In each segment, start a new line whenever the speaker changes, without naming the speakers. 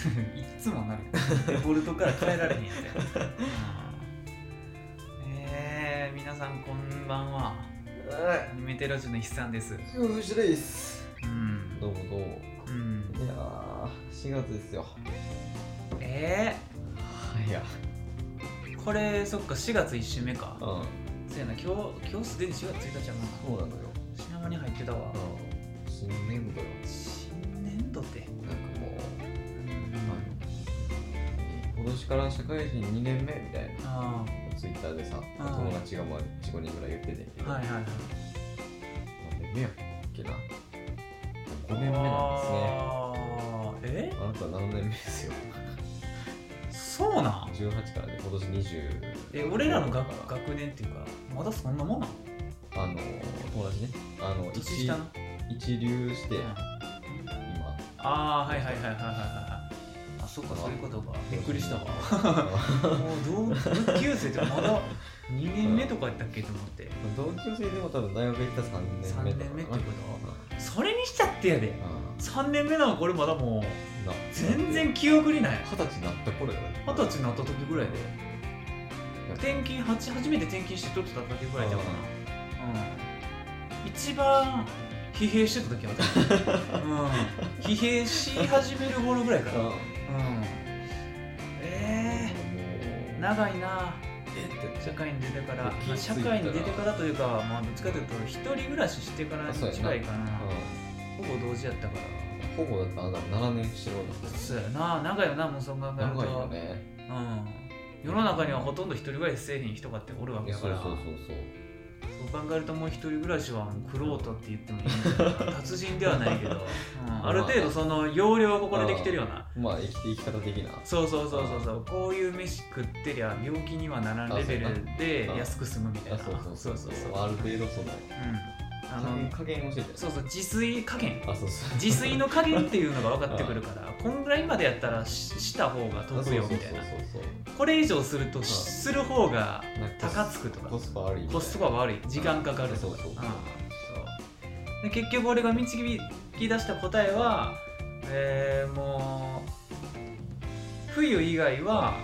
いっつもなる
デ フォルトから変えられへんやつや
えー、皆さんこんばんはアニメテラジオの筆さんです
うふしです
うん
どうもどうも
うん
いやー4月ですよ
え
いや
ー、これそっか4月1週目か
うんそ
そうやな今日今日すでに4月1日やもんな
うなのよ
品間に入ってたわ
うん新年度よ
新年度って
なんかもう
うん
今年から社会人2年目みたい
あ
なツイッターでさ
あー
友達がまあ45人ぐらい言っててんけ
あ
ど
はいはいはい
何年目やっけな5年目なん
ん
ですね
ですね
あなた何年目ですよ
えそうなん
18からね今年20
え俺らの学学年っていうかまだそんなもんなん
あの友達ねあの
年
一
下の
一流して
うん
今
ああはいはいはいはいはいはいあそっかそういうことかびっくりしたわもう同級生ってまだ2年目とかやったっけと思って
同級生でも多分大学行った3年目とか
3年目ってことそれにしちゃってやで
とうん
3年目なのこれまだもう
な
全然記憶にない
二十歳になった頃よ
二十歳になった時ぐらいで転勤はち初めて転勤してちょっと経った時ぐらいだからなうん一番疲弊してた時は私うん疲弊し始める頃ぐらいか
う
ら
ん
うんええ
もう
長いな
えって
社会に出てから、
気
ま
ぃ
あ、
つい
社
たら
会に出てからというか、まあ、どっちかというと一人暮らししてから
あ
に
そうやな
近いかな
う
ほぼ同時やったから
んほぼだったらあんた7年してるわけ
そうやな長いよなもうそんな考えると
長いよね
うん世の中にはほとんど一人暮らしせえへん人がっておるわ
い
け
や
だ
そ
か
う
ら
そうそうそう
そう考えるともう一人暮らしはもう苦労とって言ってもいいんだ けど達人ではないけど、うん、ある程度その要領はここでできてるような
まあ生きて生き方的な
そうそうそうそうそうこういう飯食ってりゃ病気にはならんレベルで
あそうやな
安く済むみたい
あ
な
そうそうそう
そうそう
ある程度その
うん、あ
加減
の
加減教えて
そうそう自炊加減
あそうそう
自炊の加減っていうのが分かってくるからこんぐらいまでやったらしした方が得よみたいな
そうそうそうそう
これ以上すると
ん
する方が
なんか
高つくとか
コスパ悪いみたいな
コストが悪い時間かかると
そ
か
うそうそう
うんそうで結局俺が導き出した答えはえー、もう冬以外は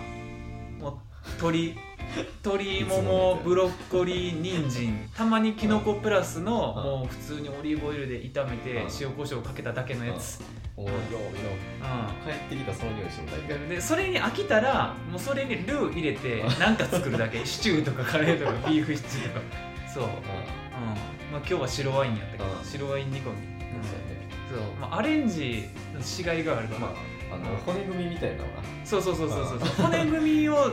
もう鶏 鶏ももブロッコリー人参たまにきのこプラスの
うん
もう普通にオリーブオイルで炒めて
うん
塩コショウかけただけのやつ
おもろいよ
う
帰ってきたその匂いしても大体
んでそれに飽きたらもうそれにルー入れて何か作るだ けシチューとかカレーとかビーフシチューとかそううんまあ、今日は白ワインやったけど、
うん
白ワイン煮込み、
うんそうやね
そう、まあ、アレンジのしがいがあるから、
まああの骨組みみたいなのが
そうそうそうそうそう骨組みを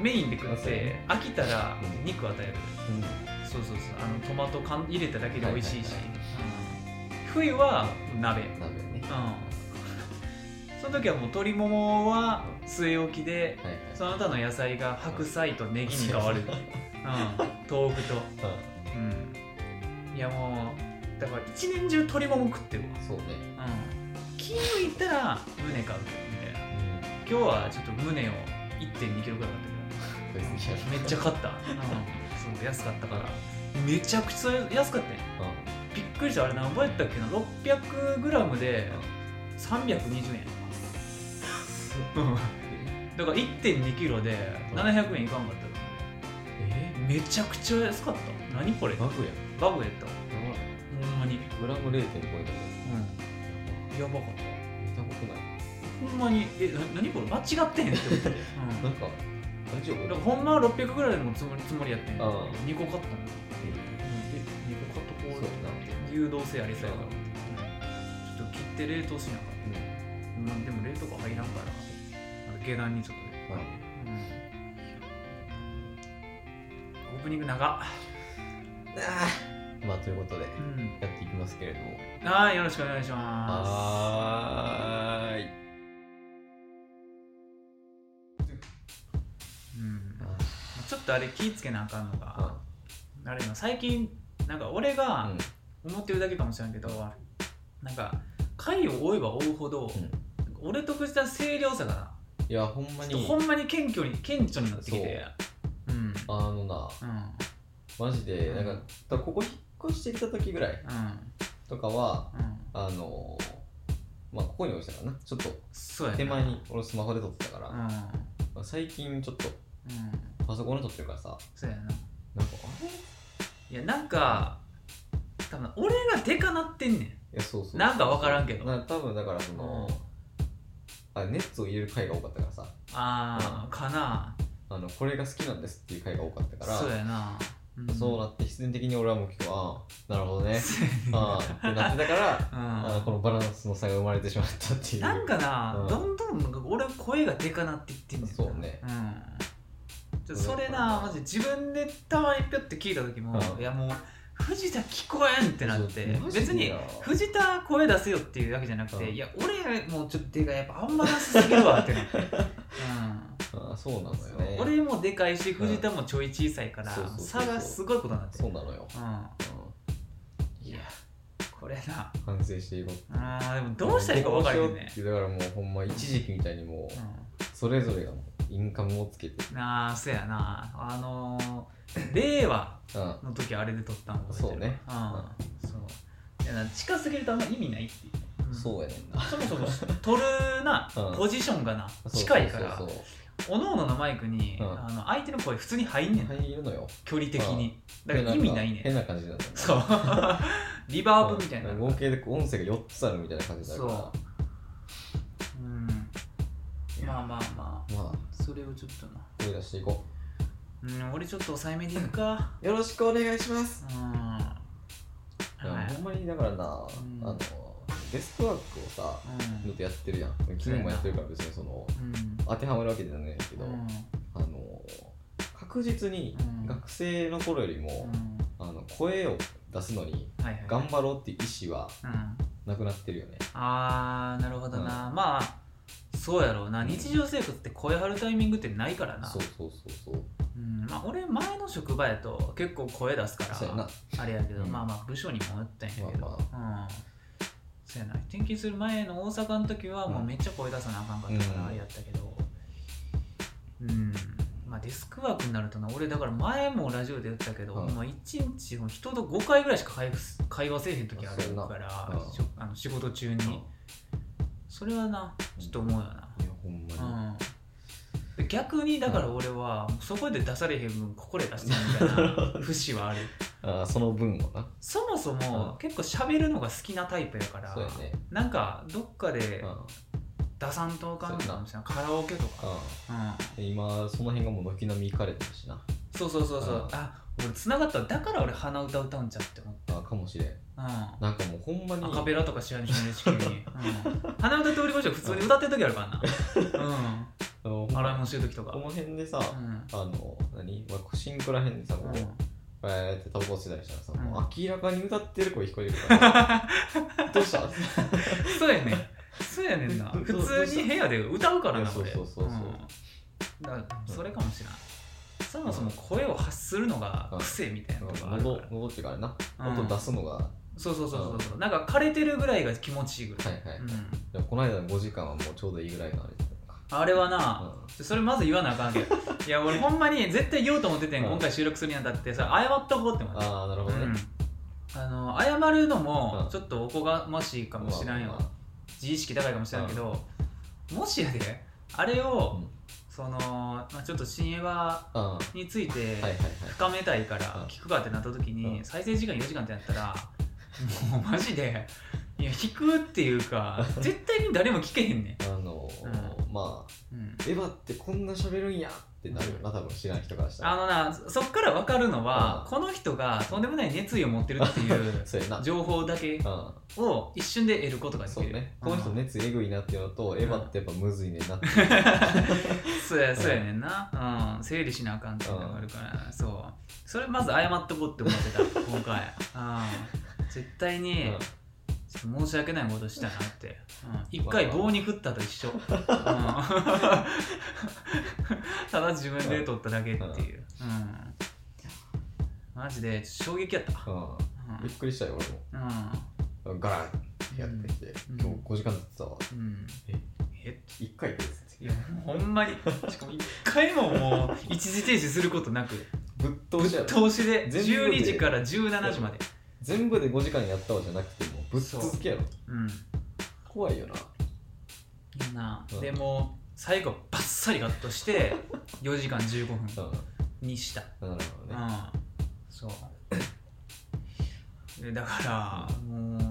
メインで 食っ
そうや
て
ね
飽きたら
うん
肉与える、
うん
そうそうそうあのトマト缶入れただけで美味しいし、
はいはい
うん冬は鍋うん
鍋ね
その時はもう鶏ももは据え置きで
はいはい
その他の野菜が白菜とネギに変わる、うん、豆腐と
う
うんいやもうだから一年中鶏もも食ってるわ
んそうね
うん金融行ったら胸買うみたいな今日はちょっと胸を1 2キロぐらい買
別にや
ったけどめっちゃ 買った、うん、そう安かったからめちゃくちゃ安かったよ
う
びっくりしたあれ何倍やったっけな 600g で320円 うんだから1 2キロで700円いかんかった
え
めちゃくちゃ安かった何これ
バグやん
バブやったわほんまに
グラム0.5円だ
うんやばかった
見たことない
ほんまに「えな何これ間違ってへん」って思って、う
なんか大丈
ん、だ
夫
からほんまは600ぐらいのつもりつもりやってん
ああ
2個買ったのえ2個買っとこうよって流動性ありそうやからちょっと切って冷凍しなあかった、まあでも冷凍庫入らんからあの下段にちょっとね、うんオープニング長
うんまあということで
っ、うん、
やっていきますけれども
ああよろしくお願いします
はーい
うん
あ
ちょっとあれ気ぃつけなあかんのが
あ
あれの最近なんか俺が、
うん
思ってるだけかもしれんけどなんか回を追えば追うほど、
うん
俺と藤田の清涼さが
いやほんま
なちょっ
に
とほんまに謙虚に顕著になってきてうんうん
あのなマジでなんかだここ引っ越してきた時ぐらい
うん
とかは
うん
あのーまあここに置いてたからなちょっと
そうやな
手前に俺スマホで撮ってたから、
うん
まあ最近ちょっと
うん
パソコンで撮ってるからさ
そうやな
なんかあれ
い
い
やなんか多分俺がでかなってんねん
やそうそう
なんかわからんけど
な多分だからその、あネッツを入れる回が多かったからさ
ああ、かな
あのこれが好きなんですっていう回が多かったから
そうやな、うん
そうなって必然的に俺はもう今日はああなるほどね
そうやねん
ああってなってたからあの
う
このバランスの差が生まれてしまったって
ん
いう
なんかな、
うん
どんどんなんか俺は声がでかなっていってんねんな
そうね
うんちょそれなマジ自分でたまにぴょって聞いた時も、
うん
いやもう藤田聞こえんってなって
そう
別に藤田声出せよっていうわけじゃなくて、
うん
いや俺もうちょっとでかいやっぱあんまなさすぎるわってな って、うん
ああそうなのよね
俺もでかいし藤田もちょい小さいから
そうそうそうそう
差がすごいことになって
そ
る
うなのよ、
う
うん、
ん
い
い
や
やこれな
反省していこう
あーでもどうしたらいいか分かるよね
だからもうほんま一時期みたいにもうそれぞれがもうインカムをつけて
うんなあそうやなあのー令和
うん
の時あれで撮ったの
そうね
うんそういやな近すぎるとあんま意味ないっていう、うん
そうやねんな
そもそも撮るな
うん
ポジションがな近いから
そうそう
おのおののマイクに、
うん
あの相手の声普通に入んね
そ
ん、
う入るのよ
距離的にだ
で
から意味ないねん
んか変な感じになった
そう リバーブみたいな、
うん合計で音声が4つあるみたいな感じだから
そうんまあまあま
まあ
あそれをちょっとな
目指していこ
うん俺ちょっと抑えめでいくか
うよろしくお願いします
うんはい
いや
い
ほんまにだからな
うん
あのデスクワークをさ
う
ずっ
ん
とやってるやん昨日もやってるから別にその
うん
当てはまるわけじゃないけど、
うん
あの確実に
うん
学生の頃よりも、
うん
あの声を出すのに
はいはい
頑張ろうっていう意思は
うん
なくなってるよね。
あーなるほどな、まあそうやろうな日常生活って声張るタイミングってないからな
そうそうそうそう。
うんまあ、俺前の職場やと結構声出すか
そうやな
ら。あれやけど、
うん
まあまあ部署にもおったんやけど、
ま
うんそうやな転勤する前の大阪の時はもううんめっちゃ声出さなあかんかったか
う
ら
ん
あれやったけどうんまあデスクワークになるとな俺だから前もラジオで言ったけど、
うん
まあ、1日も人と5回ぐらいしか会話す会話せえへん時あるか
そう
ら
やなうん
しょあの仕事中に、
うん
それはなちょっと思うよな、
いやほんま
う
に。
ん、逆にだから俺はもうそこで出されへん分ここで出してるみたい な節はある
あーその分をな。
そもそも
うん
結構喋るのが好きなタイプやから
そうやね。
なんかどっかで
うんうん
出さんとあかんのかもしれないカラオケとか、う
で今その辺がもう軒並み行かれてるしな。
ん、そうそうそうそう、
うん
あ俺繋がったわだから俺鼻歌歌うんちゃうって思っ
あーかもしれん。
た、
なんかもうほんま
うん、
に。
アカペラとか知らんしない し急に、うん、鼻歌通り越して普通に歌ってる時あるから な、
あの
うん、
ほん
洗い
ま
物してる時とか、
こ
う
の辺でさ、
ん
あの何、まあ、シンクら辺でさ、こう
うん
えーってタバコ吸ってたりしたらさ、
うん
もう明らかに歌ってる声聞こえてくるから。 どうした？
そうやねん。そうやねんな。
ど
普
ど
通に部屋で歌うから
い
な、
やそう
俺
そうそうそうん
だからそれかもしれない。そもそも声を発するのが癖みたいなとこあるか
喉喉っていうかあれな、
ら。うん
音出すのが、は
そうそうそうそうそう。なんか枯れてるぐらいが気持ちいいぐらい。
いはい。
うん
でもこの間の5時間はもうちょうどいいぐらいのあれだったの
あれはな、
か。
それまず言わなあかん けど。いや、俺ほんまに絶対言おうと思っててん、
うん
今回収録するにあたって、それ謝っとこうって思
うん、
って。
ああ、なるほどね。
うんあの謝るのも
うん
ちょっとおこがましいかもしれんよ
まあまあま
自意識高いかもしれんけど、もしやであれを、
うん
その、まあ、ちょっと新エヴァ
あうん
について
はいはいはい。
深めたいから
うん
聞くかってなった時に、
うん
再生時間4時間ってなったら、もうマジでいや聞くっていうか絶対に誰も聞けへんね
あのーまあ、
ん、うん
エヴァってこんな喋るんやってなるよな、多分知らん人からした
あ
ら。
のなそっから分かるのは、
うん
この人がとんでもない熱意を持ってるっていう
そうやな。
情報だけ
う
を一瞬で得ることが
ん、
で
そ
き
う
る
ね。この人
うん
熱エグいなっていうのと、エヴァってやっぱむずいねんなって。
そうやそうやねんな、うん、整理しなあかんっていうのがあるから、そうそれまず謝っとこうって思ってた今回、うん、絶対に、
うん
ちょっと申し訳ないことしたなって、うん、一回棒に振ったと一緒、うん ただ自分で取っただけっていう、うん、マジで衝撃やった、
うん、びっくりしたよ、
うんう
俺も。ガラッってやってきて、
うん
今日5時間経ってたわ。
んうん、
え
え
1回ですって
いやほんまにしかも一回ももう一時停止することなく
ぶっ
ぶ
通しや
っ
ろ。
通しで
全部で
12時から17時まで
全部で5時間やったわじゃなくてもうぶっ続けやろ
うん
怖いよな
いやな、
うん
でも最後バッサリカットして 4時間15分にした
うんなるほ
う
どね
んそうでだからもう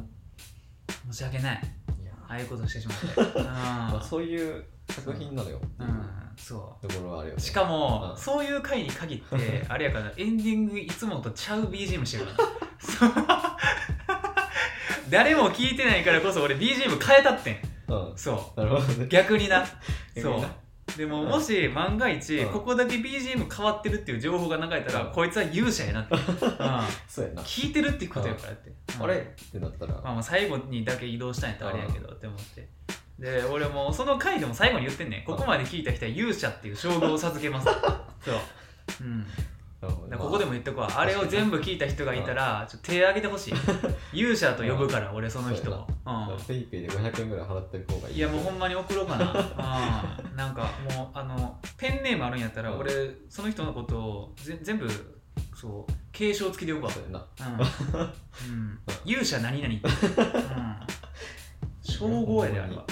申し訳ない
いや
ああいうことをしてし まってうん、
まあそういう作品なのよって
う
い
ん
う、
そ
ところはあるよ
う
ね
しかも、
うん
そういう回に限って あれやからエンディングいつもとちゃう BGM してる からそう誰も聞いてないからこそ俺 BGM 変えたってん
うん
そう
なるほどね
逆にな
逆
そ
にな
うでももし万が一
うん
ここだけ BGM 変わってるっていう情報が流れたら
うん
こいつは勇者や なってうん
そうやな
聞いてるってことやからってうん
あれってなったら
まあまあ最後にだけ移動したんやったらあれやけどって思ってで俺もその回でも最後に言ってんねんここまで聞いた人は勇者っていう称号を授 けますそううん、
なるほどね
だからここでも言っとくわあれを全部聞いた人がいたらちょっと手挙げてほしい 勇者と呼ぶから俺その人を、
まあ
うん、
ペイペイで500円ぐらい払ってる方がいい
いやもうほんまに送ろうか なうんなんかもうあのペンネームあるんやったら
うん
俺その人のことをぜ全部そう継承付きで呼ぶわ
そうやな
うん、うん、勇者何々って、うん、称号やであれは、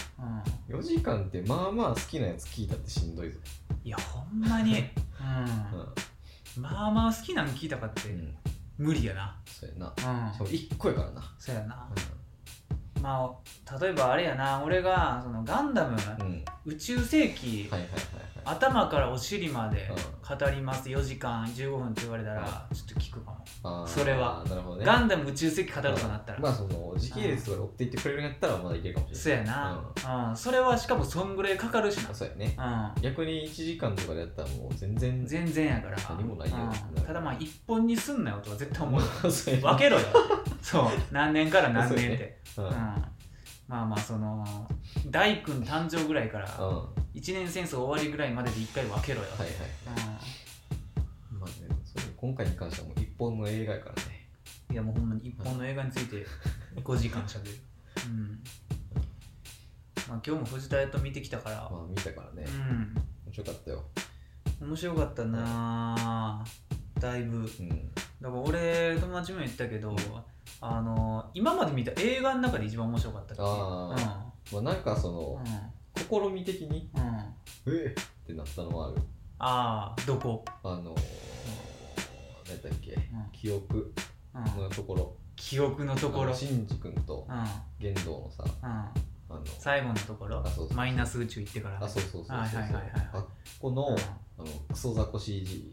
う
4時間ってまあまあ好きなやつ聞いたってしんどいぞ
ん、いやほんまに、うん
うん
まあまあ好きなの聞いたかって
うん
無理やな
そうやな
うん
そう1個やからな
そうやなまあ例えばあれやな俺がそのガンダム
うんうん
宇宙世紀、
はいはいはいはい
頭からお尻まで
うん
語ります4時間15分って言われたらちょっと聞くかも、
あー
それは
なるほどね
ガンダム宇宙世紀語るとかなったら、
まあその時系列とかで追っていってくれるんやったらまだいけるかもしれない
そうやな、うんそれはしかもそんぐらいかかるし
うんそうやね
な、
逆に1時間とかでやったらもう全
う
然
ん、全然やから
何もないよ
うんただまあ一本にすんなよとは絶対思うよ
そうやな
分けろよそう何年から何年って、
うん
うん、まあまあその大君誕生ぐらいから
うんは
一年戦争終わりぐらいまでで一回分けろよ、
いはいまあねそれ今回に関してはもう一本の映画やからね
うん、いやもうほんまに一本の映画について5時間しゃべるうんまあ今日も藤田屋と見てきたから、
まあ見たからね
う
面白かったよ
ん面白かったなあだいぶ
うん
だから俺友達も言ったけど、あの今まで見た映画の中で一番面白かったっていう
あまあなんかその
う
試み的に
んうんうん
えっってなったのはある
ああどこ、
あのー何だっけ
うん
記憶
うん
のところ
記憶のとこ
あ
ろ
のシンジ君と
うん
玄道のさ
うん
あの
最後のところ
あそうそう
マイナス宇宙行ってから
あそうそうそうそうそう
はいはいはいはい
あっこの,、
うん
あのクソザコ CG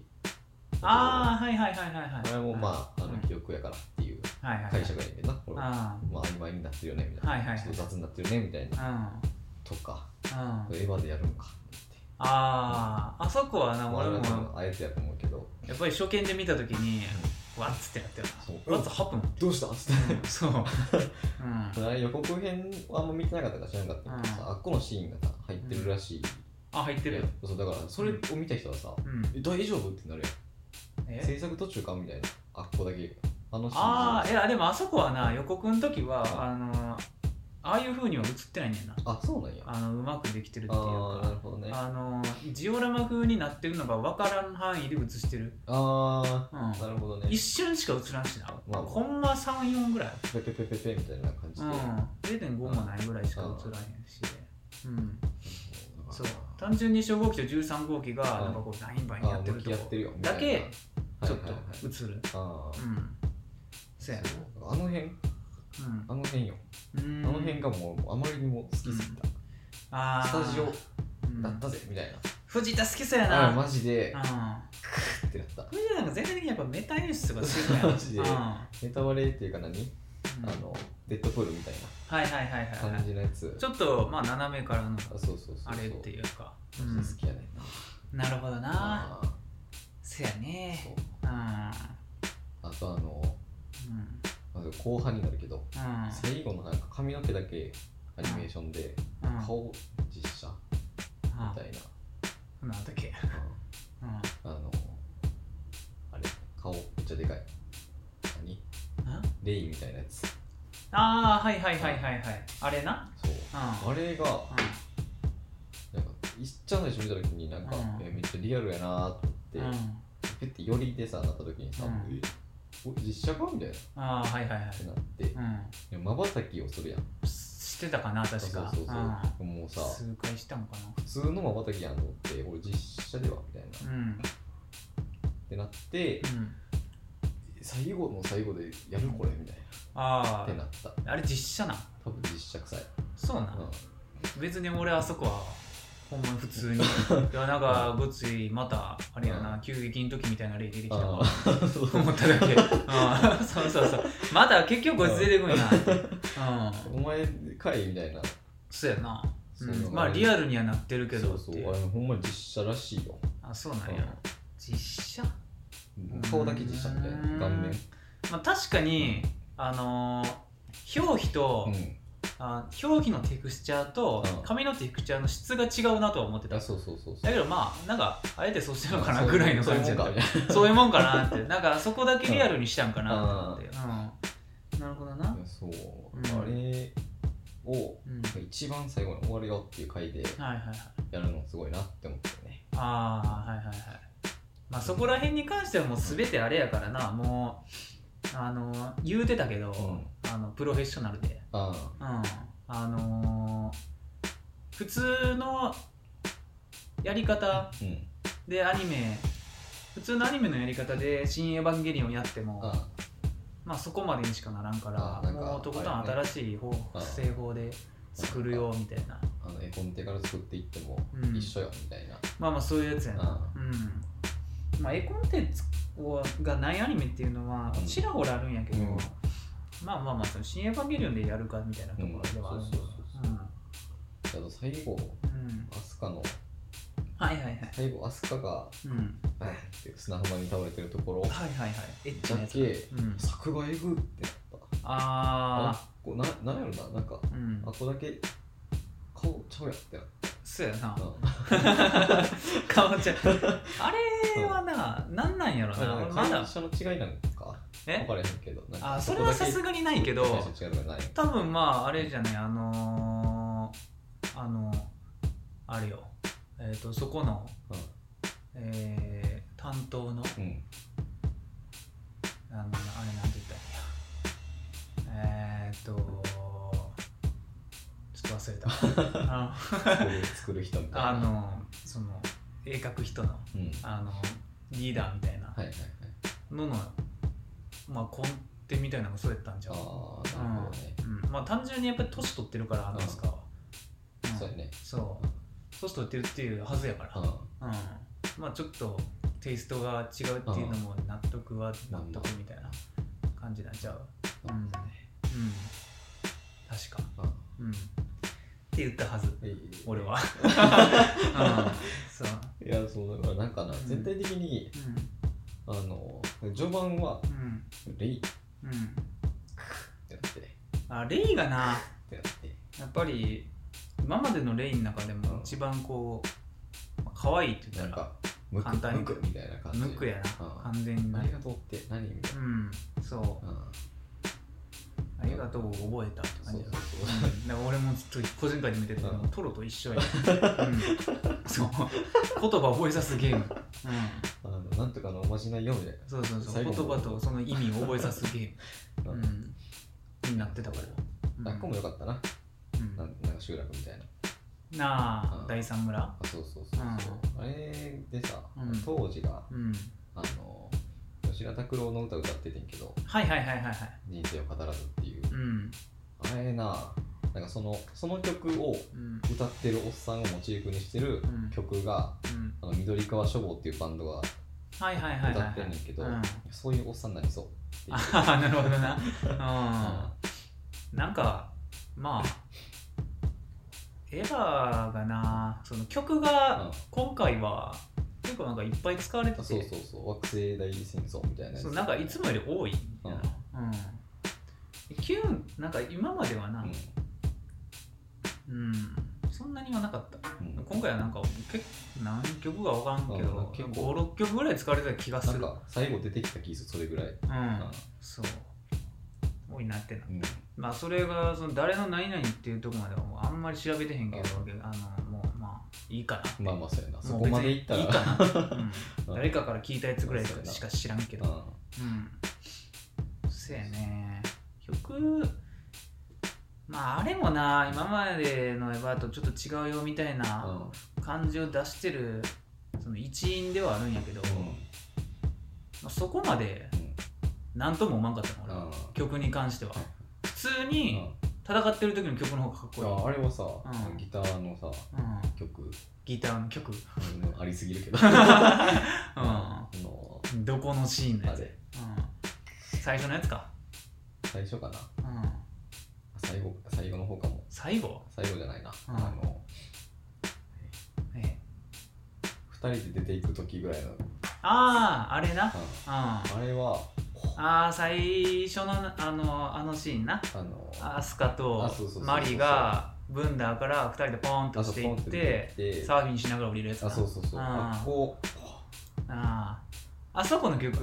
ああはいはいはいはいはい
あれもまああ
う
の
ん
記憶やからっていう
はいはいはい
解釈やねんけどな、これま
あ
あ曖昧になってるよねみたいな、
はいはいはい
ちょっと雑になってるねみたいな
あ
とか
うんうん
エヴァでやるのか
あああそこはな
まあ
俺
あれは多
も
分あえてやと思うけど
やっぱり初見で見た時にわっつってなったよ
そう
なわっつハプン
どうしたっつっ
そう、うん、
てあれ予告編はあんま見てなかったから知らなかったけどさ、
う
あっこのシーンがさ入ってるらしい、
あ入ってるよ、
そうだからそれを見た人はさ、
うん、
え大丈夫ってなるやん
え
制作途中かみたいなあっこだけあのシーン
ああいやでもあそこはな予告の時は
あ
あのああいう風には映ってないねんな
あそうなんやあ
あのうまくできてるっていう
あーな
か
るほどね
あのジオラマ風になってるのが分からん範囲で映してる、
あ
う
あ
ん、
なるほどね
一瞬しか映らんしな、
まあ
コンマ34ぐらい、
ペペペペペみたいな感じ
う
で、
ん
も、
0.5もないぐらいしか映らへんし、うん、
なんか
そう単純に初号機と13号機が
うん
なんかこう何番や
あ
ってる
向
と
き
こ
合ってるよみた
だ
いな
けちょっ
はいはいはい
と映る
あー
うんそうやな
そうあの辺
うん
あの辺よ、
うん
あの辺がもうあまりにも好きすぎた、
あー
スタジオ
うん
だったぜみたい
藤田好きそうや
な、
な
あーマジで
うん
ってなった
藤田なんか全体的にやっぱメタ演出が好きそうやな
マジで
うんうん
ネタバレっていうか何、あのデッドプールみたい
はいはいはい
な
はいは
感
い
じのやつ、
ちょっとまあ斜めからの
あそうそうそうそう
あれっていうか
マジで好きやねんな
うんなるほどな
あ
そや
ー
ね
そう
うん
あとあの
うん
まず後半になるけど、
うん
最後のなんか髪の毛だけアニメーションで、
うん
顔実写み
あ
たいな、
なんだっけうん
あのあれ顔めっちゃでかい何
うん
レイみたいなやつそ
ああはいはいはいはいはいあれな
う、
うん
あれが
う
なんかいっちゃん最初見た時になんか、
うん
えめっちゃリアルやなーと思って、
んうん
ピュって寄りでさなった時にさ、
うん
えお実写かみたいなっ
ああはいはいはい
てなって
うん
まばたきをするやん
ししてたかな確か
そうそうそう、もうさ
うん数回したのか
普通のまばたきやんのって俺実写ではみたいな、
なうん
ってなって
うん
最後の最後でやるこれみたいな
あ
ってなった
ああれ実写なん
多分実写臭い、
そうなん、
う
別に俺あそこはほんまに普 通にいやなんかごついまたあれやな、
うん
急激の時みたいな例出てきた
ん、
わ
ああ そう
思っただけ、うん、そうそうそうまた結局こいつ出てくんやうん
お前かいみたいな
そうやな、うん、
そう
まあリアルにはなってるけどって
そ
いうう
そうあれほんまに実写らしいよ、
あそうなんや実写
うん顔だけ実写みたいな顔面
まあ確かに、あのー表皮と、
うん
あ表皮のテクスチャーと
うん
髪のテクスチャーの質が違うなとは思ってた
あそうそうそうそう
だけどまあなんかあえてそうしてるのかなぐらいの感じ
そう
だ
うもんか
っ
みたい
たそういうもんかなってなんかそこだけリアルにしたんかなって思って、うん、なるほどな
な、そう、
うん
あれを
うん、
一番最後に終わるよっていう回で
はいはいはい
やるのすごいなって思ったよね
ああはいはいはいまあそこら辺に関してはもう全てあれやからなもうあのー言うてたけど、
う
あのプロフェッショナルで
あ
うんあのー普通のやり方
あうん
でアニメ普通のアニメのやり方で「新エヴァンゲリオン」やっても
ああ
まあそこまでにしかならんから
あなんか
もうとことん
あれね
新しい方、
あ
製法で作るよみたいな
あの絵コンテから作っていっても
うん
一緒よみたいな、
まあまあそういうやつや
うん、
なうんまあ絵コンテンツがないアニメっていうのは
うん
ちらほらあるんやけど、
うん
まあまあまあその「新エヴァンゲリオン」でやるかみたいなところではあるけど
うんそうそうあと最後
うんうん
アスカの
はいはいはい
最後アスカが
うん
バーンって砂浜に倒れてるところだ
はいはいはいエッチなやつ
け
うん
作画えぐってなった
ああ
こうななんやろななんか
うん
あこだけ顔ちゃうやってなっ
そうやな
た、
顔 ちゃうあれはななんなんやろな
なん
俺
か
まだ
会社の違いなんか分
え
からへんけどなんか
あそれはさす
が
がにないけど
会社の違いとかない
多分まああれじゃないあのー、あのあれよえっ、とそこの、えー、担当の
うん、うん、
あのあれなんて言ったんやえっ、とちょっと忘れた あ
作る作る人みたい
のあ
な
のその絵描く人の
うん
あのリーダーみたいな
はいはいはい
のの、まあ、コンテみたいなのがそうやったんじゃん
ああなるほどね、
うんまあ単純にやっぱり年取ってるからアナウンスカは、うん
そうやね
そう年取ってるっていうはずやから、
う
うんまあちょっとテイストが違うっていうのも納得は納得みたいな感じになっちゃううんん、うん、確かうんって言ったはず
うん
俺 は、うん、そう
いやそうだからなんかな
うん
全体的にあの序盤は
うんうん
レイっ
うん
てなってって
あレイがな
なって
やっぱり今までのレイの中でも一番こう、まあ可愛いって言
な
っ
ん
たら
かムク
簡単に
ムクみたいな感じ
無垢やな
うん
完全に
ありがとうって何みたい
うんそう
な、うん、
ありがとうを覚えたって
そ
感
う
じ
そ
だ
う
なうんだ
そう
から俺もちょっと個人会で見てたけど、
うん
トロと一緒や、うん、そう言葉覚えさすゲーム、う
あのなんとかのおまじないよみたい
ん、そうそうそう
最
言
後の
葉とその意味を覚えさすゲー
な、
ム、
う
うんん、になってたから、うん、
学校もよかったな、
うん
なんなんか集落みたいな
なあ、
うん
第三村
あそうそうそうそう、あれでさ、
うん
当時が
うん
あの吉田拓郎の歌歌っててんけど
はいはいはいはいはい
「人生を語らず」っていう、
うん
あれななんかそのその曲を
うん
歌ってるおっさんをモチーフにしてる
うん
曲が、
うん
あの緑川書房っていうバンドが
はいはいはいはい
歌
は
って
い
んねんけど、
うん
そういうおっさんになりそうっていう
あははなるほどな、うん、なんかまあエヴァがなその曲
うん
が今回は結構なんかいっぱい使われてて
そうそうそう惑星大戦争みたいなやつ
そうなんかいつもより多いみたいな、うんキューンなんか今まではな、
う
うんそんなにはなかった
んうん
今回はなんか結構何曲か分からんけ
うんなん
ど
か結構
56曲ぐらい使われてた気がす
なん
る
か最後出てきた気がするそれぐらい、う
うん
ん
そう多いなってな
うん
まあそれがその誰の何々っていうとこまではもうあんまり調べてへんけどあのもうまあいいかな
まあまあそうやなそ
もう別
こ
に
までいったら
いいかな、うん
うん
誰かから聞いたやつぐらいしか知らんけど
う
うんそやね曲まああれもな今までのエヴァとちょっと違うよみたい
うん
な感じを出してるその一因ではあるんやけど、
うん
まあ、そこまで何とも思わんかったの俺は
う
曲に関しては普通に
ん
戦ってる時の曲の方がかっこいい、
ああれはさ、
うん
ギターのさ
うん、
曲
ギターの曲、
うんありすぎるけど あ
う
の
ん、どこのシーンのや
あ
つ、うん、
れ
最初のやつか、
最初かな
うん、
最後最後の方かも
最後、
最後じゃないな、
うん
あの
ええ
2人で出ていく時ぐらいの、うん
あああれな、うん、あ
あれは
あ最初のあのあのシーンな
あの
アスカと
あそうそうそうそう
マリがブンダーから2人でポーンと
あそ
して
うポ
い
ン
っ
って
て
出てきて
サーフィンしながら降りるやつな
あそうそうそう
うん
あこ
あああそこの曲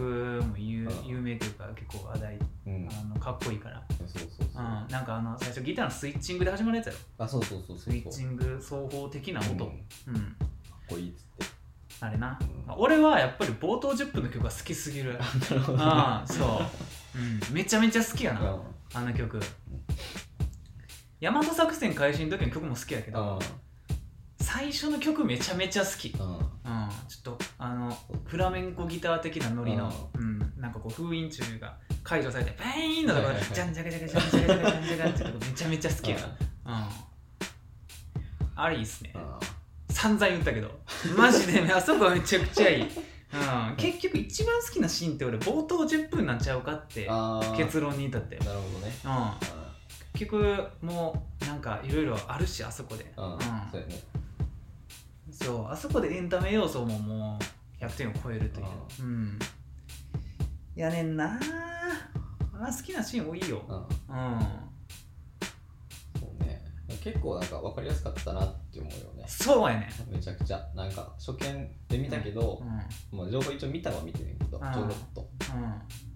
も有
うん
有名というか結構話題
ううん
あのかっこいいから、
そうそうそう
うん、なんかあの最初ギターのスイッチングで始まるやつやろ
あそうそうそうそう
スイッチング奏法的な音、う
うんんかっこいいっつって
あれな、
うん
まあ俺はやっぱり冒頭10分の曲が好きすぎる
なるほ
ああそう、うん、めちゃめちゃ好きやな、
うん
あの曲大和作戦開始の時の曲も好きやけど最初の曲めちゃめちゃ好き、うん、ちょ
うん
っとあのフラメンコギター的なノリの、うん、なんかこう封印中が解除されてペーンのところ
はいは
で
いはい
ジャンジャカジャカジャンジャカジャカジャンジャカってとこめちゃめちゃ好きやな、うん、あれいいっすね
うん
散々言ったけどマジで ねあそこはめちゃくちゃいい、うん、結局一番好きなシーンって俺冒頭10分なんちゃうかって
あー
結論に至って、うん、
なるほどね
結局もうなんかいろいろあるしあそこで、
う
う
ん、うんん、そうやね
そうあそこでエンタメ要素ももう100点を超えるといううんやねんなあ好きなシーン多いよ
うん
うん
そうね結構なんか分かりやすかったなって思うよね
そうやねん
めちゃくちゃなんか初見で見たけど
う、ん
まあ、情報一応見たは見てるけど
ん
ちょろっと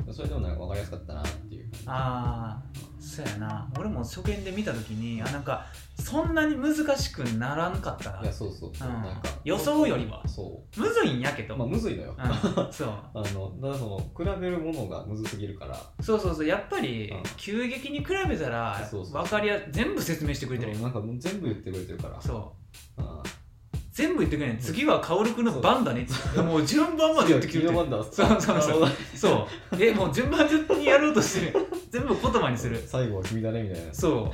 うん
それでもなんか分かりやすかったなっていう
ああそうやな俺も初見で見た時にあなんかそんなに難しくならんかったない
やそうそうそう、
うん
なんか
予想よりは
そ
むずいんやけど、
うまあむずいのよ、
うん、そう
あのただその比べるものがむずすぎるから
そうそうそうやっぱり
うん
急激に比べたら
そうそう
分かりや全部説明してくれてるよ
うんなんかもう全部言ってくれてるから
そう
うん
全部言ってくれない
うん
次は薫君の番だねってもう順番まで言ってくれて
次は
る
キーマンダー
そうそうそう
なる
そうえもう順番順にやろうとしてる全部言葉にす
ほど
る
最後は君だねみたいな
そ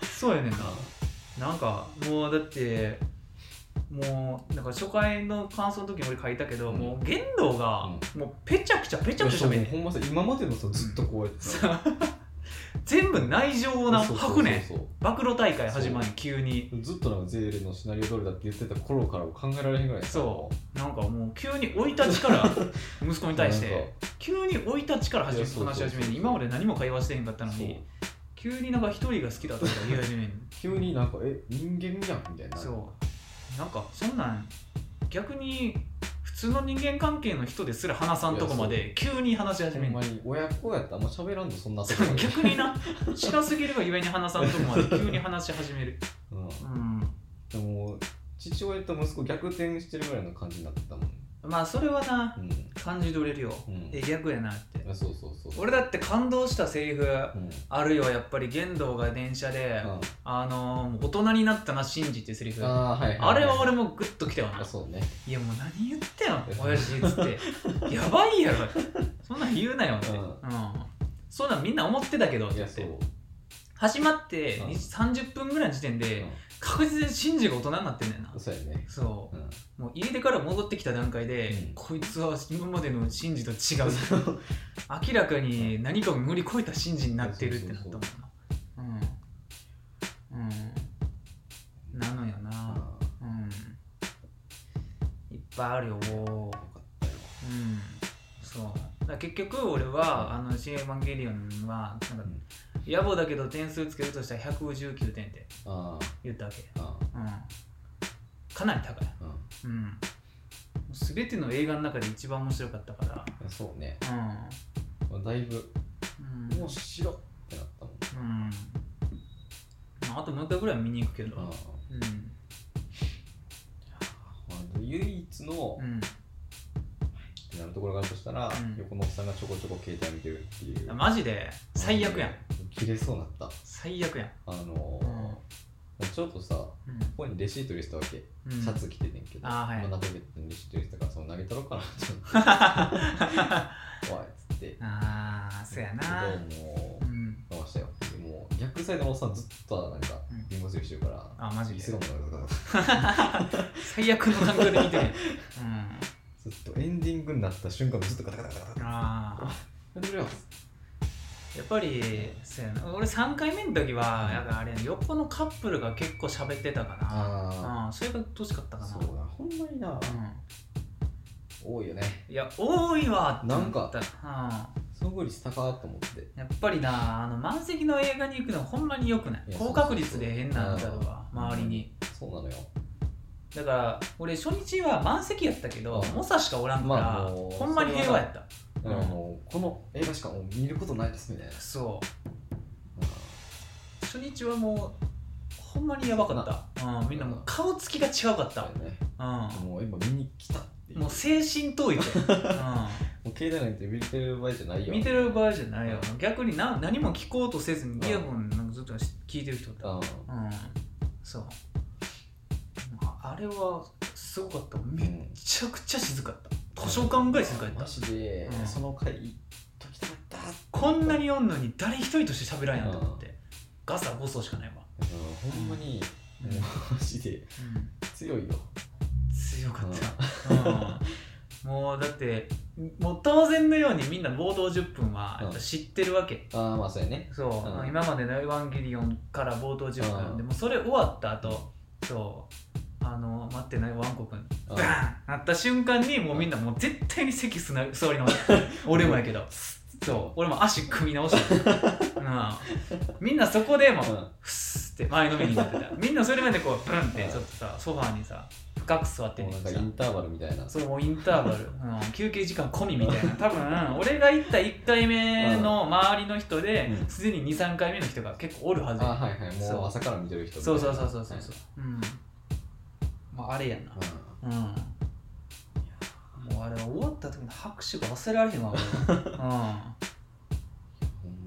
う そうやねんななんかもうだってもうなんか初回の感想の時に俺書いたけど、
うん
もう言動がもうぺちゃくちゃぺちゃくちゃ喋んね
い
ん
やほんまさ今までのさずっとこうやってさ
さ全部内情をな
そうそうそ
吐く
う
ねん
そう
暴露大会始まり急に
ずっとなんかゼーレのシナリオ通りだって言ってた頃から考えられへんぐらい
そうなんかもう急に生い立ちから 息子に対して急に生い立ちから始め
いやそうそう
話し
そう
始めに今まで何も会話してへんかった
う
の
そう
に急になんか一人が好きだとか言い始める
急になんかえ人間じゃんみたいな
そうなんかそんなん逆に普通の人間関係の人ですら話さんとこまで急に話し始
ほ
め
ん
る
まに親子やったらあんま喋らんのそんなとこ
そう逆にな近すぎるがゆえに話さんとこまで急に話し始める
うん
うん
でも父親と息子逆転してるぐらいの感じになって たもん
まあそれはな
うん
感じ取れるよ、
うん
え逆やなって
あそうそうそう
俺だって感動したセリフ
うん
あるよやっぱり玄道が電車で、
あ
あのー、もう大人になったなシンジっていうセリフあ
あーはいい
れ
い
は俺もグッときたよな
あそうね
いやもう何言ってんの親父っつってやばいやろそんなん言うなよって、う
うんん
そんなんみんな思ってたけどって
い
言
や
っ
そ
て
う
始まって
うん
に30分ぐらいの時点で、
う
確実にシンジが大人になってんだよなん
そうやね
そう
うん
もう家出から戻ってきた段階で、
うん
こいつは今までのシンジと違う明らかに何かを乗り越えたシンジになってるってなったもんなうんうんなのよな
あ
うんいっぱいあるよ
あよかったよ
うんそうだから結局俺は「あのシン・エヴァンゲリオンは」なんか
うん
野暮だけど点数つけるとしたら119点って
あ
言ったわけ、
ーあ
うん、かなり高い
ーうん
うん、全ての映画の中で一番面白かったか
いやそうね
ら、うん
まあだいぶ
うん
面白っってなったもん
うんまあ、あともう一回ぐらい見に行くけど、
うん
うん
まあ唯一の
うん、
ってなるところがあるとしたら、
うん
横のおっさんがちょこちょこ携帯見てるっていう
あマジで最悪やん
うん切れそうになった
最悪やん
あのー
うん
もうちょっとさこ
うん
こにレシート入れてたわけ、
うん
シャツ着ててんけど、
あーはい
ま鍋ベッドにレシート入れてたからその投げたろかなと思って「おい」っつって
ああそうやな
どうも
うん
回したよでもう逆サイドのおっさんずっとなんか
うん
貧乏すりしてるから、
あマジ
椅
で
子がもうなんか
最悪の感覚で見て る
ずっとエンディングになった瞬間ずっとガタガタガタガ
う
タ
んああ
やってくれよ
やっぱりそうやな俺3回目の時はやっぱあれ横のカップルが結構喋ってたか
あ
なうんそれがうっとうしかったかな
そうだほんまにな、
う
多いよね
んいや多いわって思った
なん
うん
遭遇率高ーと思って
やっぱりなあの満席の映画に行くのほんまによくない
いや
高確率で変なんだろうわ
そうそうそう
周りに
そうなのよ
だから俺初日は満席やったけど
うん
猛者しかおらんから、
まあもう
ほんまに平和やった
だからもうこの映画しかもう見ることないですみたいな
そ
なんか
う初日はもうほんまにやばかった、うん、みんなもう顔つきが違うかった
あ、れね
う
もう今見に来たってい
ん、
う
もう
も
精神解いて、
う携帯なんて見てる場合じゃない
うん、
よ
見てる場合じゃないよ逆にな何も聞こうとせずにイヤホンなんかずっと聞いてる人だった
うん
うんそうああれはすごかっためっちゃくちゃ静かった図書館ぐらい静かやった
マジで、
うん
その回時たかった
こんなにおんのに誰一人として喋らんやんと思ってガサゴソしかないわ、
うんほんまに、もうマジで
うん
強いよ
強かった、うん、もうだってもう当然のようにみんな冒頭10分はやっぱ知ってるわけ、
ああまあそうやね
そう、
うん
今までの「エヴァンゲリオン」から冒頭10分、
うん
でもそれ終わった後そうあの待ってないワンコ君
う
バ
ん
ーンなった瞬間にもうみんなもう絶対に席すな 座り直した俺もやけどそう俺も足組み直 した、うん、みんなそこでもう
うん
ふっすって前のめりになって たみんなそれまでこうブンってちょっとさソファーにさ深く座って
もう
ね
なんかインターバルみたいな
そうもうインター バル、うん、休憩時間込みみたいな多分俺が行った1回目の周りの人で
うん
すで、に23回目の人が結構おるはず
あ
や
はいはい
そ
も
う
う朝から見てる人みた
そ
いうな
そうそうそうそう
はい
そう、うんまああれやんな
うん
うんもうあれ終わった時の拍手が忘れられへんわ俺うん
ほんま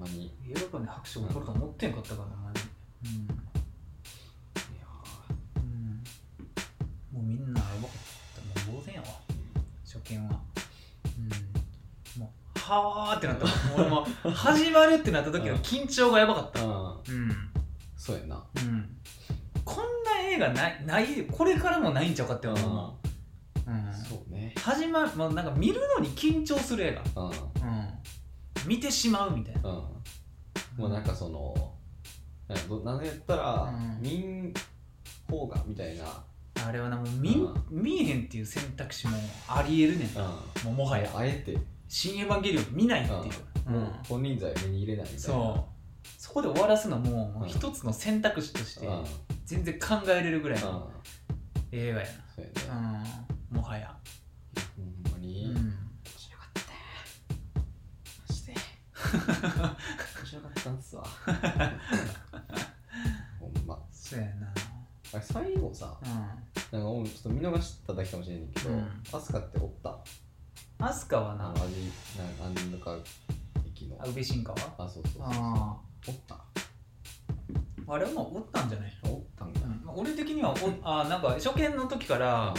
にい
映画館で拍手が起こると思ってんかったからなマジで
や
うん、うん、もうみんなやばかったもう当然やわ初見はうんもうはーってなったもう俺も始まるってなった時の緊張がやばかっ
ーうん
たうん
そうやな
うんこんな映画ないないこれからもないんちゃうかって思うもん、うん
うん、そうね
始まる、まあ、なんか見るのに緊張する映
うんうん
画、うん、見てしまうみたいな
もうなんかそのなんかどなんやったら
うん
見ん方がみたいな
あれはなもう見,、見えへんっていう選択肢もありえるねん
うん
もうもはや
あえて
「新エヴァンゲリオン」見ないっていう、うん
もう本人材を目に入れないみたいな
そうそこで終わらすのももう
うん
一つの選択肢として
うんうん
全然考えれるぐらい
そう
の映画や
やね
な、うん、もはや、
ほんま
う
に面
ん、
白かったマジで面白かったん すわほんま
そうやな
あれ最後さ
う
なんか俺ちょっと見逃しただけかもしれんけど、
うん
アスカっておった
んアスカは
あ
な
の味なんかなんとか駅の
あ宇部新川は
あそうそうそう
あ
おった
ああれはもうおったんじゃない
おったんだ、
うんまあ俺的にはおあなんか初見の時から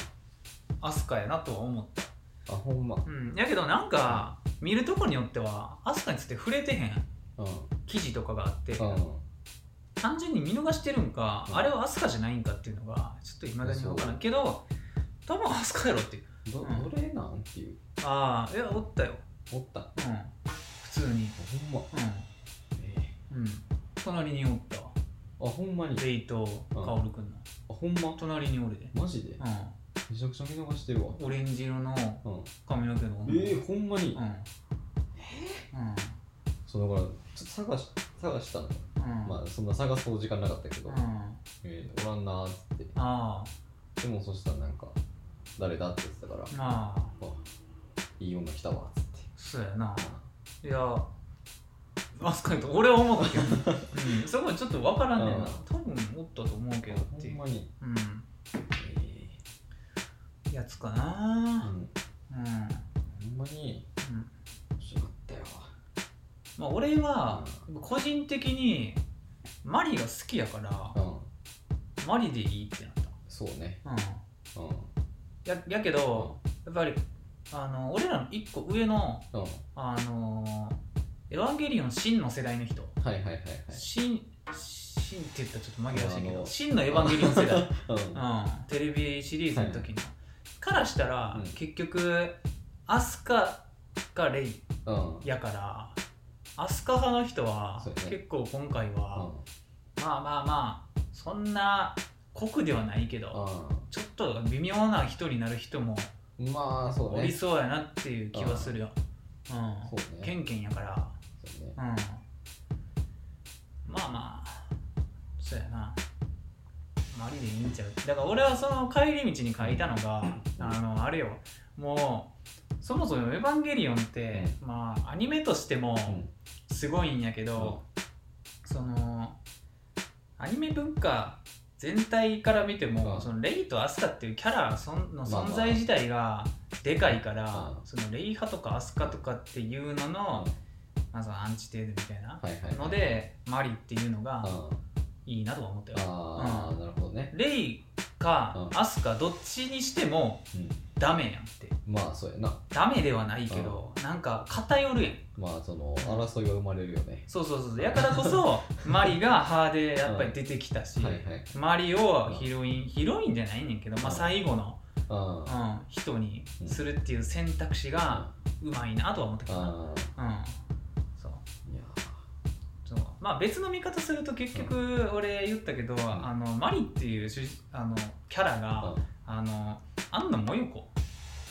アスカやなとは思った
あほんまう
うんやけどなんか見るとこによってはアスカについて触れてへん
んうん
記事とかがあって単純に見逃してるんか
うん
あれはアスカじゃないんかっていうのがちょっといまだに分からんけど多分アスカやろっていう
ど
うん
どれなんっていう
ああいやおったよ
おったあ
うん普通に
ほんまえ
うんうん隣におったわ
えあほんまにあ
レイとカオルくんの
ほんま
隣におるで
マジで
う
めちゃくちゃ見逃してるわ
んオレンジ色の
うん
髪の毛の
ええほんまに、
うんうん
そのだからちょっと探し探したの、
うん
まあそんな探す時間なかったけど、
うん
えーおらんなーっつって
ああ
でもそしたらなんか誰だって言ってたから、あ
まあ
いい女来たわっつって
そうやないやアスカやと俺は思ったけど、うん、そこちょっと分からんねんな
うん
多分おったと思うけどって
ほ
い
ん
う
まに
うん
え
やつか
えう
なんうん、うん
ほんまに面白かったよ
まあ、俺は個人的にマリが好きやから
うん
マリでいいってなっ
そうね
た、うん、
うん
ややけどやっぱりあの俺らの一個上の
うん
あのエヴァンゲリオン真の世代の人
はいはいはいはい
真真って言ったらちょっと紛らわしいけ
あ
ど
の
真のエヴァンゲリオン世 代、
うん
うん、テレビシリーズの時の、からしたら、
うん
結局アスカかレイ
うん
やからアスカ派の人は、
そうやね
結構今回
うん
は、まあまあまあそんな酷ではないけど、ちょっと微妙な人になる人も
うんまあそう
お
ね
り
そ
そうやなっていう気はするよ、うん
う
ケ
ね
ンケンやから
そうね
うんまあまあそうやなマリでいいんちゃうだから俺はその帰り道に書いたのがあのあれよもうそもそも「エヴァンゲリオン」って、まあアニメとしても
うん
すごいんやけど、そのアニメ文化全体から見ても、
うん
そのレイとアスカっていうキャラそんの
まあ
存在自体がでかいから、
うん
そのレイ派とかアスカとかっていうのの、まあ、そのアンチテーゼみたいな
はいはい
ので、マリっていうの
うん
が
あ
いいなとは思ったよ。
あなるほどね
レイか
うん
アスカどっちにしても
うん
ダメやんって
まあそうやな
ダメではないけど、なんか偏るやん
まあその争いが生まれるよね
そうそうそうそうやからこ そマリが派でやっぱり出てきたし、
はいはい
マリをヒロインヒロインじゃないねんけど、まあ、
うん
最後の、
うん
う。ん、人にするっていう選択肢がうまいなとは思ったけどな
あ
うんそう
ーいや
そうまあ別の見方すると結局俺言ったけど、あのマリっていう主人あのキャラ
ー
が、
うん
あの安野もよこ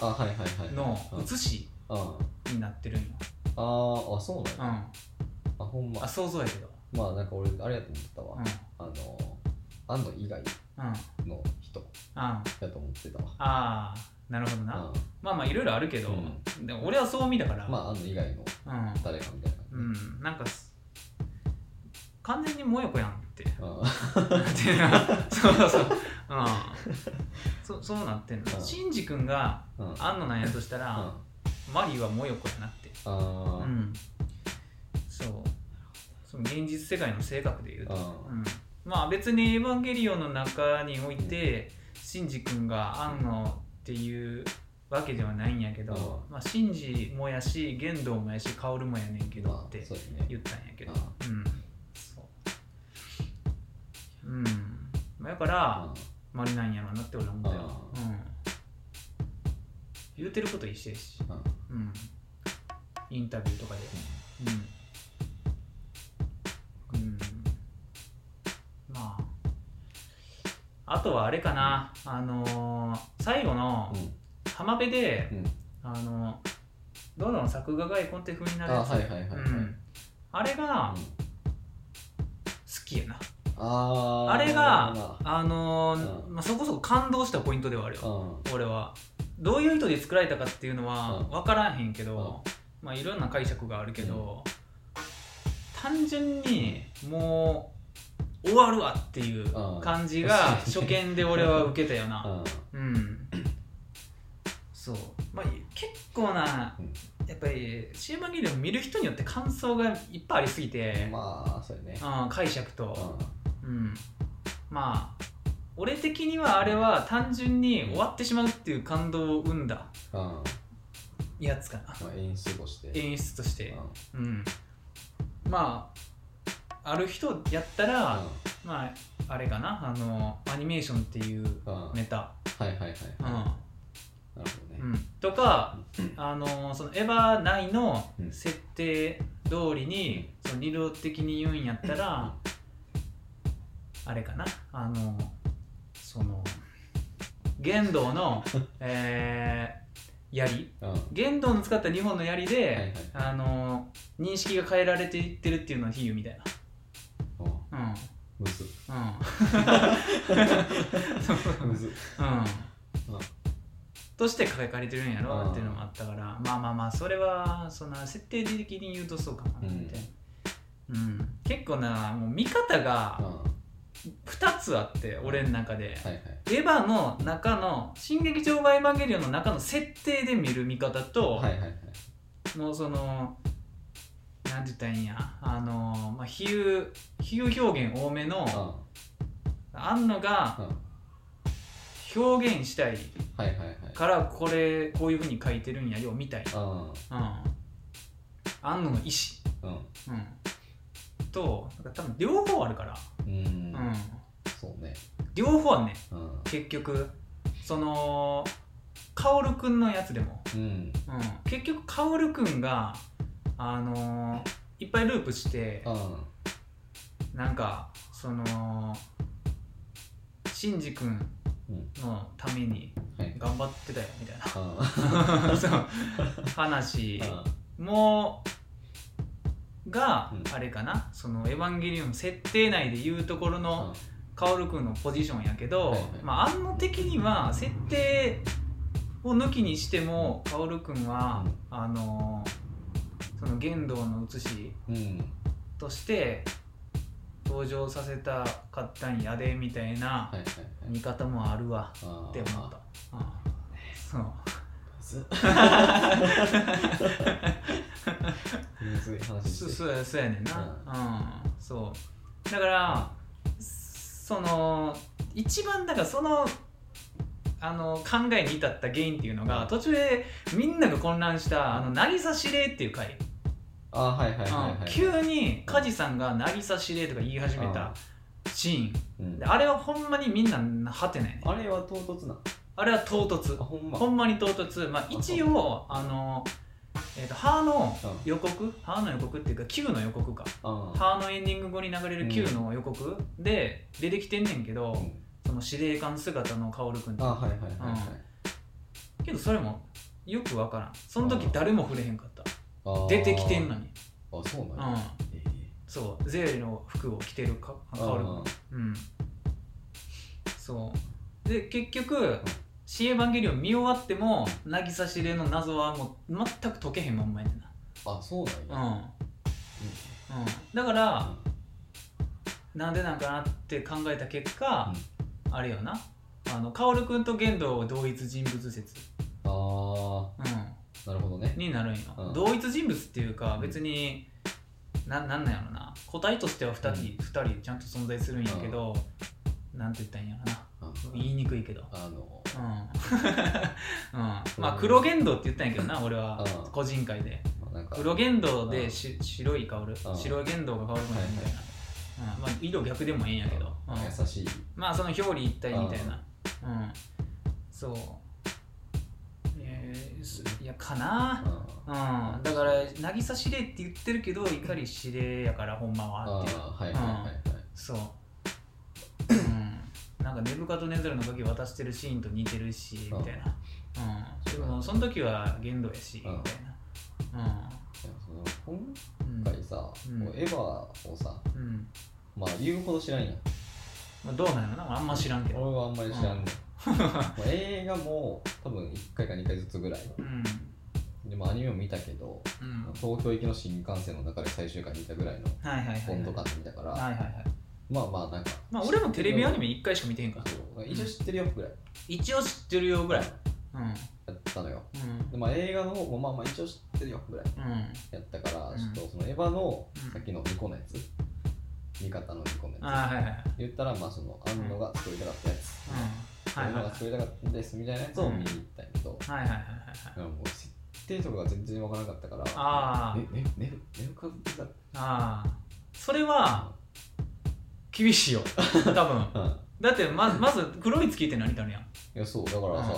あはいはいはい
の
うん
写し
うん
になってるんよ、
あーあそうな
うん
や
ん、
あほんま
あ想像やけど
まあなんか俺あれやと思ってた
うん
わあの安野以外
うんうん
の人
あ
やと思ってたわ
あーなるほどな、
う
まあまあいろいろあるけど、でも俺はそう見たから、
んまあ安野以外の誰かみたいな
うん、うん、なんかす完全にもよこやん ってって
うん
なそうそう そう、うん、そそうなってん
う
の
ん
シンジ君が
うんうん
あんのなんやとしたら、
あ
マリーはもよこやなってう
ー
んそうその現実世界の性格で言うと、
うん
うん、まあ別に「エヴァンゲリオン」の中において、シンジ君がアンノっていうわけではないんやけど、まあ、シンジもやし玄道もやし薫もやねんけど
ま
っ
あ
て
そうやね
言ったんやけど
あ
うんそううんまあだからマリなんやろうなって俺は思ったよ、
う
うん、言うてること一緒やし、
うんうん
うん、インタビューとかでうん、うん、まああとはあれかな、あのー最後の浜辺で、
うん
あのーどんどん作画が絵コンテ風になる
あ
やつ
はいはいはいはい
うん、あれが
う
好
ん
きやな、
あー
あれがあのー
う
まあ、そこそこ感動したポイントではあるよ、
うん
俺はどういう意図で作られたかっていうのは
うん
分からへんけど、まあいろんな解釈があるけど、単純にもう終わるわっていう
うん
感じが
うん
初見で俺は受けたよ
う
な、
ん
うん、そうまあ結構な
うん
やっぱり「シーマンゲリオン」見る人によって感想がいっぱいありすぎて、
まあそうやね
うん、解釈と、
う
うん、まあ俺的にはあれは単純に終わってしまうっていう感動を生んだ
んうん
やつかな
まあ演出として
演出として
うん
うんまあある人やったら、まああれかなあのアニメーションっていう
うんうんはい
ネタ、
はいはいはい
うん
なるほどね
うんとかあのそのエヴァ内の
うん
設定通りに、その理論的に言うんやったら、あれかなあのその玄道 のえー槍
うん
玄道の使った2本の槍で、
はいはい
あの認識が変えられていってるっていうのを比喩みたい
うん
な
むず
うん うん
むず
うん
うん
として書かれてるんやろっていうのもあったからまあまあまあそれはその設定的に言うとそうかもなみたいな、うん結構なもう見方
うん
が
は
2つあって俺の中で、
いはい
エヴァの中の「新劇場版エヴァンゲリオン」の中の設定で見る見方と、
はいはいはい
もうその何なんて言ったらいいんやあのまあ比喩比喩表現多めのあんのが
うんうん
表現したい
はいはいはい
からこれこういうふうに書いてるんやよみたい
あ
な、うん、あんのの意思
あ
うん、となんか多分両方あるから、
うんうん
うん、
そうね
両方はね
うん
結局その薫くんのやつでも、
うん
うん、結局薫くんがあのーいっぱいループして
あ
なんかそのシンジくん
うん
のために
はい
頑張ってたよみたいな
あ
そう話
あ
もうが
うん
あれかな、その「エヴァンゲリオン」設定内で言うところの
あ
薫君のポジションやけど、
はいはい
まあ案の的には設定を抜きにしても薫君は、あのーその言動の写し
うん
として登場させたかったんやでみたいな
はいはいはい
見方もあるわ
あ
って思った。うんそう
むず むずい話
そ
して
そうやそうやねんな、うんそうだからその一番だからそのあの考えに至った原因っていうのが、
うん
途中でみんなが混乱した「あの渚司令」っていう回、
ああはいはいはいはい、
うん急に梶さんが「渚司令」とか言い始めたシ
う
ーン
ん
であれはほんまにみんなはてないね
あれは唐突な
あれは唐突
あほんま
ほんまに唐突、まあ、一応あのえーと「ハーの
うん
予告「ハーの予告っていうか「Q の予告か
ああ
ハーのエンディング後に流れる Q の予告で出てきてんねんけど、
うん
その司令官姿の薫君
あ
と
はいはいはいはい、
けどそれもよくわからんその時誰も触れへんかった
あー
出てきてんのに
あそう
う
なん
ん
や、ええ
そうゼーレの服を着てるか
あ
薫君うんそうで結局「新エヴァンゲリオン」見終わっても渚司令の謎はもう全く解けへんまんまやねんな
あそうなんや、
うんうん、だから
うん、
なんでなんかなって考えた結果、あれよなあの薫君と玄道は同一人物説、う
ああなるほどね
ん、になるんよ、
うん
同一人物っていうか
うん
別に、なん、なんなんやろな個体としては2人,、二人ちゃんと存在するんやけど、なんて言ったらいいんやろな
あ
言いにくいけど
あの
うん、 うん、まあ黒玄道って言ったんやけどな俺は
うん
個人会で
まあなんか
黒言動でし白い薫
うん
白い言動が薫くんやみたいな、うんまあ、色逆でもええんやけど、うん
優しい
まあその表裏一体みたいな、うん、そうえーすいやかな
あ
うんだから渚司令って言ってるけど怒り司令やからほんま
あ
はっていう
ーはいはいはいはい
そう、うん、なんかネブカとネズルの鍵渡してるシーンと似てるしみたいな、うん、でもその時は言動やしみたいな
でもその今
うん、うん
回さ、
うん
もうエヴァをさ
うん
まあ言うほど知らんやん
まあ、どうなんやろなあんま知らんけ
俺
ど
はあんまり知らんねんまあ映画も多分1回か2回ずつぐらい
うん
でもアニメも見たけど
うん
東京行きの新幹線の中で最終回見たぐらいの
はいはいはいはい
温度感で見たから、
はいはいはい
まあまあなんか
まあ俺もテレビアニ
メ
メ1回しか見てへんから
一応知ってるよぐらい
一応知ってるよぐらいうんうん
やったのよでまあ映画の方もまあまあ一応知ってるよぐらい
うん
やったから、
うん
ちょっとそのエヴァの
うん
さっきの2個のやつ、味方の2個のやつ
あーはいはいはい
言ったらまあその安野が作りたかったやつ、
うんはい
安
はい
野
はい
が作りたかったですみたいなやつを見に行ったんやけど、
はいはいはいはい
でももう設定とかが全然わからなかったから
あー
ねねねるねるかずだっ
ああそれは厳しい よ多分
た、うん、
だってままず黒い月って何かあるやん
いやそうだからさ、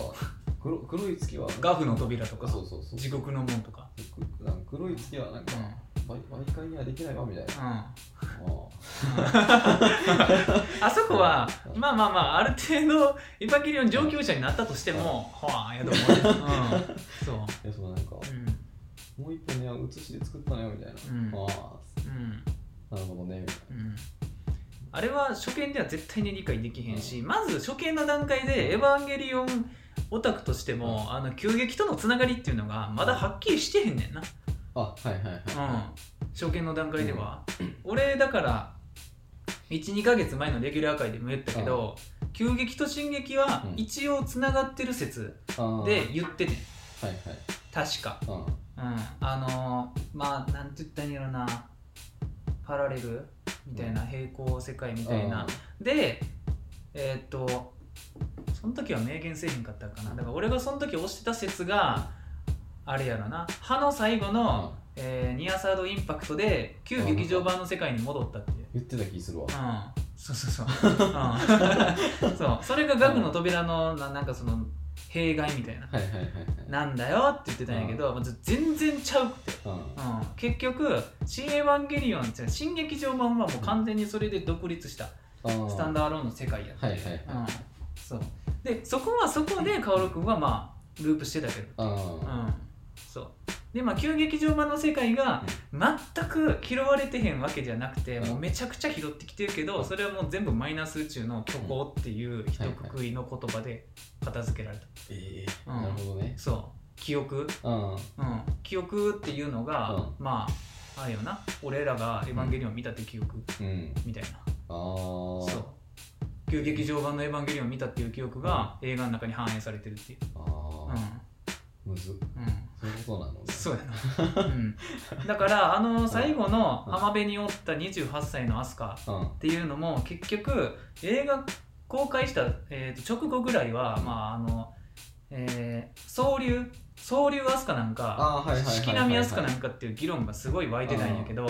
黒黒い月は
ガフの扉とか
そうそうそう
地獄の門とか
くなんか黒い月はなんか
うん
毎毎回にはできないわみたいな
うん
あ
あそこは、
うん
まあまあまあ、ある程度、エヴァンゲリオン上級者になったとしても、ほわーんやと思う。 うん、そう。
ーいやそうなんか
う
もう一本ね写しで作ったのよみたいな、
うん
あ
ん、うん、
あなるほどねみたいな
うん。あれは初見では絶対に理解できへんし、まず初見の段階で、エヴァンゲリオンオタクとしても、あの、急激とのつながりっていうのが、まだはっきりしてへんねんな。
あはいはいは
う
い、
ん、初見の段階では、俺だから12ヶ月前のレギュラー界でも言ったけど「急激と進撃」は
うん
一応つながってる説
あー
で言ってて、
はいはい
確か、
う
う
ん
んあのーまあなんて言ったらいいんやろなパラレルみたいな、平行世界みたいな、でえーっとその時は明言せえへんかったかなだから俺がその時推してた説があれやろな歯の最後
うん
の、えーニアサードインパクトで旧劇場版の世界に戻ったっていう
言ってた気するわ
う、んそうそうそう、 うん、そうそれが額の扉のななんかその弊害みたいな
はいはいはいはい
なんだよって言ってたんやけど、まず全然ちゃうくて、
うん
うん、結局「新エヴァンゲリオン」って新劇場版はもう完全にそれで独立した
あー
スタンダーアローンの世界やって、
はいはいはい
うん、そうでそこはそこで薫君はまあループしてたけど
うん
うんそうでまあ旧劇場版の世界が全く拾われてへんわけじゃなくて、
うん
もうめちゃくちゃ拾ってきてるけど、
うん
それはもう全部マイナス宇宙の虚構っていう一括りの言葉で片付けられた、
ええ
うん
なるほどね
そう記憶
うん
うん記憶っていうのが、
うん
まああれよな俺らが「エヴァンゲリオン」見たって記憶
うん
みたいな、
ああ
そう旧劇場版の「エヴァンゲリオン」見たっていう記憶が映画の中に反映されてるっていう
ああむずっ
うんうん
そういうことなのね
そうやな、うん、だからあの最後の浜辺におった28歳のアスカ
うん
っていうのも結局映画公開した、えーと直後ぐらいは、まああのえー、総流総流アスカなんか
あーはいはいはいはい
式並みアスカなんかっていう議論がすごい湧いてたんやけど、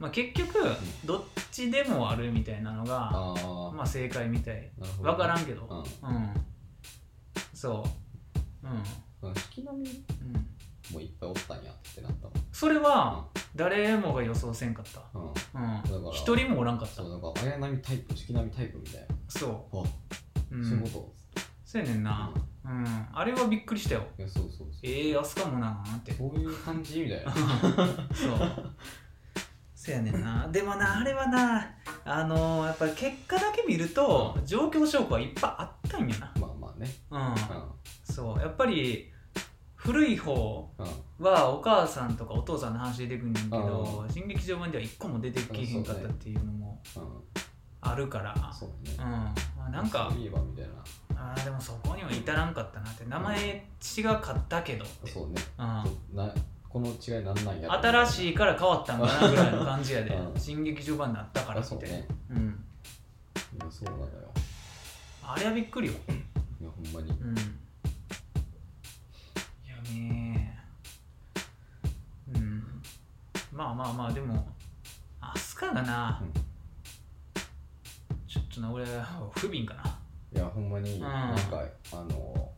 まあ、結局どっちでもあるみたいなのが
ああ
まあ正解みたい
なるほど
分からんけど
うん
うんそうう
うん式並み
んうん
もいっぱいおったんやってなった
それは誰もが予想せんかった
もんうん
うん
ら
一人もおらんかった
そうなんか綾波タイプ式並みタイプみたいな
そ
あ
う、う、
そういうんこ
そうやねん
と
なうんあれはびっくりしたよ
いやそうそうそう
ええあすかもな ーって
そういう感じみたいな
そうそうやねんなでもなあれはなあのーやっぱり結果だけ見ると状況証拠はいっぱいあったんや
まあまあね
なうん
う
そうやっぱり古い方
んうん
はお母さんとかお父さんの話出てくんねんけど新劇場版では一個も出てきへんかったっていうのも
うん
あるから
そう
う
だ
ん
ね
まあなんか
そういえばみたいな
あーでもそこには至らんかったなって名前違かったけどって、
そうね
うん、
なこの違いなんなんや
新しいから変わったんかなぐらいの感じやで、
うん
新劇場版になったから
あ
って
そうね
うん、
いやそうなのよ
あれはびっくりよ、
いやほんまに
うん、いやねーうんまあまあまあでもアスカがな、
うん
ちょっとな俺は不憫かな、
いやほんまに
ん
なんかあの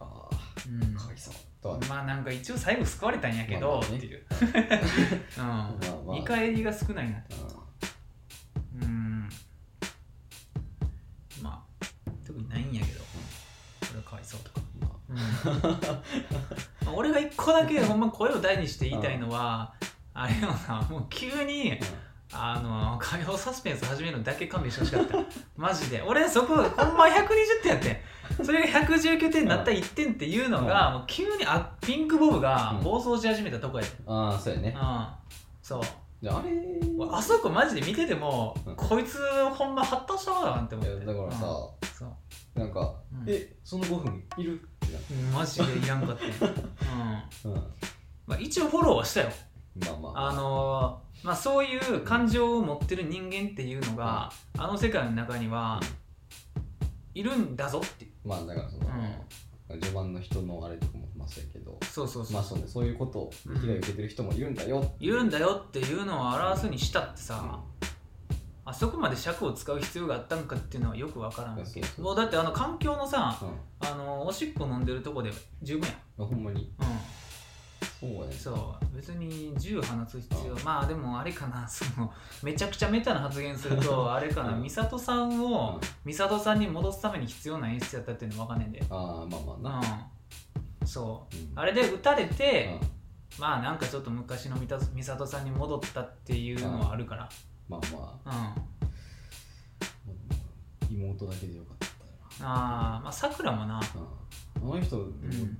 あ
うん
あかわいそうとは
まあなんか一応最後救われたんやけど、
まあね
って いう、
ま
うん
あまあ
見返りが少ないなってうんまあ特にないんやけど、これはかわいそうとか、
うんま
うん まあ俺が一個だけほんま声を大にして言いたいのは、あれよなもう急にあの火曜サスペンス始めるのだけ勘弁してほしかったマジで俺そこほんま120点やってんそれが119点になった1点っていうのが、もう急にあピンクボブが暴走し始めたとこやで、
ああーそうやね
うん、そう
じゃああれ
俺あそこマジで見てても、
うん
こいつほんま発達したわなんて思
い
っ
や
て
だからさ
うんそう
なんか
うん
えその5分いるってな
マジでいらんかったよ、うん
うん
まあ、一応フォローはしたよ
まあまあ
あのーまあ、そういう感情を持ってる人間っていうのが、あの世界の中には、いるんだぞって
まあだからその序盤の人のあれとかもまあそうやけど
そうそうそう、
まあそうねそういうことを被害を受けてる人もいるんだよ
いるん
だ
だよっていうのを表すにしたってさ、
あ
あそこまで尺を使う必要があったんかっていうのはよくわからんわ
そ
け
うそう
もうだってあの環境のさ
うんい
あのおしっこ飲んでるとこで十分
やほんまに
やんうん
そうやね
そう別に銃放つ必要まあでもあれかなそのめちゃくちゃメタな発言する とあれかな
うん
美里さん
うん
を美里さんに戻すために必要な演出やったっていうのわかんねえんで
ああまあまあ
う
な、
んそう
うん
あれで撃たれ
う
て
ん
まあなんかちょっと昔の美田美里さんに戻ったっていうのはあるから
まあまあ
うん
妹だけでよかったよ
あーまあさくらもな
なうんあの人、
ん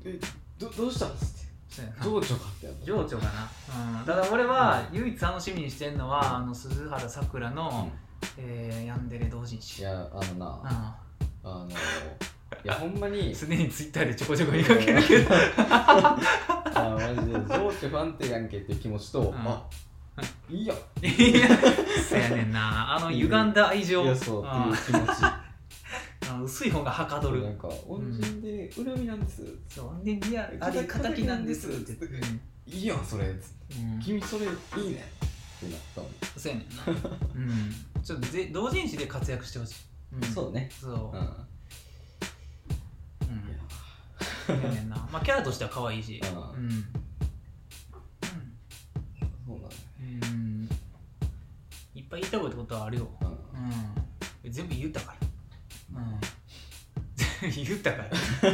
えどどうしたんです
そうや
って
な
情緒かってやった
情緒かな、うん、ただ俺は唯一楽しみにしてんのは、
うん
あの鈴原さくら
うん
の、えーヤンデレ同人
い
誌、
やあのな、
うん
あのいやほんまに
すでにツイッターでちょこちょこ見かけるけど
あーマジで情緒不安定やんけっていう気持ちと、
ん
あいいや
いやそうやねんなあの歪んだ愛情
いやそうって
あ
いう気持ち
ーあの薄い方がはかど
な
る
んか恩人で恨みなんです、
そうでいやあれ敵なんですって
敵なんいいやんそれつって
うんうん
君それいいねってなったのに、
そうやねんなうんちょっとぜ同人誌で活躍してほしい、うん
そうね
そう
う
うん
ん、いや
そうやねんなまあキャラとしては可愛いし
あー
うんうん
そうなんだ
うんいっぱい言いたいことはあるよ
うん
うん全部言ったからうん言った か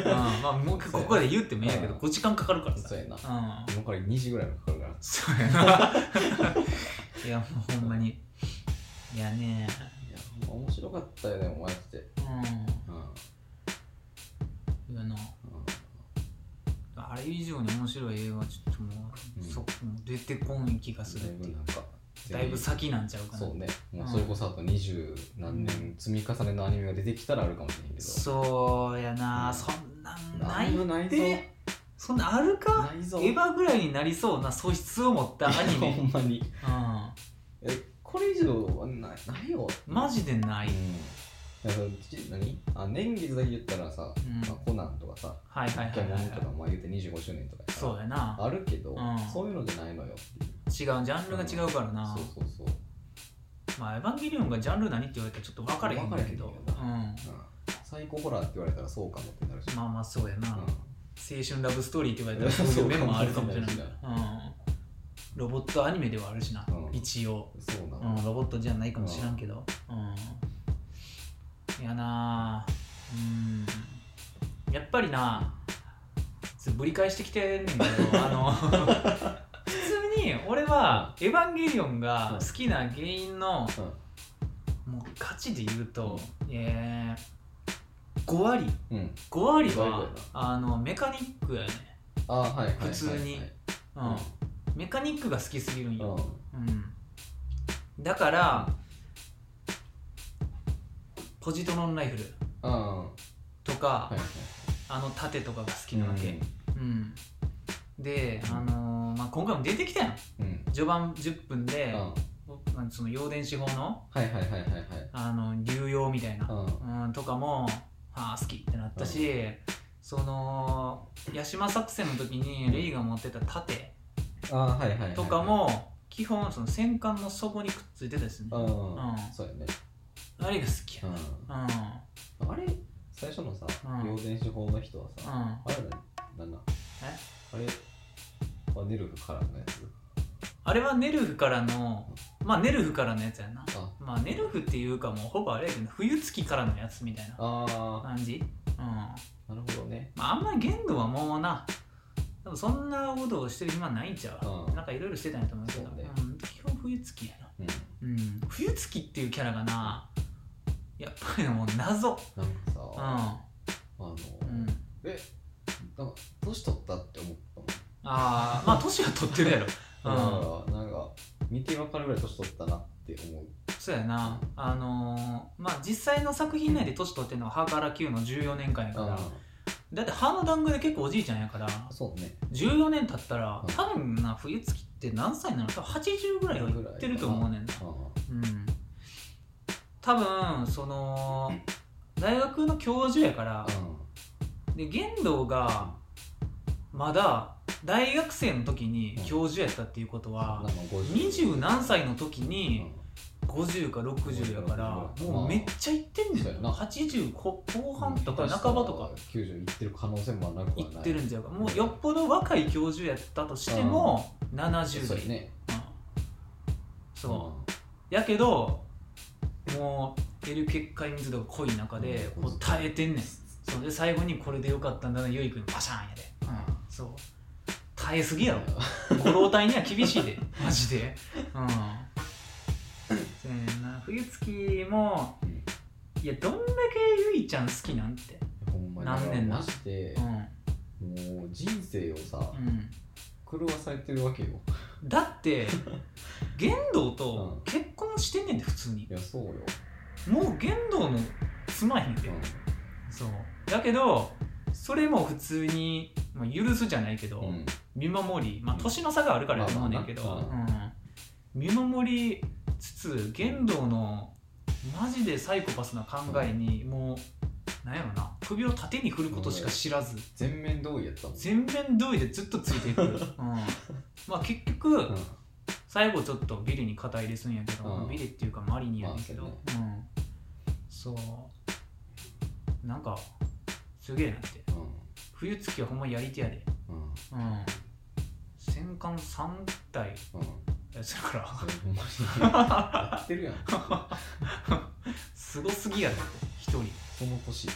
ら、うん、まあもうここで言ってもいいんやけど
うん
5時間かかるからさ
そうやな
うん
今から2時ぐらいもかかるから
そうやな いやもうほんまにいやね
いやほんま面白かったよでもマジで
う
うんう
ん
ん
いやなあれ以上に面白い映画はちょっともう、
うん
そこもう出てこん気がする
だい
って
ぶ
いう
なんか
だいぶ先なんちゃうかな
そうねもうそれこそあと二十何年積み重ねのアニメが出てきたらあるかもしれんけど
そうやな、
うん
そんなんな
ない
い
もないぞ
でそんなんあるか
ない
エ
ぞ
ヴァぐらいになりそうな素質を持ったアニ
いやほ
メ、
んまに
う
えこれ以上はないないよ
ん、マジでな、
ないい、
う
うん
ん、
いやそのち何あ年月だけ言ったらさ、まあ、コナンとかさ
はいはいはい
ポケ
は
モ
い
ンとかまあ言うて25周年とかさ
そうやな
あるけ
う
ど、
ん
そういうのじゃないのよってい
違
う
うジャンルが違うからな、
そうそうそう、
まあエヴァンゲリオンがジャンル何って言われたらちょっと分かれへんだけど
分かれへんけ
うん、
うん、サイコホラーって言われたらそうかもってなるし、
まあまあそうやな、
うん
青春ラブストーリーって言われたら そういう面もあるかもしれない
そうか
うん、ロボットアニメではあるしな、
うん
一応、
そうな
う
の、
ん、ロボットじゃないかもしらんけど、うん、いやなあうんやっぱりなちょっとぶり返してきてん ねんけどあの普通に俺は「エヴァンゲリオン」が好きな原因の
うん
もう価値で言うと、えー、5割
うん、
5割
5割
は
やな
あのメカニックやね、
ああはいはいはいはい
普通にう
うん
メカニックが好きすぎるん
ん
よ、うんだからポジトロンライフル
うんは
とか、
いはい
あの盾とかが好きなわけ、うんで、あのーまあ、今回も出てきたやん
うんうん
序盤10分で
う、ん
まあその陽電子法の
はいはいはいはいはい
あの流用みたいな
う、ん
うん、とかも、あー好きってなったし、その八島作戦の時にレイが持ってた盾
ああはいはいはいはい
とかも基本その戦艦の底にくっついてたですね
うん、
ん
そうやね
あれが好きや
う
なうん
んあれ最初のさ
うん
陽電子法の人はさ
うん
あれだなんだ
え
あれはネルフからのやつ
あれはネルフからのまあネルフからのやつやな
あ
まあネルフっていうかもうほぼあれやけど冬月からのやつみたいな
あ
感じうんま
ーなるほどね
ああんまり限度はもうな多分そんなことをしてる暇ないんちゃ
う
うんなんかいろいろしてたんやと思うけど
そうね
うん基本冬月やな
うん
うん冬月っていうキャラがなやっぱりもう謎
なんかさ
うん
あの
うん
えなんか年取ったって思ったもん
ああまあ年は取ってるやろ
だ
うん
からなんか見てわかるぐらい年取ったなって思う
そうやなあのーまあ実際の作品内で年取ってるのは歯から9の14年間やから、だって歯の団子で結構おじいちゃんやから
うんそうね
14年経ったら
うん
多分な冬月って何歳なの多分80ぐらいはいってると思うねんな
う
うん多分その大学の教授やから
んうん
で玄道がまだ大学生の時に教授やったっていうことは
なんか50
20何歳の時
う
に
ん
50か60やからもうめっちゃいってんね
そうや
ん
な
80後後半とか半ばとか
90行ってる可能性もなく
い
は
っ
ない
てるんじゃうかもうよっぽど若い教授やったとしても70
そう
代
やね
うんそうやけどもう出る結界密度が濃い中で
うん
もう耐えてんねんそうで最後にこれでよかったんだなゆいくんパシャンやで、うん、そう耐えすぎやろご老体には厳しい でマジでうんそうやねんな冬月も
うん
いやどんだけゆいちゃん好きなんて
ほんまに
何年な
マジで
う、ん
もう人生をさ
うん
狂わされてるわけよ
だ って玄道と結婚してんねんで普通に
いやそうよ、
もう玄道の妻へんで、
う
そうだけどそれも普通に、まあ、許すじゃないけど、
んうん
見守り、まあ、年の差があるからやと思うねんけど、
まあま
うん、見守りつつ玄道のマジでサイコパスな考えにもうなんやろな首を縦に振ることしか知らず
全面同意やったもん
全面同意でずっとついてい く、うん、まあ結局、
うん
最後ちょっとビリに肩入れすんやけど、
うん
ビリっていうかマリにやねんけど、
ま
うん、そうなんかすげえなって冬月はほんまやり手やで、
うんうん
うん、戦艦3体
うん
えそれか
そ
ら
れほんまにやって るやん
すごすぎやで一人うんい
その年で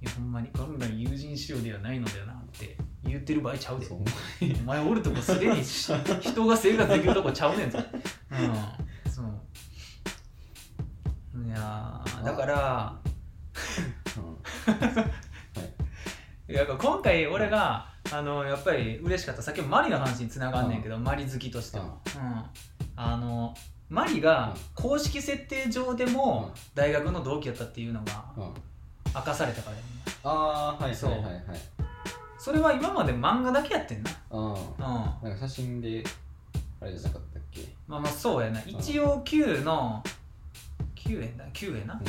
やほんまにこんなん友人仕様ではないのだよなって言ってる場合ちゃうで
そう
お前おるとこすでにし人が生活できるとこちゃうねんぞうんそういやーだから
う
いややっぱ今回俺があのやっぱり嬉しかったさっきもマリの話につながんねんけど、マリ好きとしても、うん、あのマリが公式設定上でも
うん
大学の同期やったっていうのが
んうん
明かされたからやねんな
ああはい
そう
はいはいはい
それは今まで漫画だけやってんな
う
うんま
んなんか写真であれじゃなかったっけ
あまあそうやな一応 Q の Q 円だ Q 円な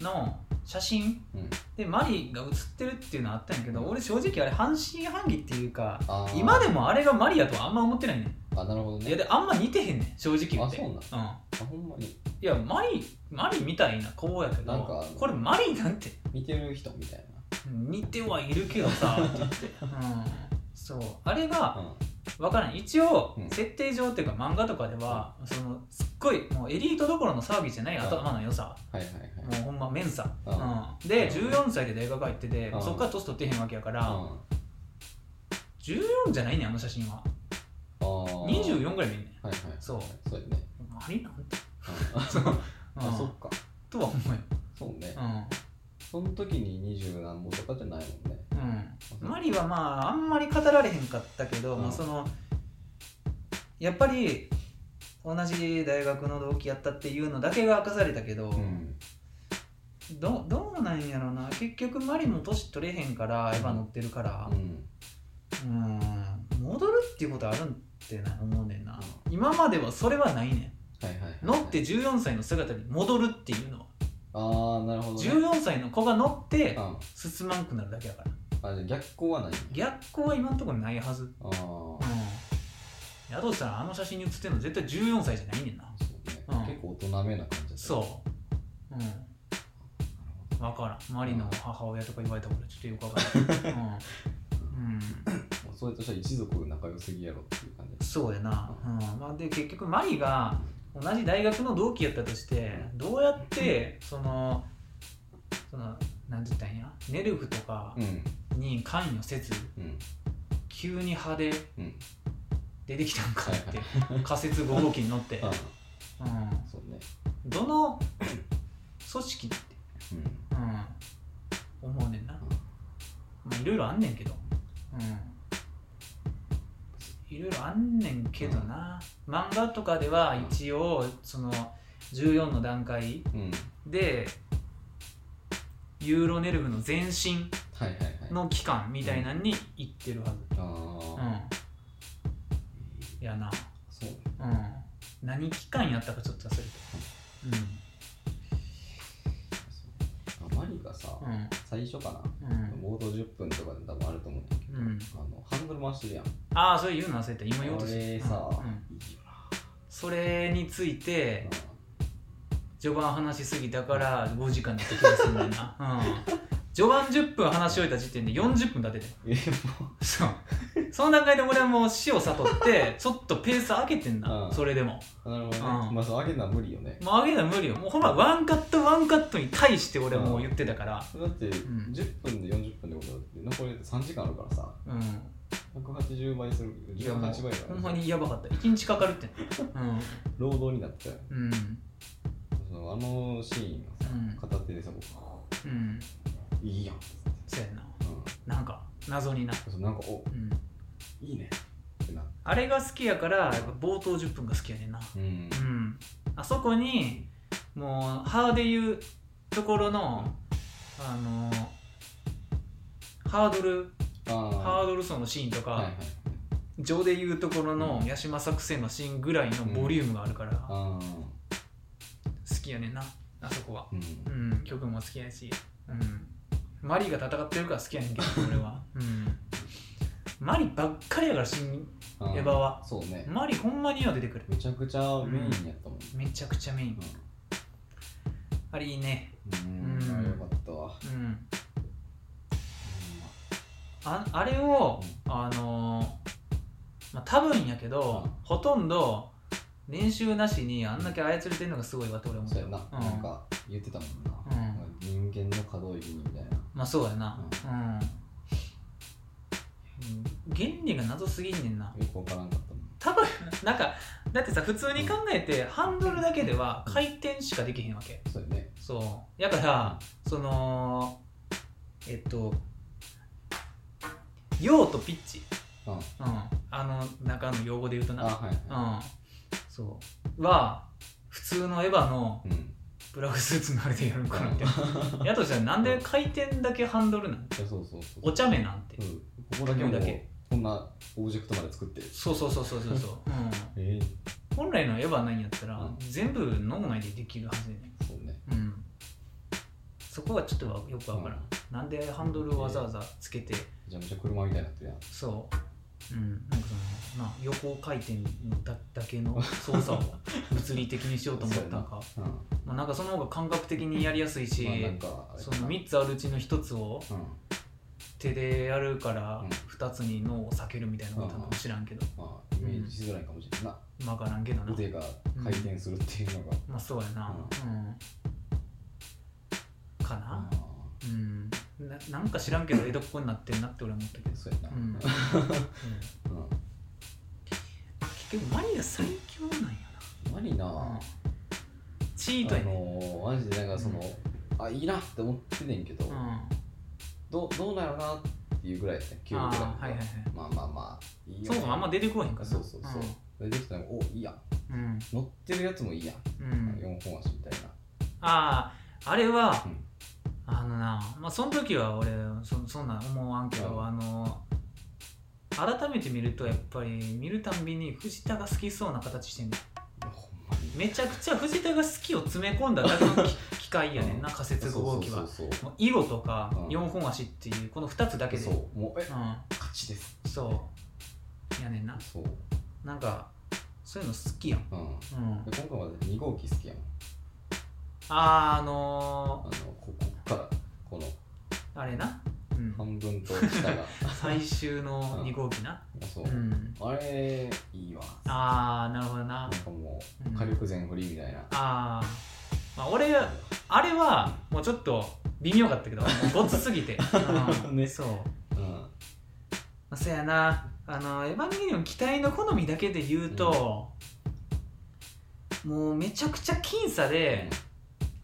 の写真
うんうん
でマリが写ってるっていうのはあったんやけど俺正直あれ半信半疑っていうか
あー
今でもあれがマリやとはあんま思ってないねん
あなるほどね
いやであんま似てへんねん正直言って
あそう
う
なん
ん
あほんまに
いやマリマリみたいな子やけ
なんか
ど
あの
これマリなんて
見てる人みたい
似てはいるけど さって言って、うん、そうあれ
な
が
うん
分からん一応
うん
設定上っていうか漫画とかではそのすっごいもうエリートどころの騒ぎじゃない
うん
頭の良さ
はいはいはい
もうほんまメンサ、
うん
うん、で14歳で大学入ってて
うん
そっから年取ってへんわけやから
う
14じゃないねんあの写真は
んあー
24ぐらい見えんねん
はいはい
そう
そうやね
マリなんて、
うん
うん
あそっか
とは思
そうね
うよ、
その時に二十何本とかじゃないもんね
うんうん、マ
リ
リはまああんまり語られへんかったけど、
うん
まあ、そのやっぱり同じ大学の同期やったっていうのだけが明かされたけど、
うん
どどうなんやろな結局マリも年取れへんからエヴァ乗ってるから
うん
うん戻るっていうことあるんってな思うねんな今まではそれはないね
はいはいはい
ん乗って14歳の姿に戻るっていうのは
ああなるほどね
14歳の子が乗って
うん
進まんくなるだけやから
あじゃあ逆光はない
逆光は今のところないはず
ああそ
うん。やとしたらあの写真に写ってるの絶対14歳じゃないねんな。
うね
うん
結構大人めな感じだう
そう。うん。
なるほど
わからん。マリの母親とか言われたことちょっとよくわ からん。うん。うん。
もうそれとしたら一族仲良すぎやろっていう感じ
そうやな。うん。まあ、で、結局マリが同じ大学の同期やったとして、どうやって、その、その、なんて言ったんや、ネルフとか
うん
に関与せず、
うん
急に派で
うん
出てきたんか って
は、
仮説5号機に乗って
あ。あ
うん。
そうね
どの組織って、
うん
うん、思うねんな、まあ、いろいろあんねんけど、うん、いろいろあんねんけどな、漫画とかでは一応その14の段階
うん
でユーロネルフの前身
はいはいはい
の期間みたいなのに行ってるはず、
あ
う
あ
ん、やな
そうね
うん、何期間やったかちょっと忘れて
そうあマリがさ
うん
最初か
う
なん冒頭10分とかで多分あると思うんだけど
うん、うん
あのハンドル回してるやん
ああそれ言うの忘れた今言おう
こと
して
れ
た
さ
うんうん
いいよな
それについて
う
序盤話しすぎたから5時間になった気がするんだよな、 うん、序盤10分話し終えた時点で40分経ってて
んえもう
そうその段階で俺はもう死を悟ってちょっとペース上げてんな、
うん
それでも
あなるほ どね
うん
まあそう上げるのは無理よね
もう上げたら無理よもうほんまワンカットワンカットに対して俺はもう言ってたから
だって
ん
10分で40分ってことだって残り3時間あるからさ
うん
180倍する
いやもう
18倍だ
ほんまにやばかった1日かかるって
労働になって
うんうん
そのあのシーンがさ
うん
片手でさ僕
うん
いいやん
そうやな
う
なんか謎にな、
んそうなんかお
うん、
いいねってな
あれが好きやからやっぱ冒頭10分が好きやねんな
うん
うん、あそこにもうハーでいうところのあのハードルハ
あ
ードル層のシーンとか、
あはいはい
上で言うところの八島作戦のシーンぐらいのボリュームがあるから、好
あ
きやねんなあそこは
ーうん
うん曲も好きやし、うん、マリが戦ってるから好きやねんけど俺 は、うん、マリばっかりやから新
あー
エヴァは
そうね
マリほんまによう出てくる
めちゃくちゃメインやったもん
めちゃくちゃメインあれいいね
うん
うん
あれよかったわ
うんああれを
う
あのーまあ多分やけど、
うん
ほとんど練習なしにあんだけ操れてるのがすごいわって俺は思っ
そ
た
う
よ
やな
うん
なんか言ってたもんな
うん
なんか人間の可動域にみたいな
まあそうやなうん、原理が謎すぎんねんな
よくわからんかったもん
多分なんかだってさ普通に考えてハンドルだけでは回転しかできへんわけ
そうやね
そうやからそのえっと用とピッチ、
うん
う
あ
ん、あの中の用語で言うとな
はい
う
は
んそうは普通のエヴァの
いうん
ブラウスーツのあれでやるんかなみたい なやとしたらなんで回転だけハンドルなんて
いやそうそうそう
お茶目なんて
うんここだけ
ここ
も
だけ
こんなオブジェクトまで作って
そうそうそうそうそう そう、う
え
ん、本来のエヴァないんやったら、
うん
全部脳内でできるはずやねん
えそうね
うん、そこはちょっとわよくわからん、なんでハンドルをわざわざつけて
めちゃめちゃ車みたいになってるやん
そう、うん、なんかそのな横回転のだだけの操作を物理的にしようと思った のか、
うんま
まあ、なんかその方が感覚的にやりやすいし、
あなんかあれ
そ
か
の
な
3つあるうちの1つを
うん
手でやるから
うん
2つに脳を避けるみたいなことなのか知らんけど
まあイメージしづらいかもしれんない
分からんけど
な
な
腕が回転するっていうのが
まあそうやなうんかな
ああ
うんななんか知らんけど江戸っ子になってんなって俺は思ったけど
そうやな
うん
うん
結局マリが最強なんや
マリナ
な、
あ
チートやねん、
のーマジでなんかそのあいいなって思ってねんけど
うん、あ
どうどうなるなっていうぐらいやった9ぐらい
あ
だ
ーはいはいはい
まあまあまあいいよね
そもそもあんま出てこへんからな
そうそうそう出てきたらおいいやん
うん、
乗ってるやつもいいやん
うん
四本足みたいな
あああれは
うん
あのなまあその時は俺そそんなん思わんけど、
うん
あの改めて見るとやっぱり見るたんびに藤田が好きそうな形してんねん
ほんまに
めちゃくちゃ藤田が好きを詰め込んだだけの 機機械やねんな仮説5号機は
そうそうそう
もう囲碁とか
うん
4本足っていうこの2つだけで
そうもうえ
う
勝ちです
んそうやねんな
そう
なんかそういうの好きやん、
うん
うん、
で今回まで2号機好きやも
あ
ん
ーあ
あ
の
のここっからこの
ー、あれな、うん、
半分と下 が
最終の2号機な、
そう
う、ん、
あれいいわ
ああなるほどな
な
ん
かも
うん
う火力全振りみたいな
ああまあ俺あれはもうちょっと微妙かったけどもうごつすぎて、うん
ね
そう
うん
まあ、そうやなあの「エヴァンゲリオン」期待の好みだけで言うと、もうめちゃくちゃ僅差で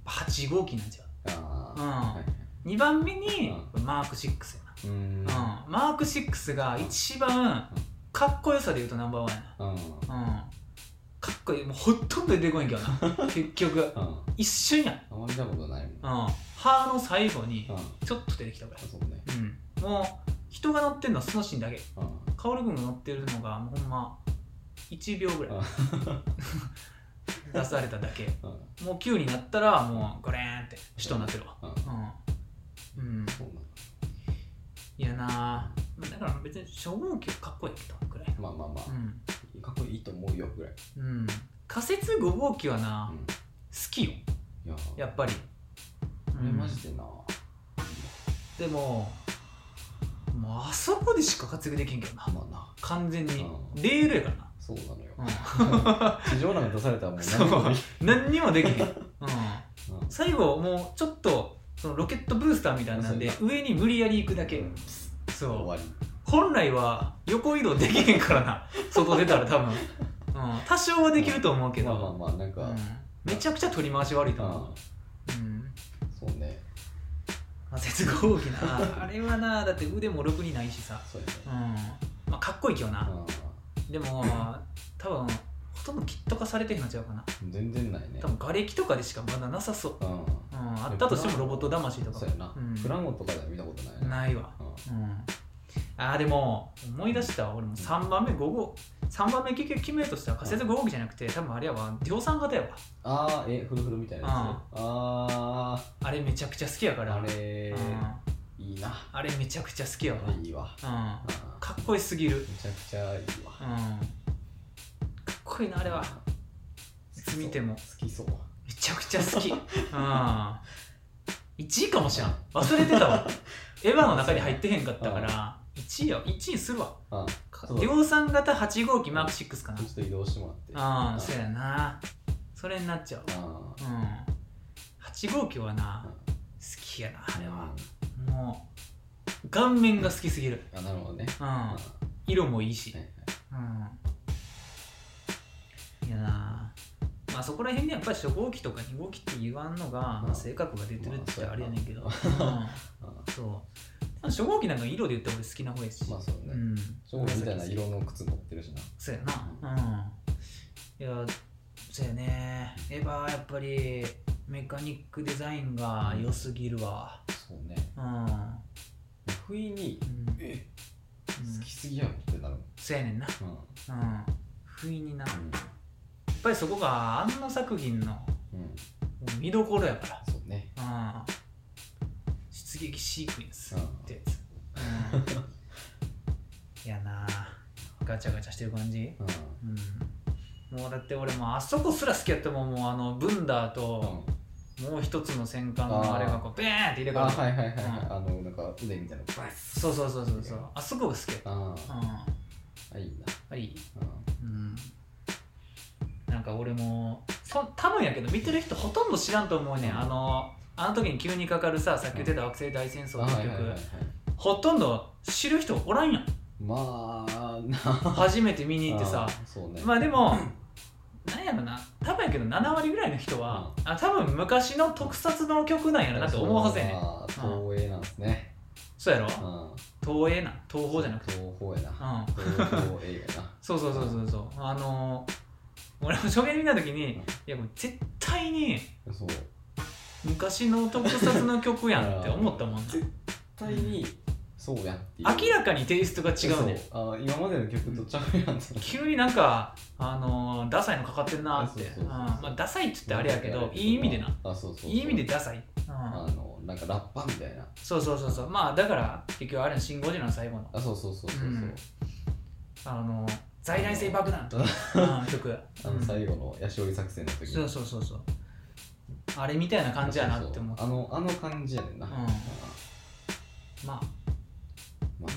8号機なんちゃう、
あ
うん
あはい
2番目に
う
マーク6や
うーん
な、うん、マーク6が一番かっこよさで言うとナンバーワンや
うん
な、うん、かっこいいもうほとんど出てこいんけど な結局
うん
一瞬やん、
あんまり見たことないも
う
ん
ん、歯の最後に
うん
ちょっと出てきたぐらい、
そうね
うん、もう人が乗ってんのはそのシーンだけ
うん
カオル君が乗ってるのがもうほんま1秒ぐらい
うん
出されただけ
うん
もう9になったらもうゴレーンって人になってるわ
うん
うん、うん、
そうなん
いやなあだから別に初号機はかっこいいけどぐらい
まあま
う
あま
ん、
あかっこいいと思うよぐらい
うん、仮説5号機はな、
うん
好きよ
いや
やっぱり、
こ
う
れ
ん
マジでな
でももうあそこでしか活躍できんけどな
まあな
完全に
うん
レールやからな
そうなのよ、
うん
地上なんか出されたらもう
そう
何でもいい
何にもできへ ん、うん、
うん
最後もうちょっとそのロケットブースターみたいなんで上に無理やり行くだけ
うん終
そ
わり
う本来は横移動できへんからな外出たら多分、うん、多少はできると思うけ
まあまあ
ど、
まあなんか、
うん、めちゃくちゃ取り回し悪いと思
あ
う、うん
そうね
まあ、接合機なあれはなだって腕もろくにないしさ、
そうやね
うんまあ、かっこいいけどな、
う
でも多分ほとんどキット化されてへんのちゃうかなん
全然ないね
多分瓦礫とかでしかまだなさそう、
うん
うん、あったとしてもロボット魂とか
そうやな、
うん
プラモとかでは見たことないな
ないわ
うん
うんあーでも思い出した俺も3番目5号3番目結局決めるとしたら仮説5号機じゃなくて多分あれやわ量産型やわ
ああえフルフルみたいなやつ、あ
あれめちゃくちゃ好きやか
あ
ら
あれ、
うん、
いいな
あれめちゃくちゃ好きやわ、
あいいわあ
うん、
ー
かっこいいすぎる、
めちゃくちゃいいわ
うん、かっこいいなあれは
い
いつ見ても
好きそう
めちゃくちゃ好き、うん、1位かもしらん忘れてたわエヴァの中に入ってへんかったから1位や1位にするわ
あそう
量産型8号機マーク6かな
ちょっと移動してもらって
ああそうやなそれになっちゃう
あ
うん8号機はな好きやなあ
あ
れは
う
もう顔面が好きすぎる
んあなるほどね
うん
あ
色もいいし
はいはい
うんいやなまあそこら辺でやっぱり初号機とか2号機って言わんのが、まあ、性格が出てるって言ったらあれやねんけど、
まあ
う
そうんやなあ
そう初号機なんか色で言って俺好きな方やし、
まあそう
う
ね、
ん
正午みたいな色の靴持ってるしな
そうやなうんいやそうやねエヴァやっぱりメカニックデザインが良すぎるわ
そうね
うん、うん
不意にえ
うん
好きすぎやろってなるもん
そうやねんな
うん
うん不意になやっぱりそこが安野作品の
うん、うん、
見どころやか
そうね
らうん出撃シークエンスってやつ、 うんいやなガチャガチャしてる感じ
う
う
ん
んもうだって俺もうあそこすら好きやったもんもうあのブンダーと
うん
もう一つの戦艦のあれがこうベーンって入れ替
あ
わ
は
る
いはいはいはい、
うん
あのなんか腕みたいなのバス
そうそうそうそうそうあそこが好きやった
あ
うん
あいいな
はい
うん
うんなんか俺もそ多分やけど見てる人ほとんど知らんと思うねんあのあの時に急にかかるささっき言ってた惑星大戦争の曲、ほとんど知る人おらんやん
まあな
初めて見に行ってさ
あそうね
まあでも、なんやろな、多分やけど7割ぐらいの人は、あ多分昔の特撮の曲なんやろなって思うはずやねん。
あー東映なんですね
そうやろ
うん
東映な、東宝じゃなくて。
東方や
う。
なん東方映画な
そうそうそうそうそう。あのー、俺も初見で見たときに、い
うん
やもう絶対に
そう
昔の特撮の曲やんって思った もんな。
絶対にそうやっていう
明らかにテイストが違うねん。
そうあー今までの曲とちゃうやんって
急になんか、あのー、ダサいのかかってるなって。
そう
う
そうんそうそう
まあ、ダサいっつってあれやけど、いい意味でな。
あそうそうそう
いい意味でダサい。うん
あのなんかラッパみたいな
そうそうそうそうまあだから結局あれの「シン・ゴジラ」の最後の
あそうそうそうそうそう、
うんあの在来性爆弾とか うん曲
あの最後のヤシオリ作戦の
うん
時
そうそうそうそうあれみたいな感じやなって思って
そうそうあのあの感じやねんな、
うん
あ
ま
ま
あ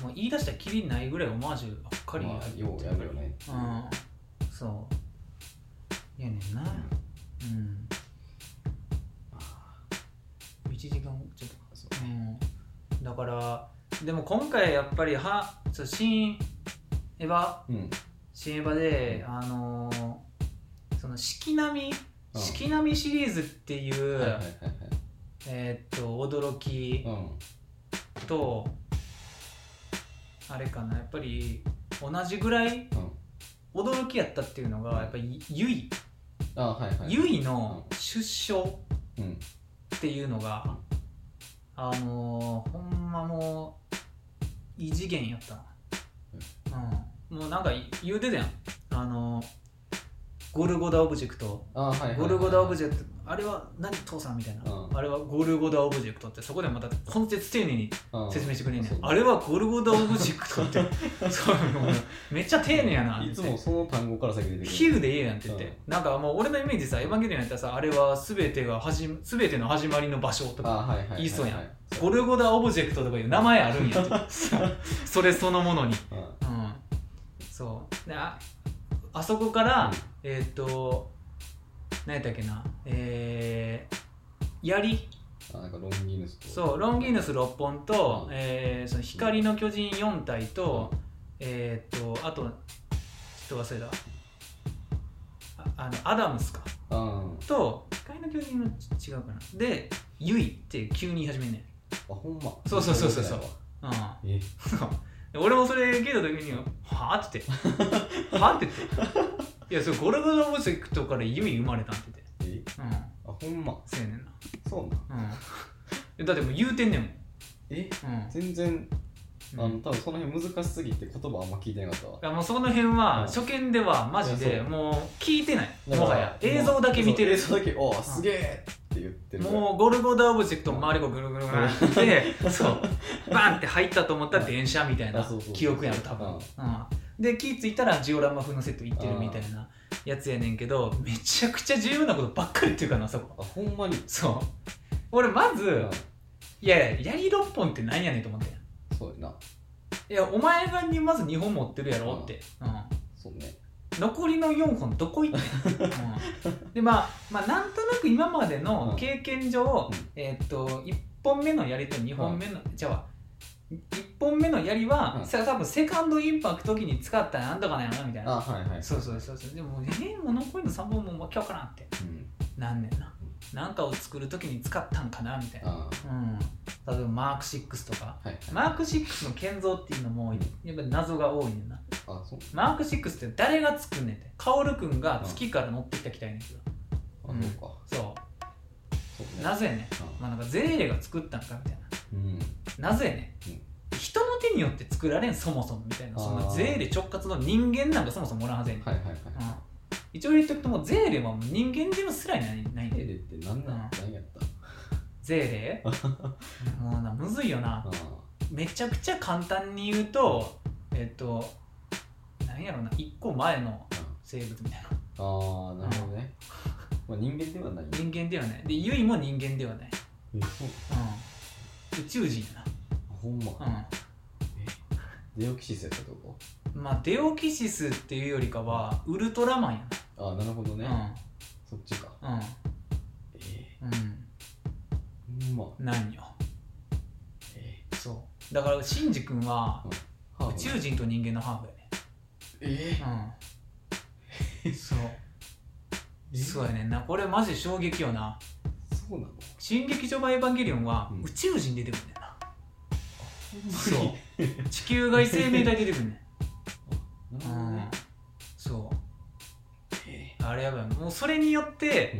あ
もう言い出したらきりないぐらいオマージュばっかり
まあようやるよね
うんそういやねんなうん1時間ちょっと
そう
うんだからでも今回やっぱりはそう新エヴァ
うん
新エヴァで、あのーその四季並み
うん
四季並みシリーズっていう、
はいはいはいはい
えーっと驚き
うん
と、あれかなやっぱり同じぐらい
うん
驚きやったっていうのがやっぱりゆい
あはいはい
ゆいの出生
うん
っていうのが、あのーほんまもう異次元やったな、うんもうなんか言うてたやんあのーゴルゴダ・オブジェクト
あはいはいはい
ゴルゴダ・オブジェクトあれは何父さんみたいな、
うん
あれはゴルゴダ・オブジェクトってそこでまた根節丁寧に
うん
説明してくれんねん、
そう
あれはゴルゴダ・オブジェクトって そうもうめっちゃ丁寧やなって
いつもその単語から先出てくる
比喩で言えやんって言って、
うん
なんかもう俺のイメージさ「エヴァンゲリオン」やったらさあれは全てが始め全ての始まりの場所と
あ
か
はいはいはいはい
言いそうやん
そ
ゴ
う
ルゴダ・オブジェクトとかいう名前あるんやって それそのものに
うん
うんそうでああそこから、
うん
えーっ、と何やったっけなえー、槍
あなんかロンギヌスと
そうロンギーヌス6本と、
うん
えーその光の巨人4体と、えーっ、とあとちょっと忘れたああのアダムスか
うん
と光の巨人のち違うかなでユイって急に言い始めんね
あほんま
そうそうそうそうそううん
え
そうで俺もそれ聞いた時に「はあ?」って言って「 はあ?」って言って「いやそれゴルゴダ・オブジェクトからユイ生まれたん」って言って
え
うん
あほんま
せやねんな
そうなん
うんだってもう言うてんねんもん
え
うん
全然あの多分その辺難しすぎて言葉あんま聞いてなかったわ
いやもうその辺
うん
は初見ではマジ
いや
で
そう
もう聞いてない
だか ら
もはや映像だけ見てる
そう映像だけ「おおすげえ!」って言ってる
もうゴルゴダ・オブジェクトの周りがぐるぐるぐるってそうバンって入ったと思ったら電車みたい
あ
な
そうそうそう
記憶やろ多分、
うん
うん、で気付いたらジオラマ風のセット行ってるみたいなやつやねんけどめちゃくちゃ重要なことばっかり言っていうからなそこ
あほんまに
そう俺まず、
うん
いやいや槍六本って何やねんと思って
そうやない
やお前がにまず2本持ってるやろって、うん
そうね
残りの4本どこ行ってんの、うんでまあ、まあなんとなく今までの経験上、
うん
えーっと1本目の槍と2本目の、じゃあ1本目の槍は、
うん
さ多分セカンドインパクト時に使ったらなんとかなんやろなみたいな
あはいはい
そうそうそうそうでもえー、もう残りの3本もわけわからんって
うん
なんねんななんかを作る時に使ったんかなみたいな、
あ
うん、例えばマーク6とか
ーはいはい
マーク6の建造っていうのもやっぱり謎が多いねんな
あそう
マーク6って誰が作んねんてカオルくんが月から乗ってきた機体やねんけど、
あそうか
そ
そう
う
ね
なぜやねん
あ
まあなんかゼーレが作ったんかみたい
うん
ななぜやね
うん
ん人の手によって作られんそもそもみたいなそんな
あー
ゼーレ直轄の人間なんかそもそもおらんはずやねん、
はいはいはい
うん一応言っとくともうゼーレはもう人間でもすらいないない
テ
ね
レ
ん
ビって何なん何やった
ゼーレもうなむずいよな
あ
めちゃくちゃ簡単に言うとえっとなんやろうな1個前の
ー
生物みたいな
ああなるほどねまあ人間ではない
人間ではないでユイも人間ではない
えそう
うん、宇宙人や
あほんま
な、
デオキシスやったとこ
うん、まあデオキシスっていうよりかはウルトラマン
ああなるほど
や
ね
な、
そっちか
うん
ええ
うん
ほんま
うんなんよ
え
そうだからシンジ君は
え
宇宙人と人間のハーフやね
え
うんそう
え
そうやねんなこれマジ衝撃よな
そうなの
「進撃女版エヴァンゲリオン」は
うん
宇宙人出てくんねんな、
ほんまに
そう地球外生命体出てくんね
な
ん、
るほ ど
う
ね
ん、そう
え
あれやばいもうそれによっ
えう
て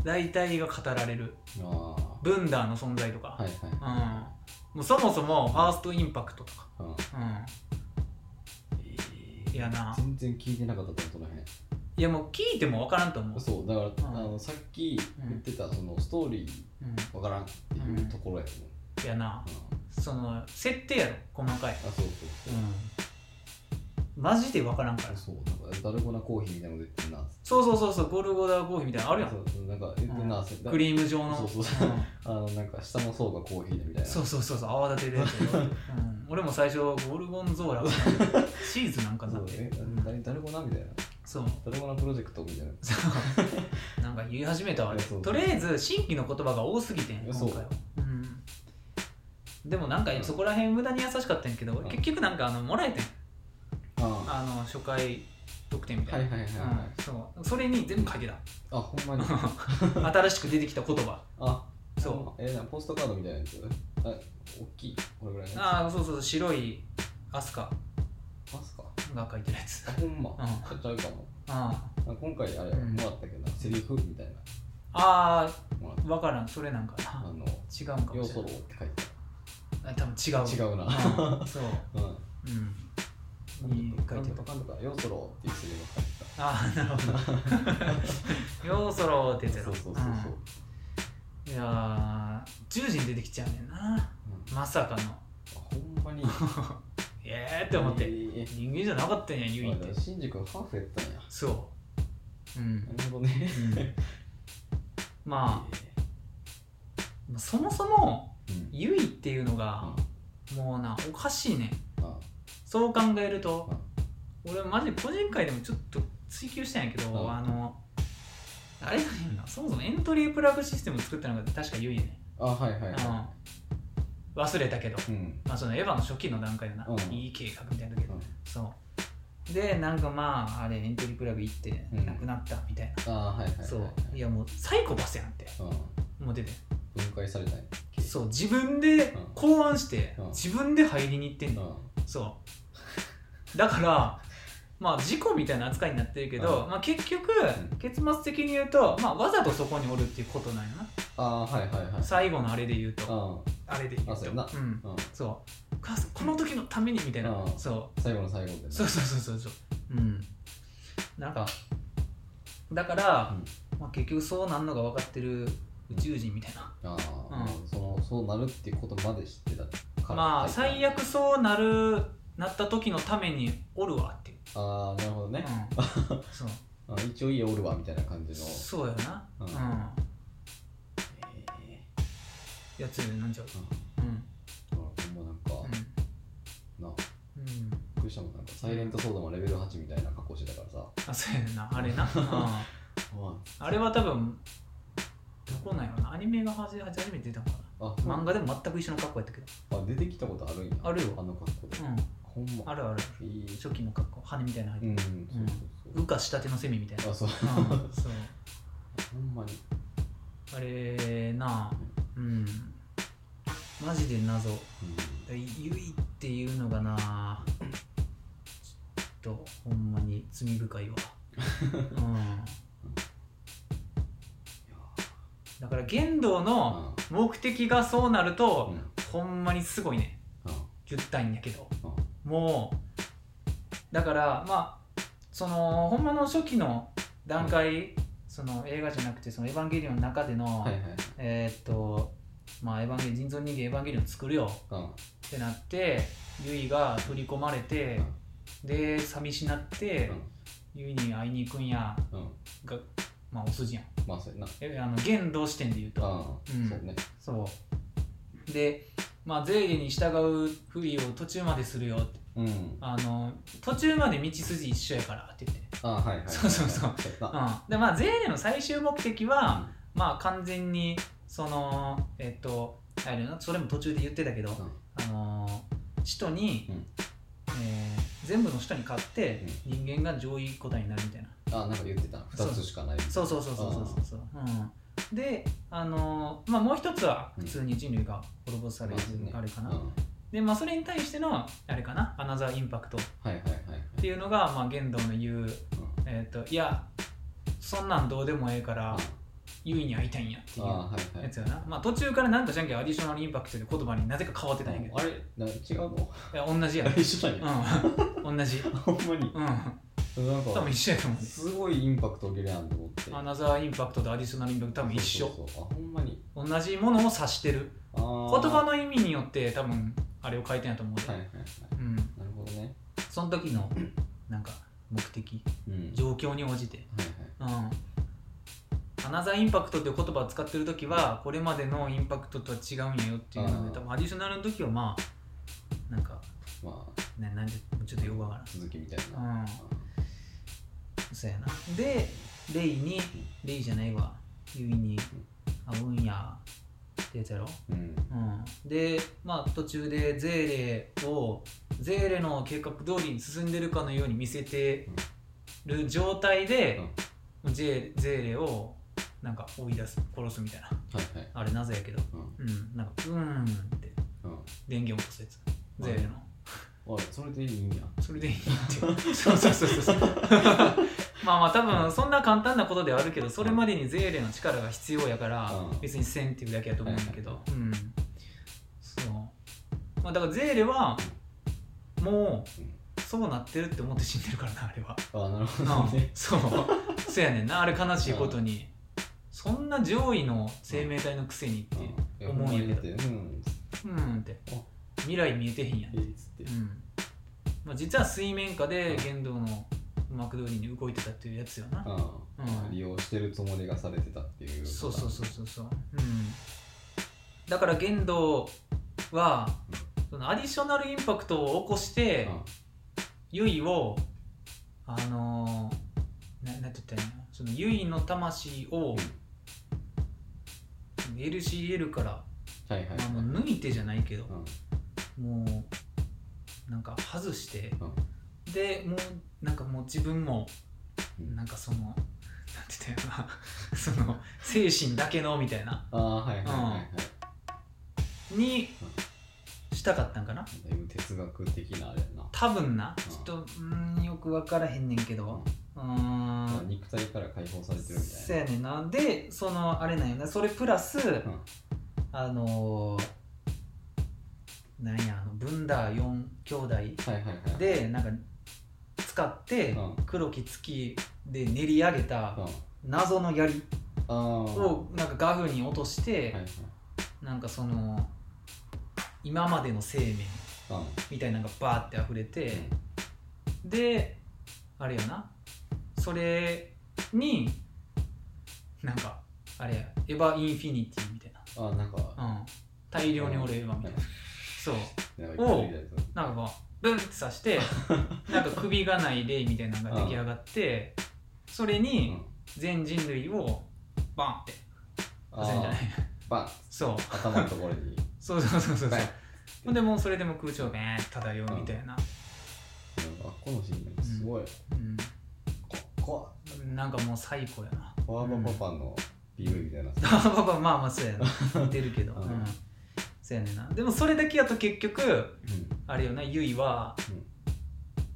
ん
大体が語られる
あ
ブンダーの存在とか、
あはいはい
うん、もうそもそもファーストインパクトとか、
うん
う
え
ん、いやな
全然聞いてなかったと思うその
いやもう聞いても分からんと思う
辺、そうだから、
うん
あのさっき言ってたそのストーリー
うん、
わからんっていうところやと思う、
いやな
うん
その設定やろ細かい、
あそうそう
うん、マジで分からんから
そうそうなんかダルゴナコーヒーみたいなの出てんな
そうそうそうそうゴルゴダコーヒーみたいなのあるやん
そうそうなんか出てんな、せだ
クリーム状の
そうそうそうんあのなんか下の層がコーヒーでみたいな
そうそうそうそう泡立て で、うん、俺も最初ゴルゴンゾーラがチーズなんかにな
そ
っ
う
て
え
うん
誰誰もなみたいな
そう
誰もなプロジェクトみたいな
そうなんか言い始めたわあれ
そう
とりあえず新規の言葉が多すぎてん今
そう
回は、うん、でもなんかそこら辺無駄に優しかったんやけど
ん
俺結局なんかあのもらえてん
あ
あの初回特典み
あ
た
はい
い
はいはいはい、
な、うん、そうそれに全部書けた
あほんまに
新しく出てきた言葉
あ
そう
えなんかポストカードみたいなやつあ大きいこれぐらいのや
ああそうそうそう白いアスカ
つますか
が書いてるやつ
あほんま
ん
買っちゃうかも
あ
あ今回あれ
うん
もらったけどなセリフみたいな
あ
もらった
分からんそれなんか
あ
な
の
違うん
「
か
要
もし
ソ
れ
ロ」
な
っ
い
て書いて
あ多分違う
た違うな
うんそう
うん
うんに書いてた
かんとか「要ソロ」っていうセリフが書いて
ああなるほど ようそろって言って
た
た
そうそうそうそう
うんいやー10時に出てきちゃうねんな
うん
まさかの
あほんまに
ええって思って
えー
人間じゃなかったんやゆいっ
あ
て
だからシンジ君ハーフやったんや
そう うん
なるほど ね
うんま
え
あそもそも
ーうん
ゆいっていうの
あ
がもうなおかしいねん
あ
そう考えると俺マジ個人会でもちょっと追求したんやけ
う
ど
ん
あのあれなんやなそもそもエントリープラグシステム作ったのが確かゆいやねん
あはいはいは
うん、忘れたけど、
いうん
まあ、そのエヴァの初期の段階だな、
うん
いい計画みたいな時、
うん
そうでなんかまああれエントリープラグ行って
うん
なくなったみたいな、
あはいはいはいはい
そう、いやもうサイコパスやんって
うん
もう出て
分解されたんや
そう自分で
うん
考案して、
うん
自分で入りに行ってん
う
の、
ん
そうだからまあ事故みたいな扱いになってるけど、
う
まあ、結局
う
結末的に言うと、まあ、わざとそこにおるっていうことなんやな
あーはいはいはい
最後のあれで言うと
あ
あれで言うと
あそうやな
うん
ーうん
そうかこの時のためにみたいな
うん
そ
最後の最後みたいうな
そうそうそうそうそううんなんか
あ
だから、
うん
まあ、結局そうなんのが分かってる宇宙人みたいな、
ああ、
う
そのそうなるっていうことまで知ってたから
まあ最悪
あ
そうなるなった時のためにおるわっていう、
あーなるほどね、
うん そう
あ一応家おるわみたいな感じの
そうやな
う
うんん、
え
やつなんちゃう
ー
うん
あほんまなんか、な
うん、うん、
クリスチャンもなんかサイレントソードもレベル8みたいな格好してたからさ
あそうやなあれ な、う
あ
ん、あれは多分どこなんやろなアニメが初め初めて出たのかな漫画でも全く一緒の格好やったけど
あ出てきたことあるんや
あるよ
あの格好で、
う
ほん
ん
ま
あるある
いい
初期の格好羽みたいなの入っ
う
て
んそうそう
羽化したてのセミみたいな、
そうあそう
うん、そう
ほんまに
あれなあうんマジで謎
うん
ゆいっていうのがなちょっとほんまに罪深いわ、うん、
いや
だから剣道
ー
の目的がそうなる
うん
と、
うん
ほんまにすごいね
う
言ったいんやけど、
う
もうだからまあそのほんまの初期の段階、その映画じゃなくて「そのエヴァンゲリオン」の中での、
んはいはいはい
えーっとまあエヴァンゲリオン人造人間エヴァンゲリオン作るよ
うん
ってなってユイが取り込まれて、で寂しなって、ユイに会いに行くんや
うんうん
がまあお筋やん
まあそうやな
えあの言動視点で言うと
ああ、
うん
そうね
そうでまあ税理に従う不意を途中までするよって
うん
あの途中まで道筋一緒やからって言って
ああはいはい
そうそうそう
うやな
うん、でまあ税理の最終目的は、まあ完全にそのえっとあれやなそれも途中で言ってたけど、あのー使徒に、
うん
えー全部の使徒に勝って人間が上位個体になるみたいな、
ああなんか言ってた二つしかない
そうそうそうそうそうそうそううん、であのーまあもう一つは普通に人類が滅ぼされる、あれかな、
うんはい
でまあそれに対してのあれかなアナザーインパクトっ
はいはいはい
ていうのがまあ玄道の言う、えっといやそんなんどうでもええから優位に会いたいんやって
うん
い
ああ
う
はいはい
やつやな、まあ、途中からなんかじゃんけんアディショナルインパクトで言葉になぜか変わってたんやけど
あれな違うの
いや同 じや、
一緒なんや
うん、 同じ
ほんまに
うん
なん
多分
か
一緒やと思うね
すごいインパクト受けるやんと思って
アナザーインパクトとアディショナルインパクト多分一緒
そうそうそうあほんまに
同じものを指してる
あ言
言葉の意味によって多分あれを変えてんやと思うで、
はいはいはい
うん、
なるほどね
その時のなんか目的
うん
状況に応じて
はい
うんアナザーインパクトっていう言葉を使ってる時はこれまでのインパクトとは違うんやよっていうの
あ
で
ー
多分アディショナルの時はまあなんか、
はいまあ
ね、なんでちょっとよくわからん
続きみたいな
うんそうやなでレイにレイじゃないわユイに会うんやってやつやろ、
うん
うん、でまあ途中でゼーレをゼーレの計画通りに進んでるかのように見せてる状態で、ゼゼーレをなんか追い出す殺すみたいな
はいはい
あれなぜやけど
うん
うんなんかうーんって
うん
電源落とすやつゼーレの
あそれでいいんや
それでいいって そうそうそうそうまあまあ多分そんな簡単なことではあるけどそれまでにゼーレの力が必要やから
うん
別にせんっていうだけやと思うんだけ
は
ど
い
うんそうまあだからゼーレはも
うん
うそうなってるって思って死んでるからなあれは
あなるほど
なあ
ね
そうそうやねんなあれ悲しいことにそんな上位の生命体のくせにって
うんいや
思うんやけど
ほんまにだってうん
うんって
あ
未来見えてへんやん
えいっつって
うんまあ、実は水面下で言動の幕通りに動いてたっていうやつよな、
うん
うん
利用してるつもりがされてたっていう
そうそうそうそうそう、うん、だから言動はそのアディショナルインパクトを起こして
うん
ユイをあのー、ななんて言ったらいいのそのユイの魂を LCL から、
はいはい
まあ、もう抜いてじゃないけど
うん
もうなんか外して、でもうなんかもう自分も
うん
なんかそのなんて言ったよ なその精神だけのみたいな
ああはいはいはいはい
に
う
従したかったんかな
だいぶ哲学的なあれやな
多分な
うん
ちょっとうーんよく分からへんねんけどうー
だから
ん
肉体から解放されてるみた
そ
い
やねんなでそのあれなんよねそれプラス、
な、うん、
あのー、なんやあのブンダー4兄弟
はいはいはい
でなんか使って
うん
黒き月で練り上げた
うん、あ
謎の槍
あー
をなんか画風に落として
はいはい
なんかその今までの生命
うん
みたいなのがバーって溢れてであれよなそれになんかあれやエヴァインフィニティみたい
あなんか
な、うん、大量におるエヴァみたいなそう
なんか言ってるみたい
なんかこうブンって刺して なんか首がない霊みたいなのが出来上がってそれ
な
に全人類をバンって
うん
させるんじゃない
バン
そう
頭のところに
そうそうそうそうそ
バ
う
ン
ほんでもうそれでも空中をベーンって漂うみたいな、
あこのシーンすごい、ここ
うん、なんかもう最高やな
パワーパパの PV みたいな
パパパまあまあそうやな似てるけど、う
う
んんそうやねんなでもそれだけやと結局
うん
あれよなゆいは、
うん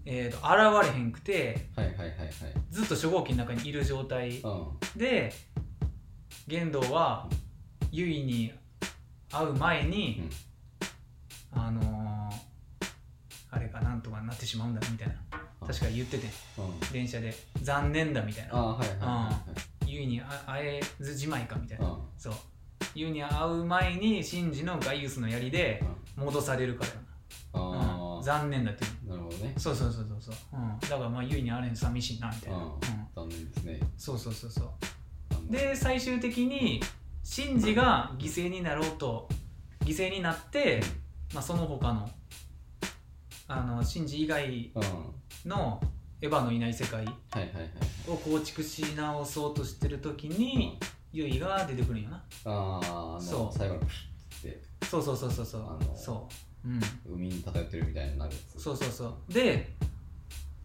えー、と現れへんくて
はいはいはいはい
ずっと初号機の中にいる状態
うん
で玄道はゆいに会う前に、あのーあれがなんとかなってしまうんだみたいな確か言ってて
うん
電車で残念だみたい
あ
な
はいはいは
ゆいにあ会えずじまいかみたい
い
な
はい
そうゆいに会う前にシンジのガイウスの槍で戻されるから
うん
な、う
あ
ん
あ
残念だっていう
なるほどね
そうそうそうそうそう、うん、だからまあゆいに会えるの寂しいなみたいな、
うん
うん、
残念ですね
そうそうそうそう
あの
で最終的にシンジが犠牲になろうと犠牲になって、まあ、その他のあのシンジ以外
うん
のエヴァのいない世界
はいはいはい
を構築し直そうとしてる時にユイが出てくるんよな
あああ
そ
の
う
最後のプッて
そうそうそうそうそう
あの
そう、うん、
海に漂ってるみたいになるやつ
そうそうそうで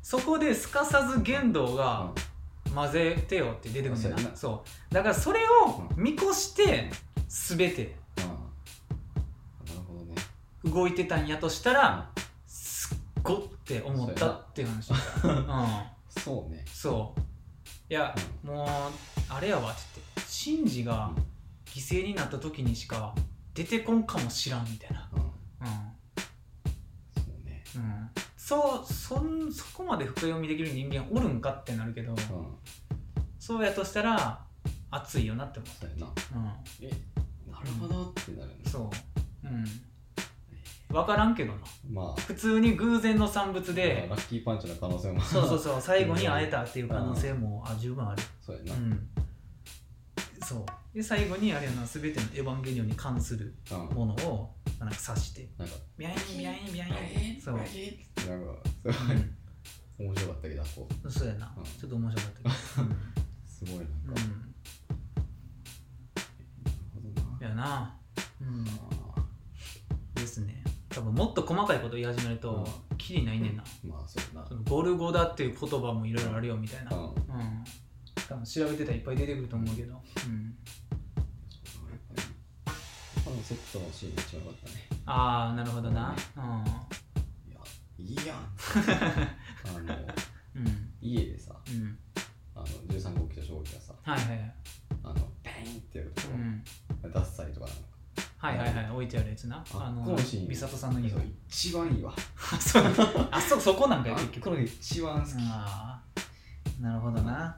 そこですかさず言動
うん
が混ぜてよって出てくるんだよ
そうや
な
な
そうだからそれを見越して全て
うんなるほどね
動いてたんやとしたらすっごって思ったっていう話だった、うん、
そうね
そういやもうあれやわって言ってシンジが犠牲になった時にしか出てこんかもしらんみたいな
うん
うん
そうね
うんそうそんそこまで深読みできる人間おるんかってなるけど、
うん
そうやとしたら熱いよなって思
そうやな
う、
えなるほどってなるね
うん、そう、うん、分からんけどな
まあ
普通に偶然の産物で
ラッキーパンチの可能性も
そうそう
そ
そう最後に会えたっていう可能性もあ十分ある
うや
う
な、うん
んそうで最後にあれやな全ての「エヴァンゲリオン」に関するものをなんか刺して
なんか
ビャインビャインビャインそう、う
なんかすごい
ん
面白かったけどこう
そうやな
うん
ちょっと面白かったけど、
すごいなんか、
うん
なる
うん
ほどな
やなうん
あ
ですね多分もっと細かいこと言い始めると、キリないねんな、
ーまあそうやな
そのゴルゴダっていう言葉もいろいろあるよみたいな、うん
うん
多分調べてたらいっぱい出てくると思うけど、うん、
あのセットのシーンが一番良かったね
ああなるほどな
いやいいやんあの
うんうん
家でさ
うん
あの13号機と小号機がさ
はいはいはい
あのバインってやるとこ
う、ん
ダッサイとかなんか
はいはいはい置いてあるやつな
あ
あの
このシーン
美里さんの 家が
そう一番いいわ
あそう あそうそこなんかよ
あ
結
こ
局
れ一番好き
ああなるほどな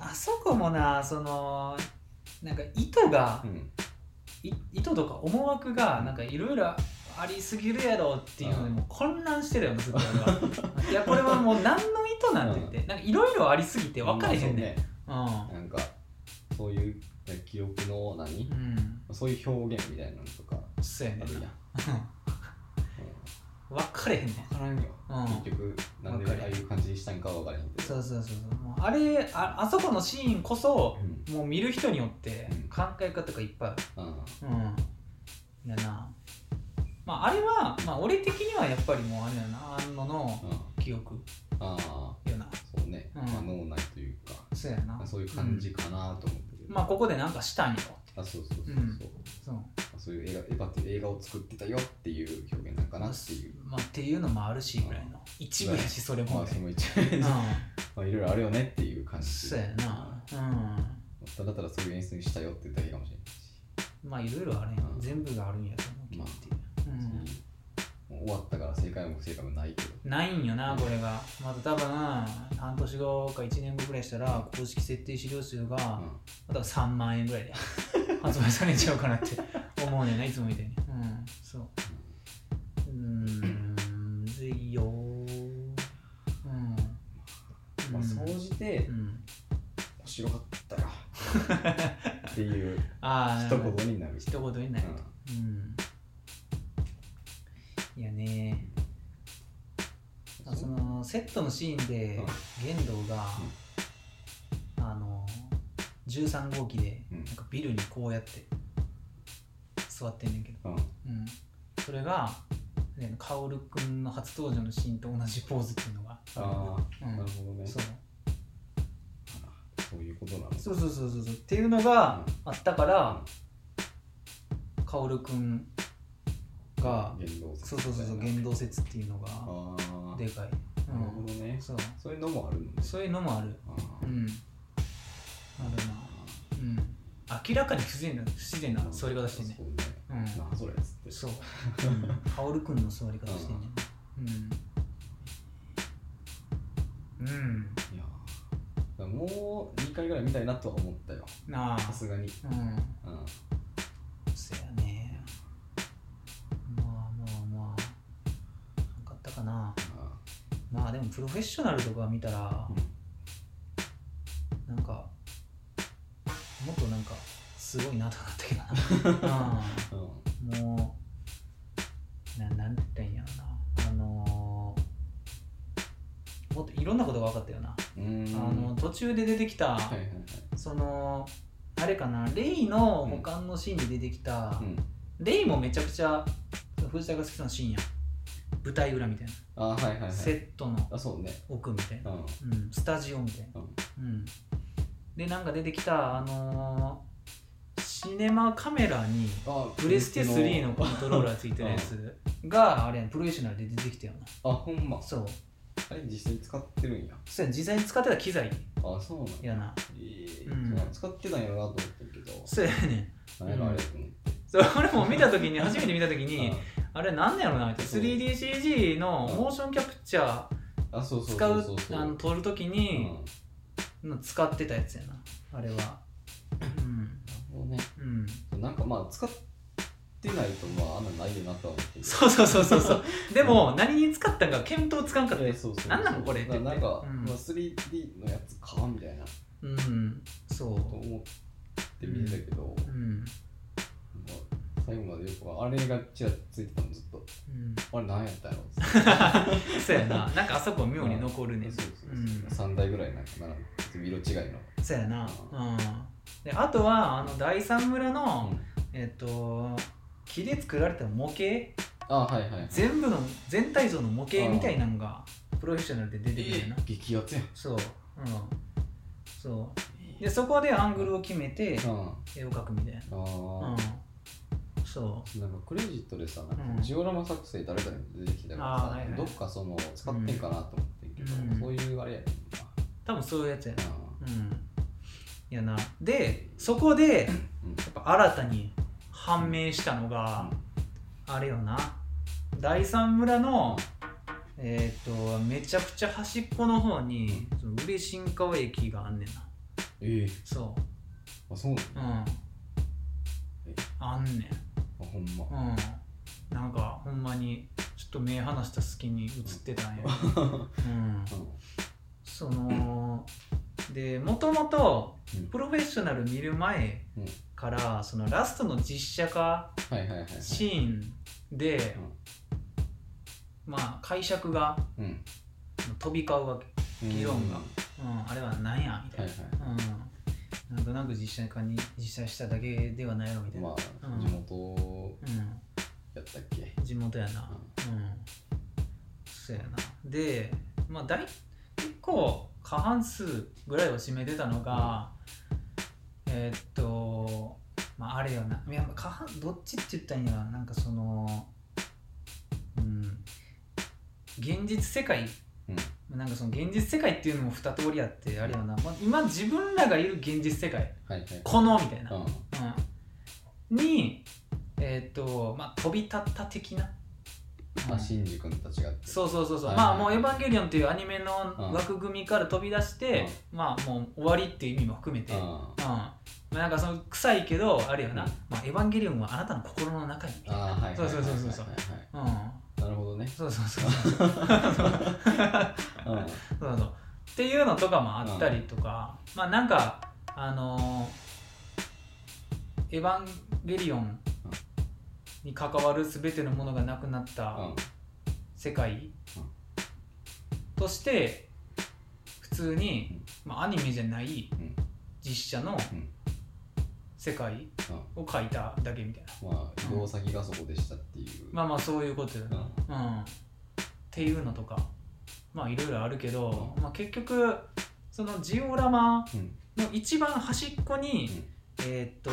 あそこもなそのなんか糸が
うん
い意図とか思惑がなんかいろいろありすぎるやろっていうのでもう混乱してるよねずっと 俺はいやこれはもう何の意図なんて言ってなんかいろいろありすぎて分かれへんねんうん
まあそうねなんかそういう記憶の何、
うん
そういう表現みたいなのとか
そうや
あ
ね
る
ん
やん、
な
うん
分かれへんねん
分からんよ、
うん
結局なんで
わかる
ああいう感じにしたんかは分からへんけど
そうそうそうそうもうあれああそこのシーンこそ
うん
もう見る人によって
うん
考え方がいっぱいある
あ
うんやなまああれは、まあ、俺的にはやっぱりもうあれやなあのの
あうん
記憶
ああ
やな
そうね、
うん
まあ、脳内というか
そうやな
そういう感じかなと思ってる、
まあここでなんかしたんよ
あそうそうそうそう、
うんそう
そういう映画エヴァっていう映画を作ってたよっていう表なっていう
まあ、っていうのもあるしぐらいの一部やしそれ
ま
も
あその一
うん
面 まあいろいろあるよねっていう感じ
そうやなう
だったらそういう演出にしたよって言ったらいいかもしれないし、
んまあいろいろあるんや
うん
全部があるんやと思うけどっていううん
そういうもう終わったから正解も不正解もないけど
ないんよなこれがまた多分半年後か1年後ぐらいしたら公式設定資料数が
うん
また3万円ぐらいで発売されちゃうかなって思うねんないつもみたいにうんそううーんむずいようん
まあ総
う
じて
んうん
面白かったよ っていう
ああ
一言になる
一言になるとうん、いやね
うん
そのセットのシーンで
うん
玄道が、あの13号機で
うん
なんかビルにこうやって座ってんねんけど、
うん
うん、それがね薫くんの初登場のシーンと同じポーズっていうのがある
ああ、
うん
なるほどね
そう
そういうことなの
そうそうそうそうそうっていうのがあったから薫くんが
言動説
そうそうそうそう言動説っていうの
あ
が
あ
でかい、
なるほど
う
ね
ん、そう
そういうのもあるのね
そういうのもある
あ
うんあるなうん明らかに不自然な不自然な
あ
座り方してんね
そうね
うん
なあそれっつって
そう薫くんの座り方してんねうんうん
いやーだからもう2回ぐらい見たいなとは思ったよ
なあ
さすがに
うん
うん
そやねまあまあまあなんかあったかな
あ
まあでもプロフェッショナルとか見たら
ー、
なんかもっとなんかすごいなとか思ったけどな、
うん
うん、もうななんて言ったらいいんやろなあのーもっといろんなことが分かったよな、
うんうーん
あの途中で出てきた、
はいはいはい
そのあれかなレイの保管のシーンで出てきた、
うん
レイもめちゃくちゃ藤田が好きなシーンやん舞台裏みたいな、
あーはいはいはい
セットの
あそうね
奥みたいな
う、ん
うん、スタジオみたいな
うん
うん、でなんか出てきたあのーシネマカメラに
あ
プレステ3のコントローラーついてるやつがあれやんプロフェッショナルで出てきたよな
あほんま
そう
あれ実際に使ってるんや
そうやん実際に使ってた機材
あそうなんや
やな
ええ
うん
そうなん使ってたんやろなと思ったけど
そうやねん
何やろあれと思って
そう俺も見た時に初めて見た時にあれなんなんやろなみたいな
そう
3DCG のモーションキャプチャー
あそうそう
使
そう
う
そうそう
あの撮る時に
うん
使ってたやつやなあれはうん
なるほどね
うん
なんかまあ使ってないとまああんなないよなとは思ってる
そうそうそうそうそうでも何に使ったんか見当つかんかった
えーそうそうそう
なんなのこれ
だからなんか、
うん
まあ、3D のやつかみたいなと
うん、そ
思って見てたけど、
う。うん。
まあ、最後までよくあれがちらついてたのずっと
うん、
あれ何やったんやろう
そうやな。なんかあそこ 妙に残るね。
そうそうそ
う
う、
ん
3台ぐらいなんか並んで色違いの、
そうやな。うん。であとは、あの、第三村の、
うん
えっと、木で作られた模型、
あはいはいはい
全部の、全体像の模型みたいなのが、プロフェッショナルで出てくるよな。
激アツやん
そう。うん。そう。で、そこでアングルを決めて、
うん
絵を描くみたい
あ
な。
ー、
うん。そ
なんかクレジットでさ、なん
うん
かジオラマ作成誰々に出てきたから
あー
さ、
はいはい
どっかその使ってんかなと思ってんけど、
うん
そういうあれやねん
う。多分そういうやつやな。
な、
うん。やな。で、そこで、
うん
やっぱ新たに判明したのが、あれよな第三村の、えー、とめちゃくちゃ端っこの方にその嬉新川駅があんねんな
ええ
そ
あそうな
うう
の、
ん
え
あんねん
あほんま、
うんなんかほんまにちょっと目離した隙に映ってたんや、 うん、そのでもともと
うん
プロフェッショナル見る前
うん
からそのラストの実写化
はいはいはいはい
シーンで、まあ解釈が
うん
飛び交うわけ、
うん
議論が
は
うん、あれはなんやみ
い
たい
は
な、うん、なんとなく実写化に実写しただけではないのみた
い
いな、
まあ、
うん
地元やったっけ
うん、地元やなうんそうやなでまあ大結構過半数ぐらいを占めてたのが、えーっとまああれよないや過半どっちって言ったんやろなんかそのうん現実世界、なんかその現実世界っていうのも二通りあってあれやな、まあ、今自分らがいる現実世界
はいはい
このみたいな、
うん
うんにえっ、とまあ飛び立った的な、うん
まあシンジ君たちがって
そうそうそうそう、
はい
まあもう「エヴァンゲリオン」っていうアニメの
うん
枠組みから飛び出して、まあもう終わりっていう意味も含めて、
うん
うんまあ、なんかその臭いけどあれよな、
うん
まあ「エヴァンゲリオン」はあなたの心の中にみたいな
あーはいはいはいはい
そうそうそうそうそう
はいはい
うん
なるほどね
そうそうそうそうそう
うん
そうそうっていうのとかもあったりとか、まあなんかあのーエヴァンゲリオン」に関わる全てのものがなくなった、
うん
世界、として普通に、まあ、アニメじゃない
うん
実写の
ん
世界を描いただけみたいな
うんまあ移動先がそこでしたっていう
まあまあそういうことよ
う
ね、
ん
うん、っていうのとかまあいろいろあるけど、まあ、結局そのジオラマ
うん
の一番端っこに、
うん
えーっと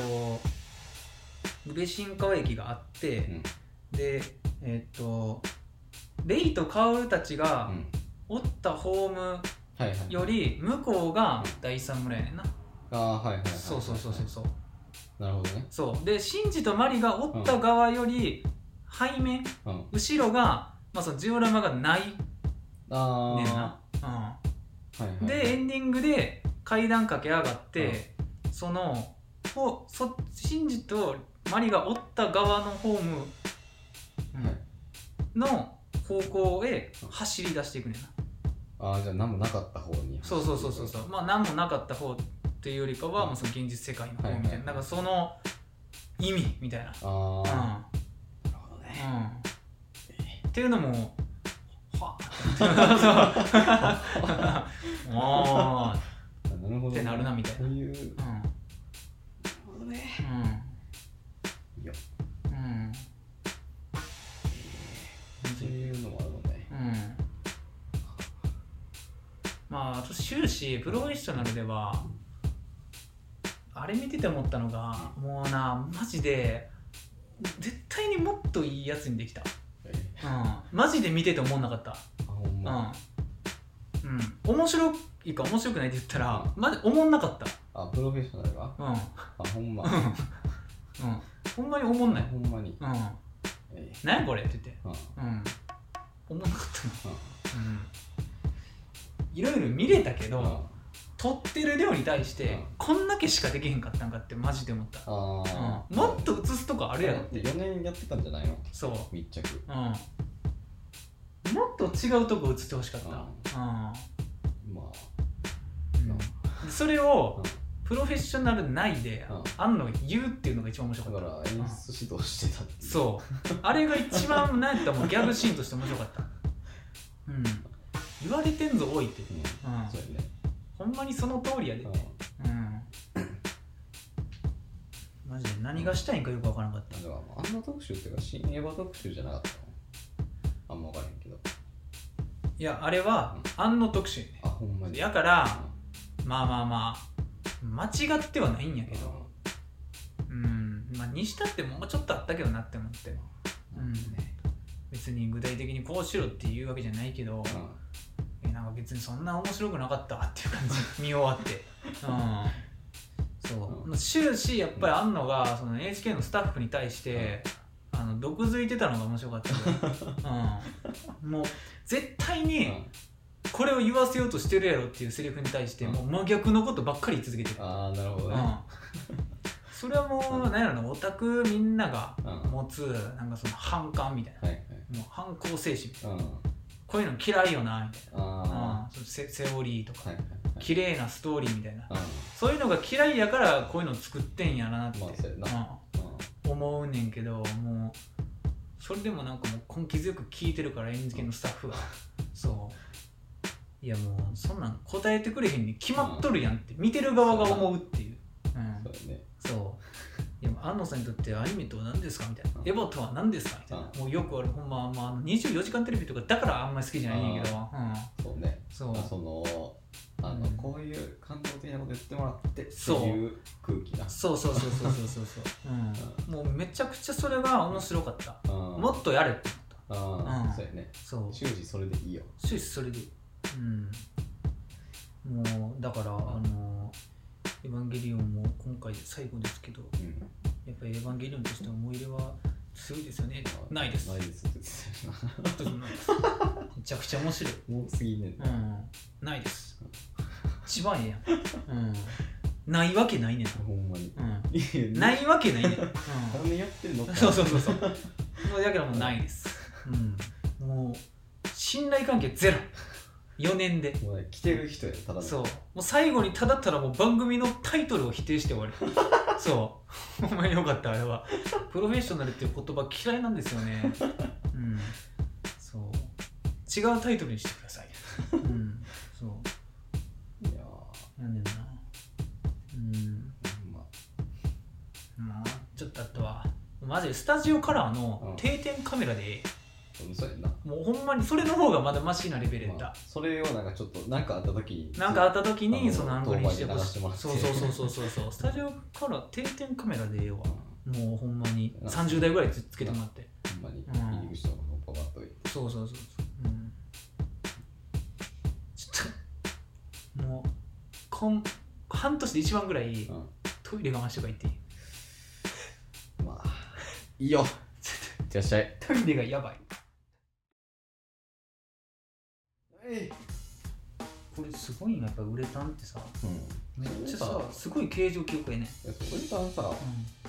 嬉新川駅があって、
うん
でえーっとレイとカオルたちが
うん
おったホーム
はいはい
より向こうが第三村やねんな、
あーはいはいはい
そうそうそうそうそう
なるほどね
そうでシンジとマリがおった側より背面
うん
後ろが、まあ、そのジオラマがない
あ
ねん
ー
な、
はいはい
うん、でエンディングで階段駆け上がって、そのほそシンジとマリがおった側のホーム
はい
の方向へ走り出していくねんな
ああじゃあ何もなかった方に
そうそうそうそうそうまあ何もなかった方っていうよりかは、
うん
もうその現実世界の
は
方
いはい
みたいな、なんかその意味みたいな
あ
うん
あなるほどね
うんっていうのもは あおー
あなるほ
っ
ど
てなるなみたいな
そうい
う
う
ん
いや
うんうん
そういうのもあるのね
うんまああと終始プロフェッショナルではあれ見てて思ったのがもうなマジで絶対にもっといいやつにできた、
え
うん、マジで見てて思んなかった
ーあほんま
うん、うん、面白いか面白くないって言ったらマジ思んなかった
あプロフェッショナルが
うんうん
あほんま
ほんまに思んない
ほんまに
うん
えー
何やこれって言って
うんうん
うん思んなかったなうんいろいろ見れたけど、
あ
撮ってる量に対して、
うん
こんだけしかできへんかったんかってマジで思った、
あ
うん、もっと映すとこあ
あ
るやろ
だ
っ
ってて
いう
4年やってたんじゃないの
そう、
密着
うん、もっと違うとこ映ってほしかった、うん
まあ
うんでそれを、
うん
プロフェッショナル内で、
うん
あんの言うっていうのが一番面白
だ
か
か
った
ら演出指導してたっていう
そうあれが一番なんやったらもうギャグシーンとして面白かったうん言われてんぞおいって、
うん
うん、
そうやね
ほんまにその通りやで、
うん
うんマジで何がしたいんかよくわからなかった
だからあんな特集っていうか新エヴァ特集じゃなかったのあんま分からへんけど
いやあれは案の特集やね
あほんまに
やからまあまあまあ間違ってはないんやけどうんまあにしたってもうちょっとあったけどなって思って
うんね
別に具体的にこうしろっていうわけじゃないけど、
うん
えなんか別にそんな面白くなかったっていう感 じ見終わってうんそう、終始やっぱりあんのがその NHK のスタッフに対して、あの毒づいてたのが面白かった よ、うん、もう絶対に
うん
これを言わせようとしてるやろっていうセリフに対して
うん
もう真逆のことばっかり言い続けてる、
ああなるほど
う
ね
ん、それはもう
うん
何やろなオタクみんなが
うんは
持つなんかその反感みたい
いはい
なもう反抗精神みたいな
うん
こういうの嫌いよなみたいな
あ
うんセセオリーと
あ
か、
はいはいはい
綺麗なストーリーみたいな、
うん
そういうのが嫌いやからこういうの作ってんやなって、
まあそうやな
うん思うねんけどもうそれでもなんかもう根気強く聞いてるから NHK のスタッフが、そういやもうそんなん答えてくれへんに決まっとるやんって見てる側が思うっていう、うん
うん、そうやね
そういやもう安野さんにとってアニメとは何ですかみたいな、
うん
エヴァとは何ですかみたいな、もうよくあるほんま、まあ、24時間テレビとかだからあんまり好きじゃないんやけど、うん、
そうね
そう
まあそのあの、
うん
こういう感動的なこと言ってもらってって
そう
いう空気な
そうそうそうそうそうそうそう、うん、もうめちゃくちゃそれが面白かった
うん
もっとやれって
あー、
うん
そうやね
そう
終始それでいいよ
終始それでうんもうだからあの「エヴァンゲリオン」も今回最後ですけど
うん
やっぱり「エヴァンゲリオン」として思い入れは強いですよねないです
ないです って言ってたよな
ちょっとないですめちゃくちゃ面白い
もう次ね
うんないです一番ええやん、うん、ないわけないねん
ほんまに
な、
いや
うん、ないわけないねん、う
なんでやってんの
ん、そうそうそううそうもうだからもうないです、うん、もう信頼関係ゼロ4年で
もうね来てる人やただの
そうもう最後にただったらもう番組のタイトルを否定して終 わりそうお前よかったあれはプロフェッショナルっていう言葉嫌いなんですよねうんそう違うタイトルにしてくださ いうんそう
いやー
なんねんなうん
ほんま
まあちょっとあとはマジでスタジオカラーの定点カメラで、
そうやな
もうほんまにそれの方がまだマシなレベルだ、
まあそれをなんかちょっと何かあった時に
なんかあった時
あの
にそのアングルにしてほしい
遠
そう
回りで流して
そうそ
もらって
うそうそうそうスタジオから定点カメラでええわ
うん
もうほんまに
なんか
30台ぐらいつつけてもらって
ほんまに
うん
入り口とかのパパッと
そうそうそうそう、うん、ちょっともうこん半年で一番ぐらい
うん
トイレ我慢してから行っていい
ま あいいよいってらっしゃい
トイレがやばいこれすごいなやっぱウレタンってさ
うん
めっちゃ
そう
さ
だ
すごい形状記憶やね、
いやそう一旦さ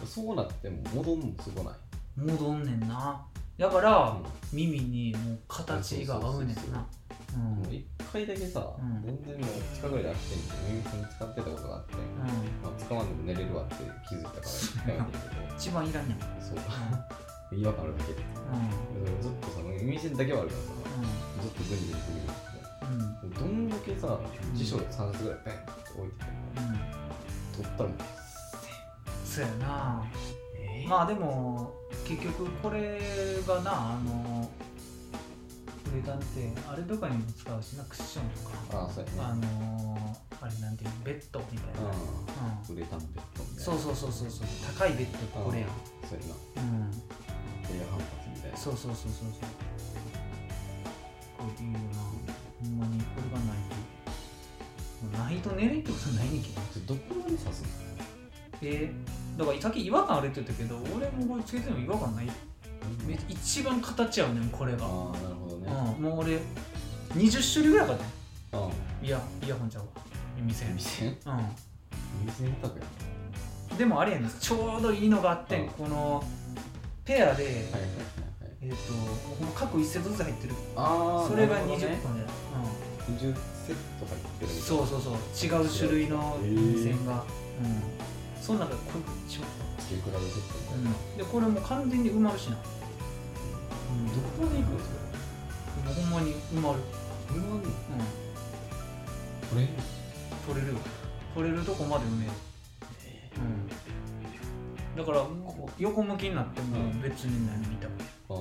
そうなっても戻んのすごない
うん、戻んねんなだから、
うん
耳にもう形が合うねんなうん
もう一回だけさ、
うん
全然もう2日ぐらいで飽きてんけど、耳栓使ってたことがあって、
うん
まあ、使わんでも寝れるわって気づいたから一回やねんけど、
一番いらんやん
そう、違和感あるだけで、
う
ずっとさ、耳栓だけはあるか
ん
らさ、ずっとグリグリグ
うんうん
リグリどんだけさ、辞書3冊ぐらいペンって置いてて、
うん
取ったらもう、
そうやな
え
まあでも結局これがなあのウレタンってあれとかにも使うしなクッションとか
ああ、そうやね。
あのあれなんていうのベッドみたいな、う
うん。ウレタンベッドみたい
ん、
な。
そうそうそうそうそう高いベッドってこれやん
そうやな。
うん
低反発みたいな。
そうそうそうそうそうこれいいよなほんまにこれがないともうないと寝れんってことないねんけど
それどこまで刺すの
えー、だからさっき違和感あるって言ったけど俺もこれつけても違和感ないめ一番形合うねんこれが、
ああ、なるほど
うん
ね。
もう俺20種類ぐらい買ったね
あ
いやイヤホンちゃうわ耳
あ、
栓
耳栓
う
耳栓タクや
んでもあれやねんちょうどいいのがあってん、
うん
このペアで、
はいはいはいはい。
えっ、とこの各1セットずつ入ってる
ああ、
それが
なるほ
20本
ど
じゃ
ね
ない、
20
う
セット入ってる
ん、
みたいな
そうそうそう違う種類の耳栓が、うんその中でこれ一番
付け比べセットみたいな、
うんでこれもう完全に埋まるしな、うん、
どこまで行くんですか
もうほんまに埋まる、
これはね
う
これ
ん、取れるよ取れるとこまで埋める、うん、だからこう横向きになっても別に何見たことない
ああ、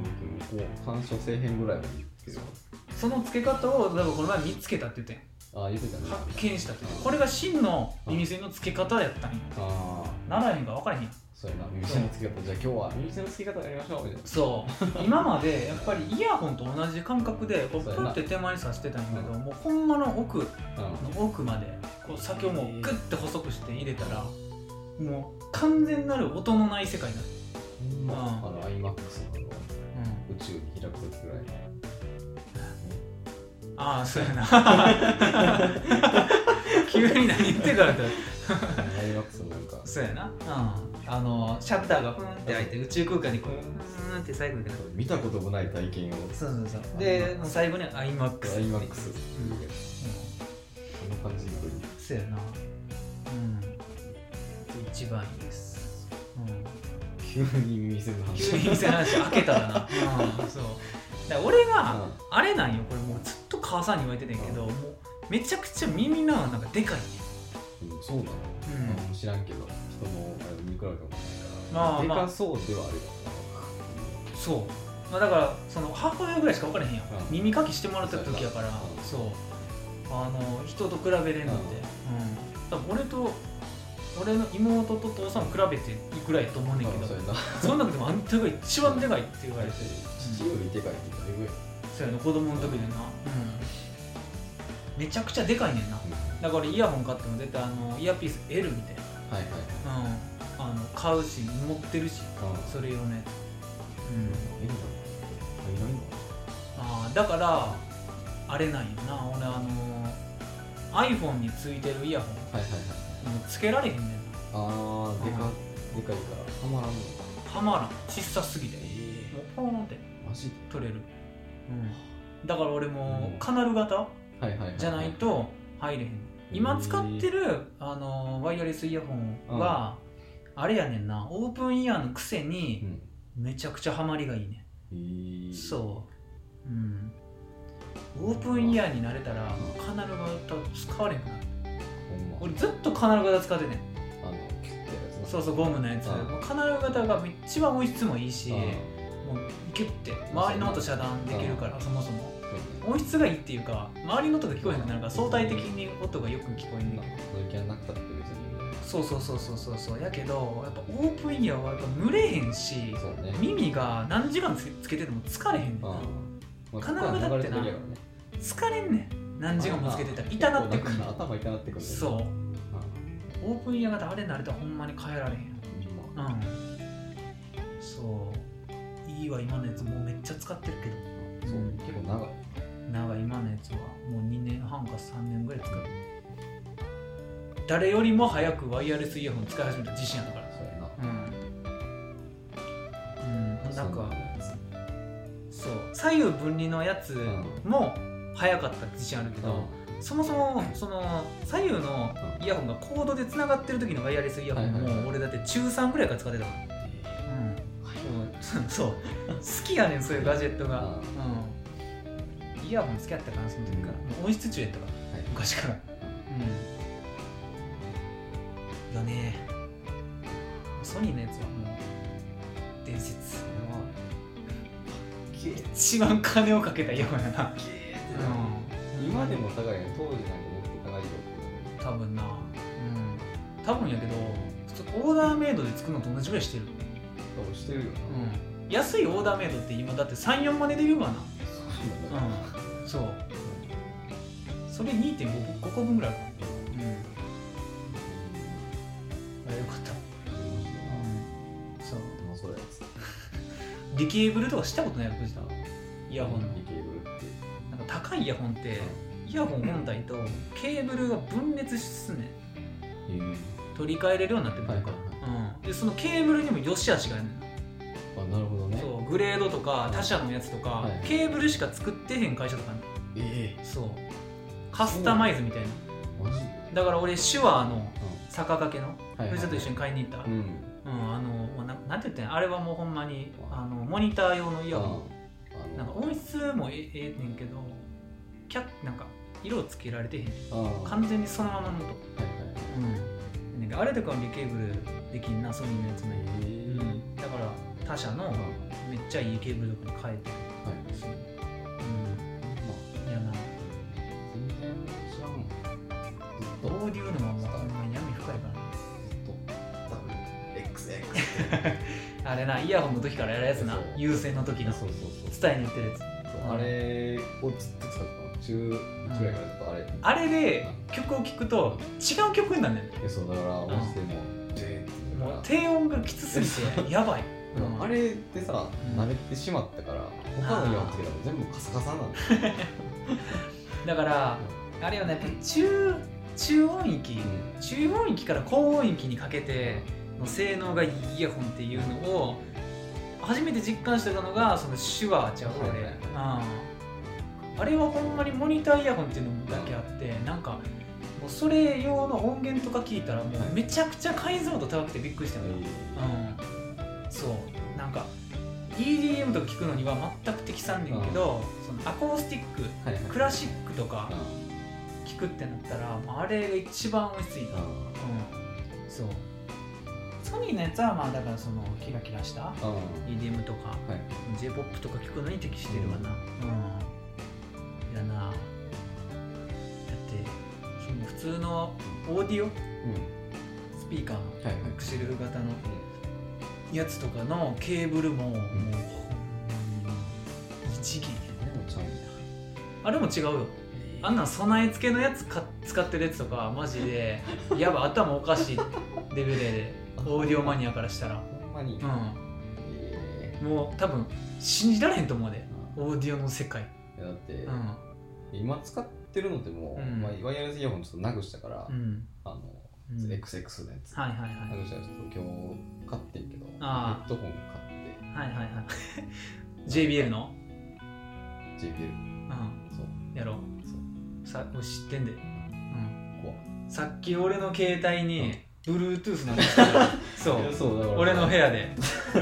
ん
こう干渉せえへんぐらいまで行くけど
その付け方をだからこの前見つけたって言って
ああ言ってたね
ん発見したって言ってんこれが真の耳栓の付け方やったんや
ああ
ならへんか分からへんやん
そうやな耳栓の付け方じゃあ今日は耳栓の付け方やりましょうみたいな
そう 今までやっぱりイヤホンと同じ感覚でこうプ
そうやな
ッて手前に刺してたんやけどもうほんまの奥
うん
奥までこう先をもうグッて細くして入れたらもう完全なる音のない世界になる、
ほんま
うん
あの iMAX のあの宇宙に開く時ぐらい
ああそうやな 急に何言ってからって
iMAX のなんか
そうやな、うん、あのシャッターがふんって開いて宇宙空間にこうふんって最後に出た
見たこともない体験を
そうそうそうでもう最後には iMAX っていう
iMAX って
うん
いうやつこんな感じの
そうやなうん一番いいです、うん
急に耳栓の話
急に店の話開けたらな、 うん、そうだから俺が、
うん
あれなんよこれもうずっと母さんに言われてたんやけど、もうめちゃくちゃ耳のなんかでかいね
うん、そうなの、
う
うん、知らんけど人のあれ見比べたこと
あ
ないか
ー
らで
まあ
かそうではあるよ、
そう、まあ、だからその母親ぐらいしか分からへんやん、
うん
耳かきしてもらった時やから、
うん
そうあの人と比べれんのって、うん多分俺と俺の妹と父さんを比べていくらやと思うねんけど
そうやな
そんなんでもあんたが一番でかいって言われて
父よりでかいってだいぶや
そうやな子供の時でな、うん、めちゃくちゃでかいねんなだからイヤホン買っても絶対あのイヤーピース L みたい
はいはいはい
な、うん、あの買うし持ってるし
あ
それ用のやつ、うん、
いいんだいないの
あーだからあれなんやな俺あの iPhone についてるイヤホン
はいはいはい
もうつけられへんねんな
あーでかでかいからはまらんのか
はまらん小さすぎても
え
うポーンって
ーマジで
取れる、うん、だから俺もうカナル型
はいはいはは
じゃないと入れへん今使ってるあのワイヤレスイヤホンはあれやねんなオープンイヤーのくせ
う
に
ん
めちゃくちゃハマりがいいね
えー
そううんオープンイヤーになれたらカナル型使われへんくなる
ほんま
俺ずっとカナル型使っててん
あのキュッてやつな
そうそうゴムのやつ
うん
もうカナル型が一番音質もいいし
あ
も
ー
うギュッて周りの音遮断できるからそもそも
そうね
音質がいいっていうか周りの音が聞こえなくなるから相対的に音がよく聞こえるんだ
なんかそういう気はなくたって別にね
そうそうそうそうそうそうやけどやっぱオープンイヤーはやっぱ蒸れへんし
そうね
耳が何時間つつけてても疲れへんねん
あ
な
ーまあ
金具だってな
ここは流れるやろね
疲れんねん何時間もつけてたら痛なってくる
結構なんか頭痛なってくるね
そう
あ
オープンイヤー型あれになれたらほんまに変えられへん
ーほんま
うんそういいわ今のやつもうめっちゃ使ってるけど
そう結構長い
なんか今のやつはもう2年半か3年ぐらい使う誰よりも早くワイヤレスイヤホン使い始めた自信あるから
そうやな
うん、うん、なんか
そ
そう左右分離のやつ
ん
も早かった自信あるけ
う
ど、そもそもその左右のイヤホンがコードでつながってる時のワイヤレスイヤホン
はいはいはい
も俺だって中3ぐらいから使ってたから、うん、 そう好きやねんそういうガジェットが、うん、イヤホン好きやったからその時から
うん
もう音質中やったから
はい
昔からうんよねソニーのやつはもう伝説
これはゲー
一番金をかけたようやな、うん、
今でも高いよね当時なんか持って高いよって
多分なうん多分やけど普通オーダーメイドで作るのと同じぐらいしてる、
多分してるよな
うん、安いオーダーメイドって今だって34万でできるわな
そうなんだ
うんそうそれ2.5個5個分ぐらいあるうんあよかった、そう
でもそれやつ
ディケーブルとかしたことないわけじゃんイ
イ
ヤホンの
ケーブルって
なんか高いイヤホンってイヤホン本体とケーブルが分裂すんねん
いう
取り替えれるようになってくるから、うん、でそのケーブルにも良し悪しがあるねん
あなるほどね
そうグレードとか他社のやつとか、
はい
ケーブルしか作ってへん会社とかあんね
え
んそうカスタマイズみたいな
えマジで
だから俺シュワーの
う
坂掛けの
んはい
藤田と一緒
に
に買いに行った、う
う
ん
ん
あのもうななんて言ったんやあれはもうほんまにあのモニター用のイヤホン
あ
な
の
んか音質もええええねんけどキャッなんか色つけられてへん
あーはい
完全にそのままの音
はい
うん、なんかあれとかもリケーブルできんなソニーのやつね、
え
う
ー
ん、だから他社の
はい
めっちゃいいケーブルとかに変えて
まあ
うんいやな
全然知らんもんずっと
オーディオのはもうほんまに闇深いか
ずっと WXX
らあれなイヤホンの時からやるやつな
そう
優先の時の
そうそうそう
伝えにやってるやつ
そうあれをずっと使ってたの中1ぐらいからずっとあれ
あれで曲を聴くと違う曲になるねん
えそうだから
ん
マジでもうジェーって言
も
う
う
か
低音がきつすぎてやばい、
ら
うん
あれでさ
うん
慣れてしまったから他のイヤホンつけたら全部カサカサなんだよ
だからあれよねやっぱ中中音域、中音域から高音域にかけての性能がいいイヤホンっていうのを初めて実感してたのがその手話ちゃう
は
俺、
いはい
うんあれはほんまにモニターイヤホンっていうのだけあってなんかもうそれ用の音源とか聞いたらもうめちゃくちゃ解像度高くてびっくりしたのよ、うん、そうなんか EDM とか聞くのには全く適さんねんけど、そのアコースティック
はいはい
クラシックとか
うん
聞くってなったらもうあれが一番落ち着いた
うん
うんそうソニーのやつはまあだからそのキラキラした
うん
EDM とか
はい
j p o p とか聞くのに適してるわなうん、いやなだってその普通のオーディオ
うん
スピピーカーの
はいはい
クシルフ型のやつとかのケーブルももう、
ん
うん、一元
あれもちゃうんだ
あれも違うよあんなん備え付けのやつか使ってるやつとかマジでやばい頭おかしいレベルでオーディオマニアからしたら
ほんまに、
う
え
んもう多分信じられへんと思うで
ー
オーディオの世界
いやだって、
うん
今使ってるのってもう、
うん
まあ、ワイヤレスイヤホンちょっとなくしたから、
うん
あの、
うん
XX のやつ、
はいはいはい
なくしたらちょっと今日買ってんけどヘ
あー
ッドホン
は
買
いはいはい JBL の
って JBL
うん
そう
やろ
そう
うさもう知ってんで、うん、
怖
さっき俺の携帯に Bluetooth なん ですけどそう
いやそうだから
俺の部屋で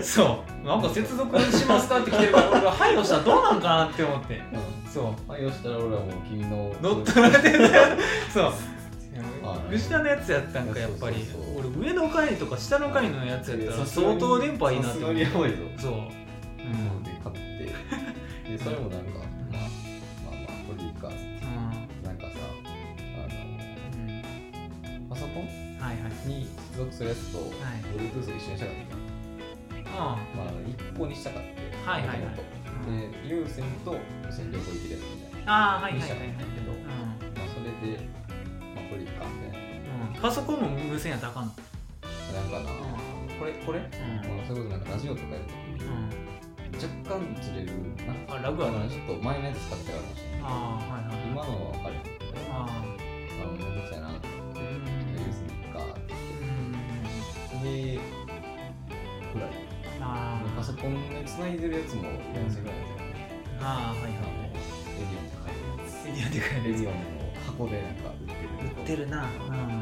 そうなんか接続しますかって来てるから俺が配慮したらどうなんかなって思って
うん
そ
まあよしたら俺はもう君の
う乗っ取られてるそう
あー
下のやつやったんかやっぱり
そうそうそう
俺上の階とか下の階のやつやったら
さすが
相
に
当電波いいなっ
さ
て
す
思っ
がに
て
やばいぞ
そう、うん
で買ってでそれもなんかまあまあまあこれでいいかっつっ
う
てなんかさ
ん
あ
うん
のパソコン
はいはい
に接続するやつと、
い
Bluetooth を一緒にしたかった
あ
まあ、一個にしたかって、
はいはいはい
元々で、有線と無線両方いけるやつみたいな。
あーはいはいはいはい、
けど、ま
う
あ、それで、まあ、これいいかみたい
んうん、パソコンも無線やったらあかんの
な。なんかな、これ、これ、
うん
まあ、それこそなんかラジオとかやるとき
う
に、
ん
若干ずれるな。
あラグ
だ
は
か
ない
ら、ちょっと前のやつ使ってたからかもしれない。
あーはいはい
今のは分かる
あ
あの、めんどくさいなって、
ー
有線でいいかって
う
言って。で、ぐらい。
んあー
パソコンに繋いでるやつも4000ぐらいだよね。
あーはいは
あの
いはい、
エディオンとかいうやつ。
エディオンでかい
レジオンの箱でなんか売ってる
売ってるな、うんま
あれや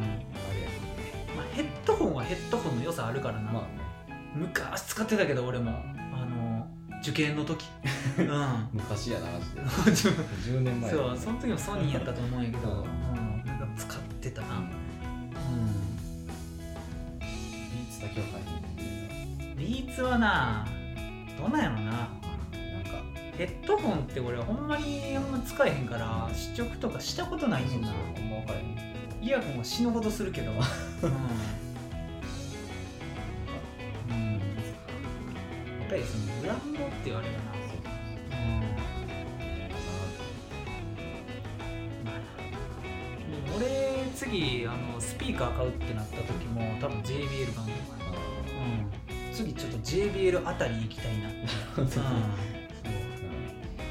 あ、ヘッドホンはヘッドホンの良さあるからな、
まあね
昔使ってたけど俺もあの受験の 時うん
昔やなマジで
ちょっと
10年前
そうその時もソニーやったと思うんやけど、
うん
うん、なんか使ってたな、う
ビーツだけは買え
ん、ビーツはなどうなんやろな
へんなんか
ヘッドホンって俺はほんまにあんま使えへんから試着とかしたことないねんな
ほんま分からへんけど
イヤホンは死ぬほどするけど、うんうん、やっぱりそのブランドって言われるな、
そう
うんまあ、でも俺次あのスピーカー買うってなった時も多分 JBL 買うのかな、うん、次ちょっと JBL あたり行きたいな、うん
そうそうそう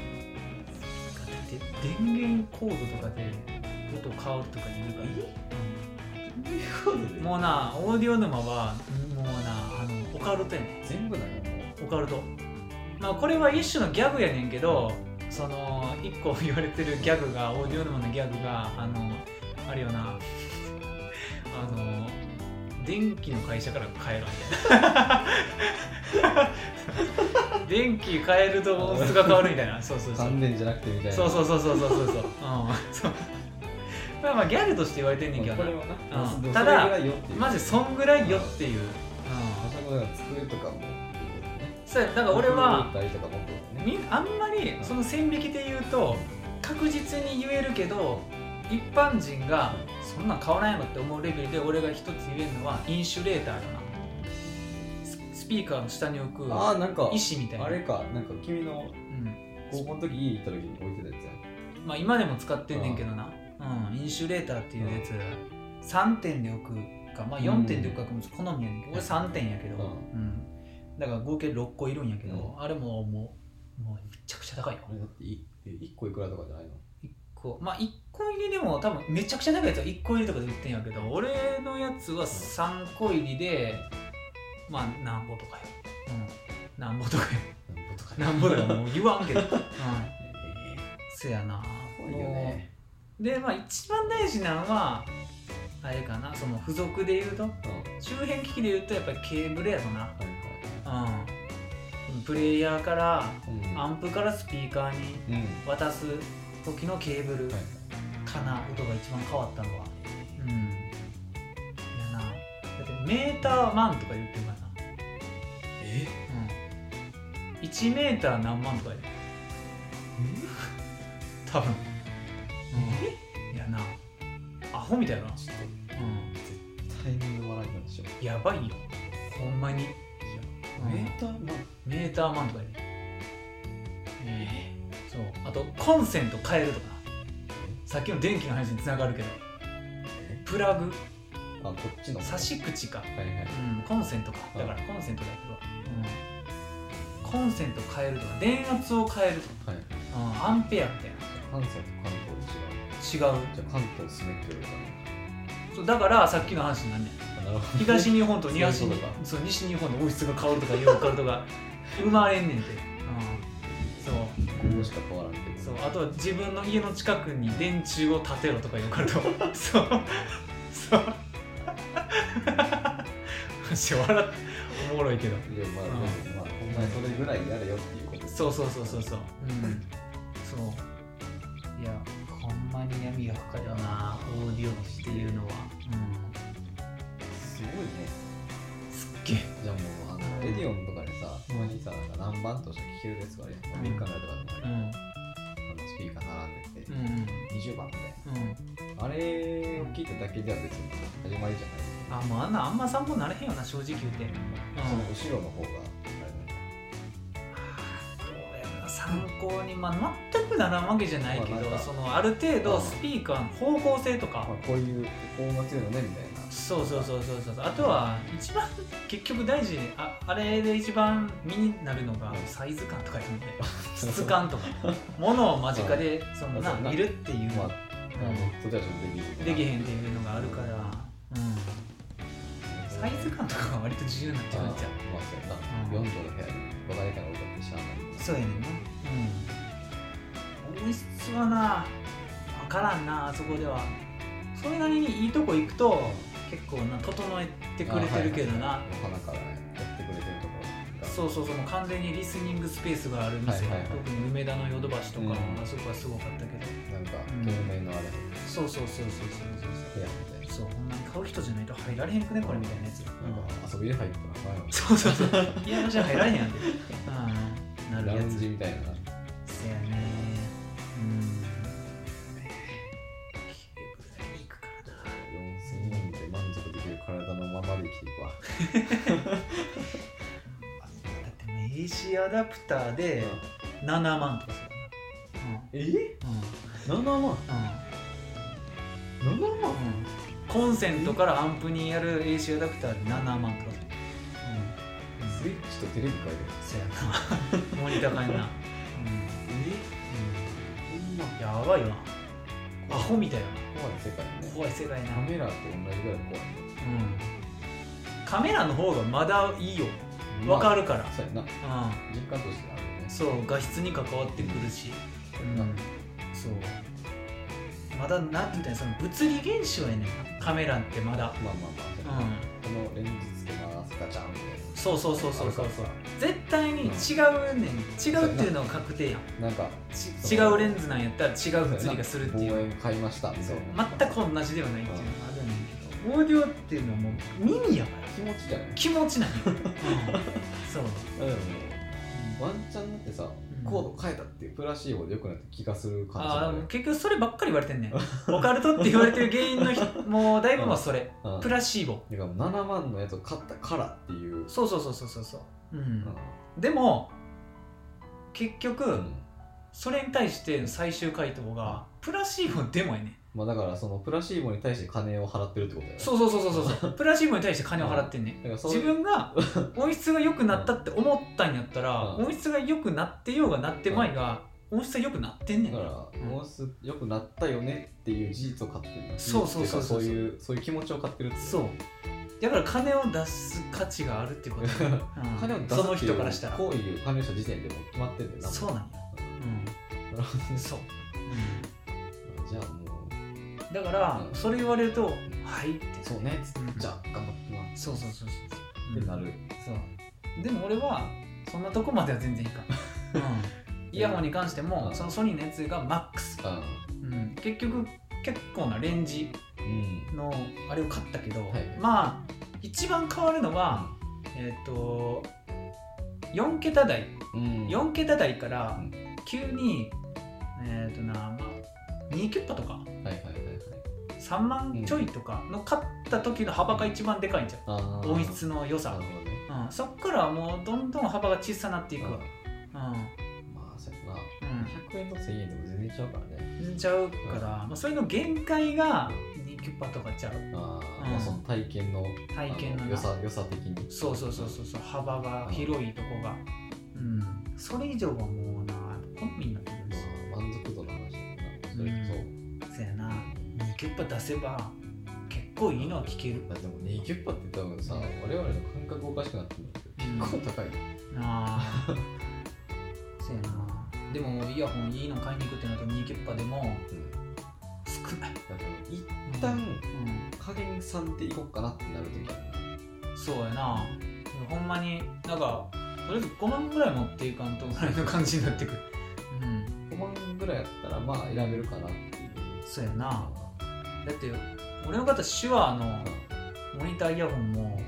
だって電源コードとかで音変わるとか言うから、うんもうなオーディオ沼はもうなあのオカルトやね
全部なの
オカルトまあこれは一種のギャグやねんけどその一個言われてるギャグがオーディオ沼のギャグがあのあるよなあの電気の会社から変えろみ たいな電気変えると音質が変わるみたいなそうそうそう
関連じゃなくてみたいな
そうそううそうそうそうそうそう。うん、そう。まあまあギャルとして言われてんねんけ
こ
ど
れ
な。
は
うん
な
ただマ
マ
ジ
ジ
そんぐらいよっていう。うん。
パソコンだから机とかも
そうやだから俺は
台とか持ってる
み
ね
あんまりその線引きで言うと確実に言えるけど一般人がそんなん変わらんやろって思うレベルで俺が一つ言えるのはインシュレーターだな。ススピーカーの下に置く
ああなんか
石みたいな。
あれかなんか君の
うん。
高校の時家行った時に置いてたやつや
まあ今でも使ってんねんけどな。うん。インシュレーターっていうやつ。3点で置くか、まあ、4点で置くかも好みやねんけど俺3点やけど、
うん
うんだから合計6個いるんやけど、
う
あれももうもうめちゃくちゃ高いよ
あれだっていえ一個いくらとかじゃないの
1個まあ1個入りでも多分めちゃくちゃ高いやつは1個入りとかで売ってんやけど俺のやつは3個入りでまあなんぼとかよ、うん、なんぼとかよ
何個とか
なんぼとかもう言わんけど、うん、
え
せやな
えいいよね
でまあ一番大事なのはあれかなその付属で言うと
うんはい
周辺機器で言うとやっぱりケーブルやろな
は
うんプレイヤーから
いうん
アンプからスピーカーに
うんはい
渡す時のケーブル
はい
かな、音が一番変わったのはうんいやなだってメーター万とか言ってるからな
え
うん1メーター何万とか言う多分うんいやなアホみたいやな
ちょっ
うん
とタイミングもらえたでし
やばいよほんまに
メ
メ
ーターな
メーターマンとかいるそうあとコンセント変えるとかさっきの電気の話につながるけどプラグ
あこっちの
差し口か、
はいはい
うん、コンセントかだからコンセントだけど、うん、コンセント変えるとか電圧を変えるとか、
はい
うん、アンペアみたいな
関西と関東で違う
違う
じゃあ関東すねってるか
そうだからさっきの話になん ねん
ななるほど
東日本と東
そうい
日
うこと
本そう西日本の王室が変わるとかいうオカルトが生まれんねんて、うん、そう
ここしか変わらんけど
そうあとは自分の家の近くに電柱を建てろとか言うからと そうそう マジ笑っおもろいけど
いやまあ、
うん
でもまあほんまにそれぐらいやれよっていうこと
そうそうそうそうそううんそういやほんまに闇が深いよなオーディオっていうのはうん
すごいね
すっげえ
じゃあもうあのエディオンとかでさたまにさなんか何番として聞けるですからね
ん
3日ぐらいとかでも
う
ね
ん
あのスピーカー並んでて、
うん
20番みたい
うん
なあれを聞いただけでは別に始まりじゃない
あもうあんなあんま散歩なれへんよな正直言うて
その後ろの方が
そうやな参考に、まあ、全くならんわけじゃないけ
まあな
ど
んか
そのある程
う
度
ん
スピーカーの方向性と
あれなんだ
か
まあ、こういうこうが強いよねみたいな
そうそうそうそうそうあとは一番結局大事ああれで一番身になるのが
うん
サイズ感とか言 ってね質感とか物を間近で そのな
そうな
見るっていう
まあ、
うん
ネットではちょっとできへんけど
できへんっていうのがあるから、うん、サイズ感とかは割と自由になっちゃう
あ
なっちゃう
まあそうや
う
な、
ん
4畳の部屋に5台から置いてあってしゃあない
そうやねんなうん音質はな分からんなあそこではそれなりにいいとこ行くと結構な整えてくれてるけどな、
あはいはいお花からねやってくれてるところが
そうそうそうもう完全にリスニングスペースがある店、
はいはいはい
特に梅田のヨドバシとか、
うん
あそこはすごかったけど
なんか
うん
透明のあれ
そうそうそうそうそう
部屋みたい
そうそうほんまに買う人じゃないと入られへんくねこれみたいなやつ、
ななんか遊びで入ったら前は
そうそうそういやじゃ入らへんやんってうんなる
ラ
や
ウ
つ
ンジみたいな
そやねうんケーブルだけ行くからな
4000円で満足できる体のままで生きていくわ
だってもう AC アダプターで7万とかする
え
からな
7万7万
うんうんうんコンセントからアンプにやる AC アダプターで7万とかするうん
スイッチとテレビ買える
そ やなモニター買えんな
えそんな
うんやばいわアホみたいな
怖い世界ね
怖い世界な
カメラと同じぐらい怖い
うんカメラの方がまだいいよ
ね
わか
る
るから
そうやな
うん
実感としてあるよね
そう画質に関わってくるし、
うん
そうまだなんて言ったらいいのその物理現象やねんカメラってまだ
まあまあまあそう
う
やなんこのレンズつけますガチャンみたいな
そうそうそうそうそう
あるから
絶対に違うねん違うっていうのが確定やん
さなんか
ち違うレンズなんやったら違う物理がするっていう
望遠買いましたみたいな
全く同じではないっていうのがあるんだけどオーディオっていうのはもう耳やから
気持ちじゃない
気持 ちなんよ、うん、そう、
でもワンチャンだってさ
ん
コード変えたっていうプラシーボで良くなった気がする感じ
ああ
だね
ー結局そればっかり言われてんねんオカルトって言われてる原因 のひもうだいぶはそれ、
うん
プラシーボ
だから7万のやつを買ったからっていう
そうそうそうそうそうそう、う
うんん、
でも結局、
うん
それに対しての最終回答がプラシーボでもやねん
まあだからそのプラシーボに対して金を払ってるってことだよね
そうそうそうそうそうプラシーボに対して金を払ってんねん
だからそう
自分が音質が良くなったって思ったんやったら、
うん
音質が良くなってようがなってまいが、音質が良くなってんね
だ
ん
か
う
ら
ん
もうす良くなったよねっていう事実を買ってるんだ
そうそうそうそう
っていかそういうそういう気持ちを買ってるってい
そうだから金を出す価値がある ってこと、うん
金を出す
その
ってい
人
う
からしたら
行為を完了した時点でもう決まってるんだよな
そうなんや、
なるほど
うん、
ね
そう、
じゃあもう
うんだから、
うん
それ言われると「はい」って
そうねつって
うん
じゃあ頑張ってなっ
そうそうそうそう
てなる、
そうでも俺はそんなとこまでは全然いい か、うん、イヤホンに関しても、
うん
そのソニーのやつがマックス、うん、結局結構なレンジ
うん
のあれを買ったけど、
はい
まあ一番変わるのは、えっ、と4桁台
うん
4桁台から
うん
急に、えっ、とな、まあ、2キュッパとか
はいはいはいはい
3万ちょいとかの買った時の幅が一番でかいんじゃ
あ
ん、
ー
音質の良
な
さ
る、ほどね
うん、そっからはもうどんどん幅が小さなっていくわうん
まあそうやな
うん
100円と1000円でも全然ちゃうからね
全然ちゃうから、まあ、それの限界が2キュッパとかちゃう
あー、
うん
まあその体験の
体験の
あ
な
良さ良さ的に
そうそうそうそうそう幅が広いとこがうんそれ以上はもうなコンビになってくるし
まあ満足度の話だなそれこそ、
そやな2キュッパ出せば結構いいのは聞ける
だってもう2キュッパって多分さ我々の感覚おかしくなってるんだけ
うん
ど結構高いよ
なあそやなでもイヤホンいいの買いに行くってなると2キュッパでも
うん
少ない
だから一旦
う
加減さんでいこうかなってなるときある
んそうやなほんまになんかとりあえず5万ぐらい持っていかんとぐらいの感じになってくるうん
5万ぐらいやったらまあ選べるかなっていう
そうやなだって俺の方手話のモニターイヤホンも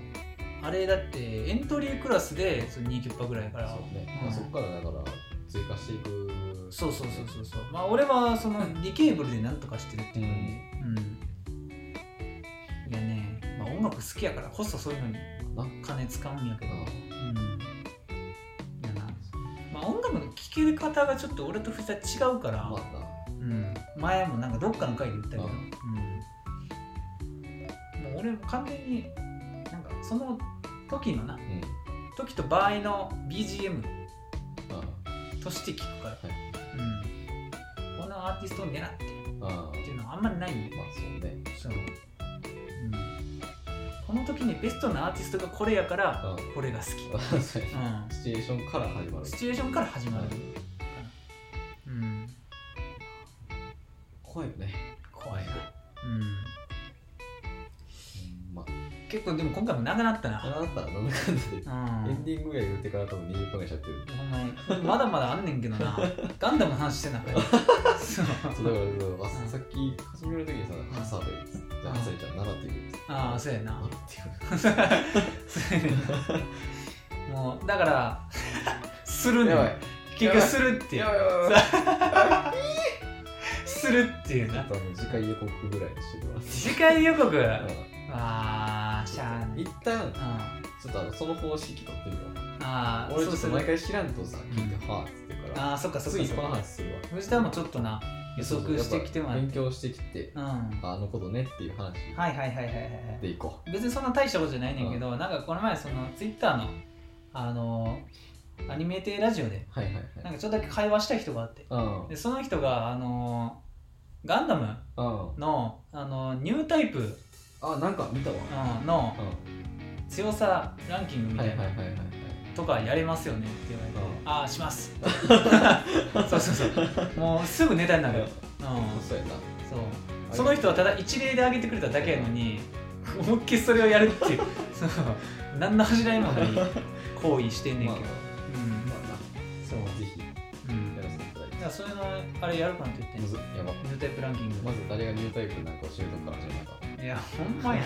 あれだってエントリークラスでその2キュッパぐらいやから
そうね、
うん
まあ、そこからだから追加していく
そうそうそうそうそうまあ俺はその2ケーブルでなんとかしてるっていう感じうんいやね、まあ、音楽好きやからこそそういうのに
な
金使うんやけど
あ
うんいやなまあ音楽の聴ける方がちょっと俺と藤田違うから、
まあ
うん、前もなんかどっかの回で言ったけど、
あ
うん、もう俺も完全になんかその時のな
なうん
時と場合の BGM
あ
として聞くから、
は
うん、このアーティストを狙ってっ
あああ
ていうのはあんまりないんで、
まあそうね
そのうん、この時にベストなアーティストがこれやから
あ
これが好き、う、
あそうやなんシチュエーションから始まる
シチュエーションから始まる
う
か
ん
ら、うん、
怖いよね
怖いな、うん
うんま
結構でも今回も長なった
ああ
な、
なたはどんな感じで
うん、
エンディングぐらい言ってから多分20分ぐらいしちゃってる。
お前まだまだあんねんけど なガンダムの話してなかったそう
そうだからそうあ
うん
さっき始める時にさ、ハサウェイっつって、ハサウェイちゃん、ナラティブっつって。
ああそうやな
ナラティブ
そうやなもうだからするね
やば
ん
い。
結局するっていう
やばいやばいやばい。
するっていう
ちょっ
な
とあの次回予告ぐらいにしてもらって。
次回予告
うん
あーしゃあない
一旦
うん、あ
ちょっとあのその方式取ってみよう。
あー
俺ち
そ
ょ
う
っ
す
と
る
毎回知らんとさ、聞いて
う、ん
はぁっつってから。
ああそっかそっ
次
か
に
そっ
この
か
話するわ。
藤田もちょっとな予測してきてもらっ
勉
て
強してきて、
うんはい
ああのことねっていう話
はいはいはいはいはい
でいこ
別にそんな大したことじゃないねんけど、なんかこの前そのツイッターのあのアニメーテラジオで
う。はいはい
な
はい。
んかちょっとだけ会話した人があって
うん。
でその人があのガンダム
うん。
のあのニュータイプう
あ、なんか見たわ。
んの
うん。
強さランキングみた
はいい
な
は
い
はいはいはい。
とかやれますよねって言われて、
う
ああします そうそうそうもうすぐネタになるよ、うん、
そうやな。
そうその人はただ一例で挙げてくれただけやのに思いっきりそれをやるっていう そう何の恥じらいもない行為してんねん
まあ
けど、
まあ
そう、
なぜひや
うん、だ
らせていただいて
からそれのあれやるかなって言ってん
む
の
ずやば
ニュータイプランキング、
まず誰がニュータイプなんか教えとくからじゃないか
いやほんまや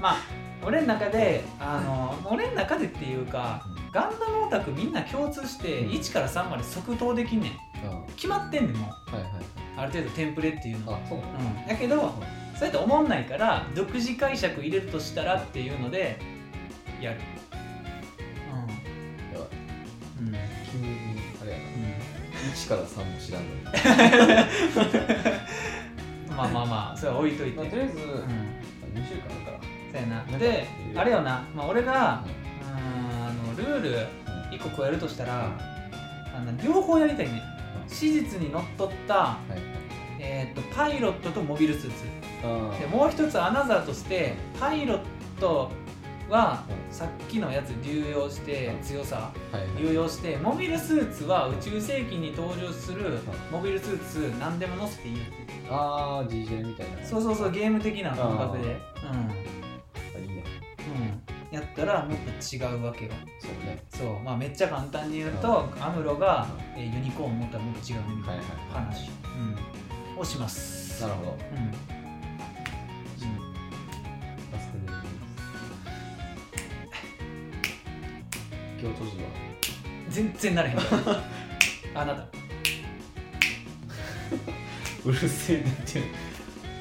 まあ俺の中であの俺の中でっていうかガンダムオタクみんな共通して
うん
1から3まで即答できんねん
うん
決まってんねんもう
はいはい
ある程度テンプレっていうのは、
あそうなの
うん、だけどそうやって思んないから独自解釈入れるとしたらっていうのでやる
やばい
うんうん、うん、
急にあれやな1から3も知らんのに
まあまあまあそれは置いといて、
ま
う
あ
ん、
とりあえず2週間だから
そうやな
なんか
であれよな、まあ、俺が
うん
うーんあのルール
うん
1個加えるとしたらあの両方やりたいね
うん
史実にのっとった、
はい
えー、とパイロットとモビルスーツ
はい
でもう一つアナザーとしてパイロットは
う
さっきのやつ流用して
うん
強さ
はいはい
流用してモビルスーツは宇宙世紀に登場するモビルスーツ何でも乗せていいよっていう
ああ DJ みたいな
そうそうそうゲーム的な感覚で
あいいね
うん、うん、やったらもっと違うわけよ
そうね
そうまあめっちゃ簡単に言うとアムロが、えーユニコーン持ったらもっと違うねみた
はいい
な
はい
話、うん、をします
なるほど
うん、うん
ラストに行きます今日年は
全然なれへ んあなた
うるせえなって
い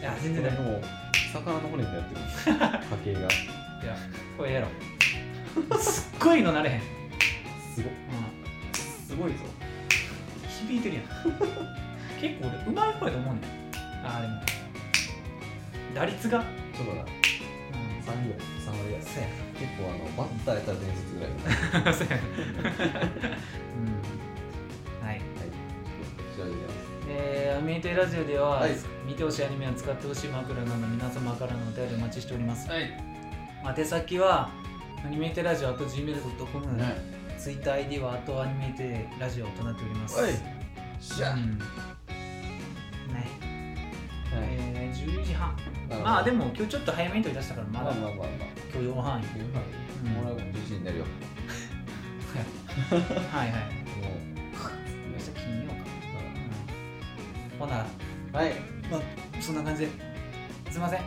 や全
で
然なれへん
も魚の骨になってる波形が
いやこれやろうすっごいのなれへん、うん、
すごすごいぞ
響いてるや ん結構俺うまい方やと思うねんあーでも打率が、
ちょっとな
うん、
3割ぐらい3割ぐらい
そうや
結構あのバッターやったら伝説ぐらいの
な そうやなうんはい
試合でやる
えー、アミエテラジオでは、
はい
見てほしいアニメを使ってほしい枕など皆様からのお便りお待ちしております
はい
宛先はアニメテラジオあと gmail.com、
はい
ツイッター ID はあとアニメテラジオとなっております
は
う
いしゃ
んはい、
はい
えー、10時半
なるほど
まあでも今日ちょっと早めに取り出したからま
まあ
だ
まあまあまあ
許容範囲
夕飯
うん
俺はもう11時になるよ
は
も
いはいう明日金曜か、うん、ほな
はい
まあそんな感じですい ません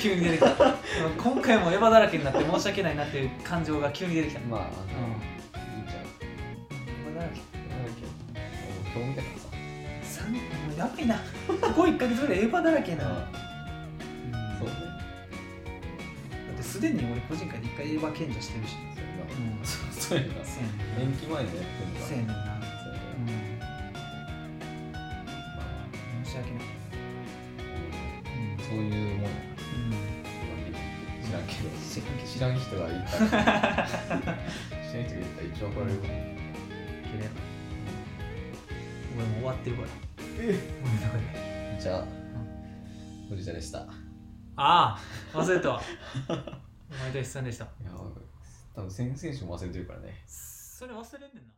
急に出てきた今回もエヴァだらけになって申し訳ないなっていう感情が急に出てきた、うん、エ
まああのいいんちゃう
ヴァだらけ
なんだっけ俺今日見たからさ
三もうやばいなここ1か月ぐらいエヴァだらけやな、
そうね
だってすでに俺個人会で1回エヴァ賢者してるしうんそ
そうやなそうや
う
な
やね
延
ん
期前でやってんのか
そうやねんな、
そうやなま
うん、申し訳ない、
あ
うん
そういうもんや
う
知らんけど
知らんけど
知らん人がい たら知らん人がいたら一番怒られる
ん、けれん俺もう終わってるから
え
俺の中で
じゃあ藤田でしたい
ああ忘れたわお前と一さんでした
や多分先々週も忘れてるからね
それ忘れんねんな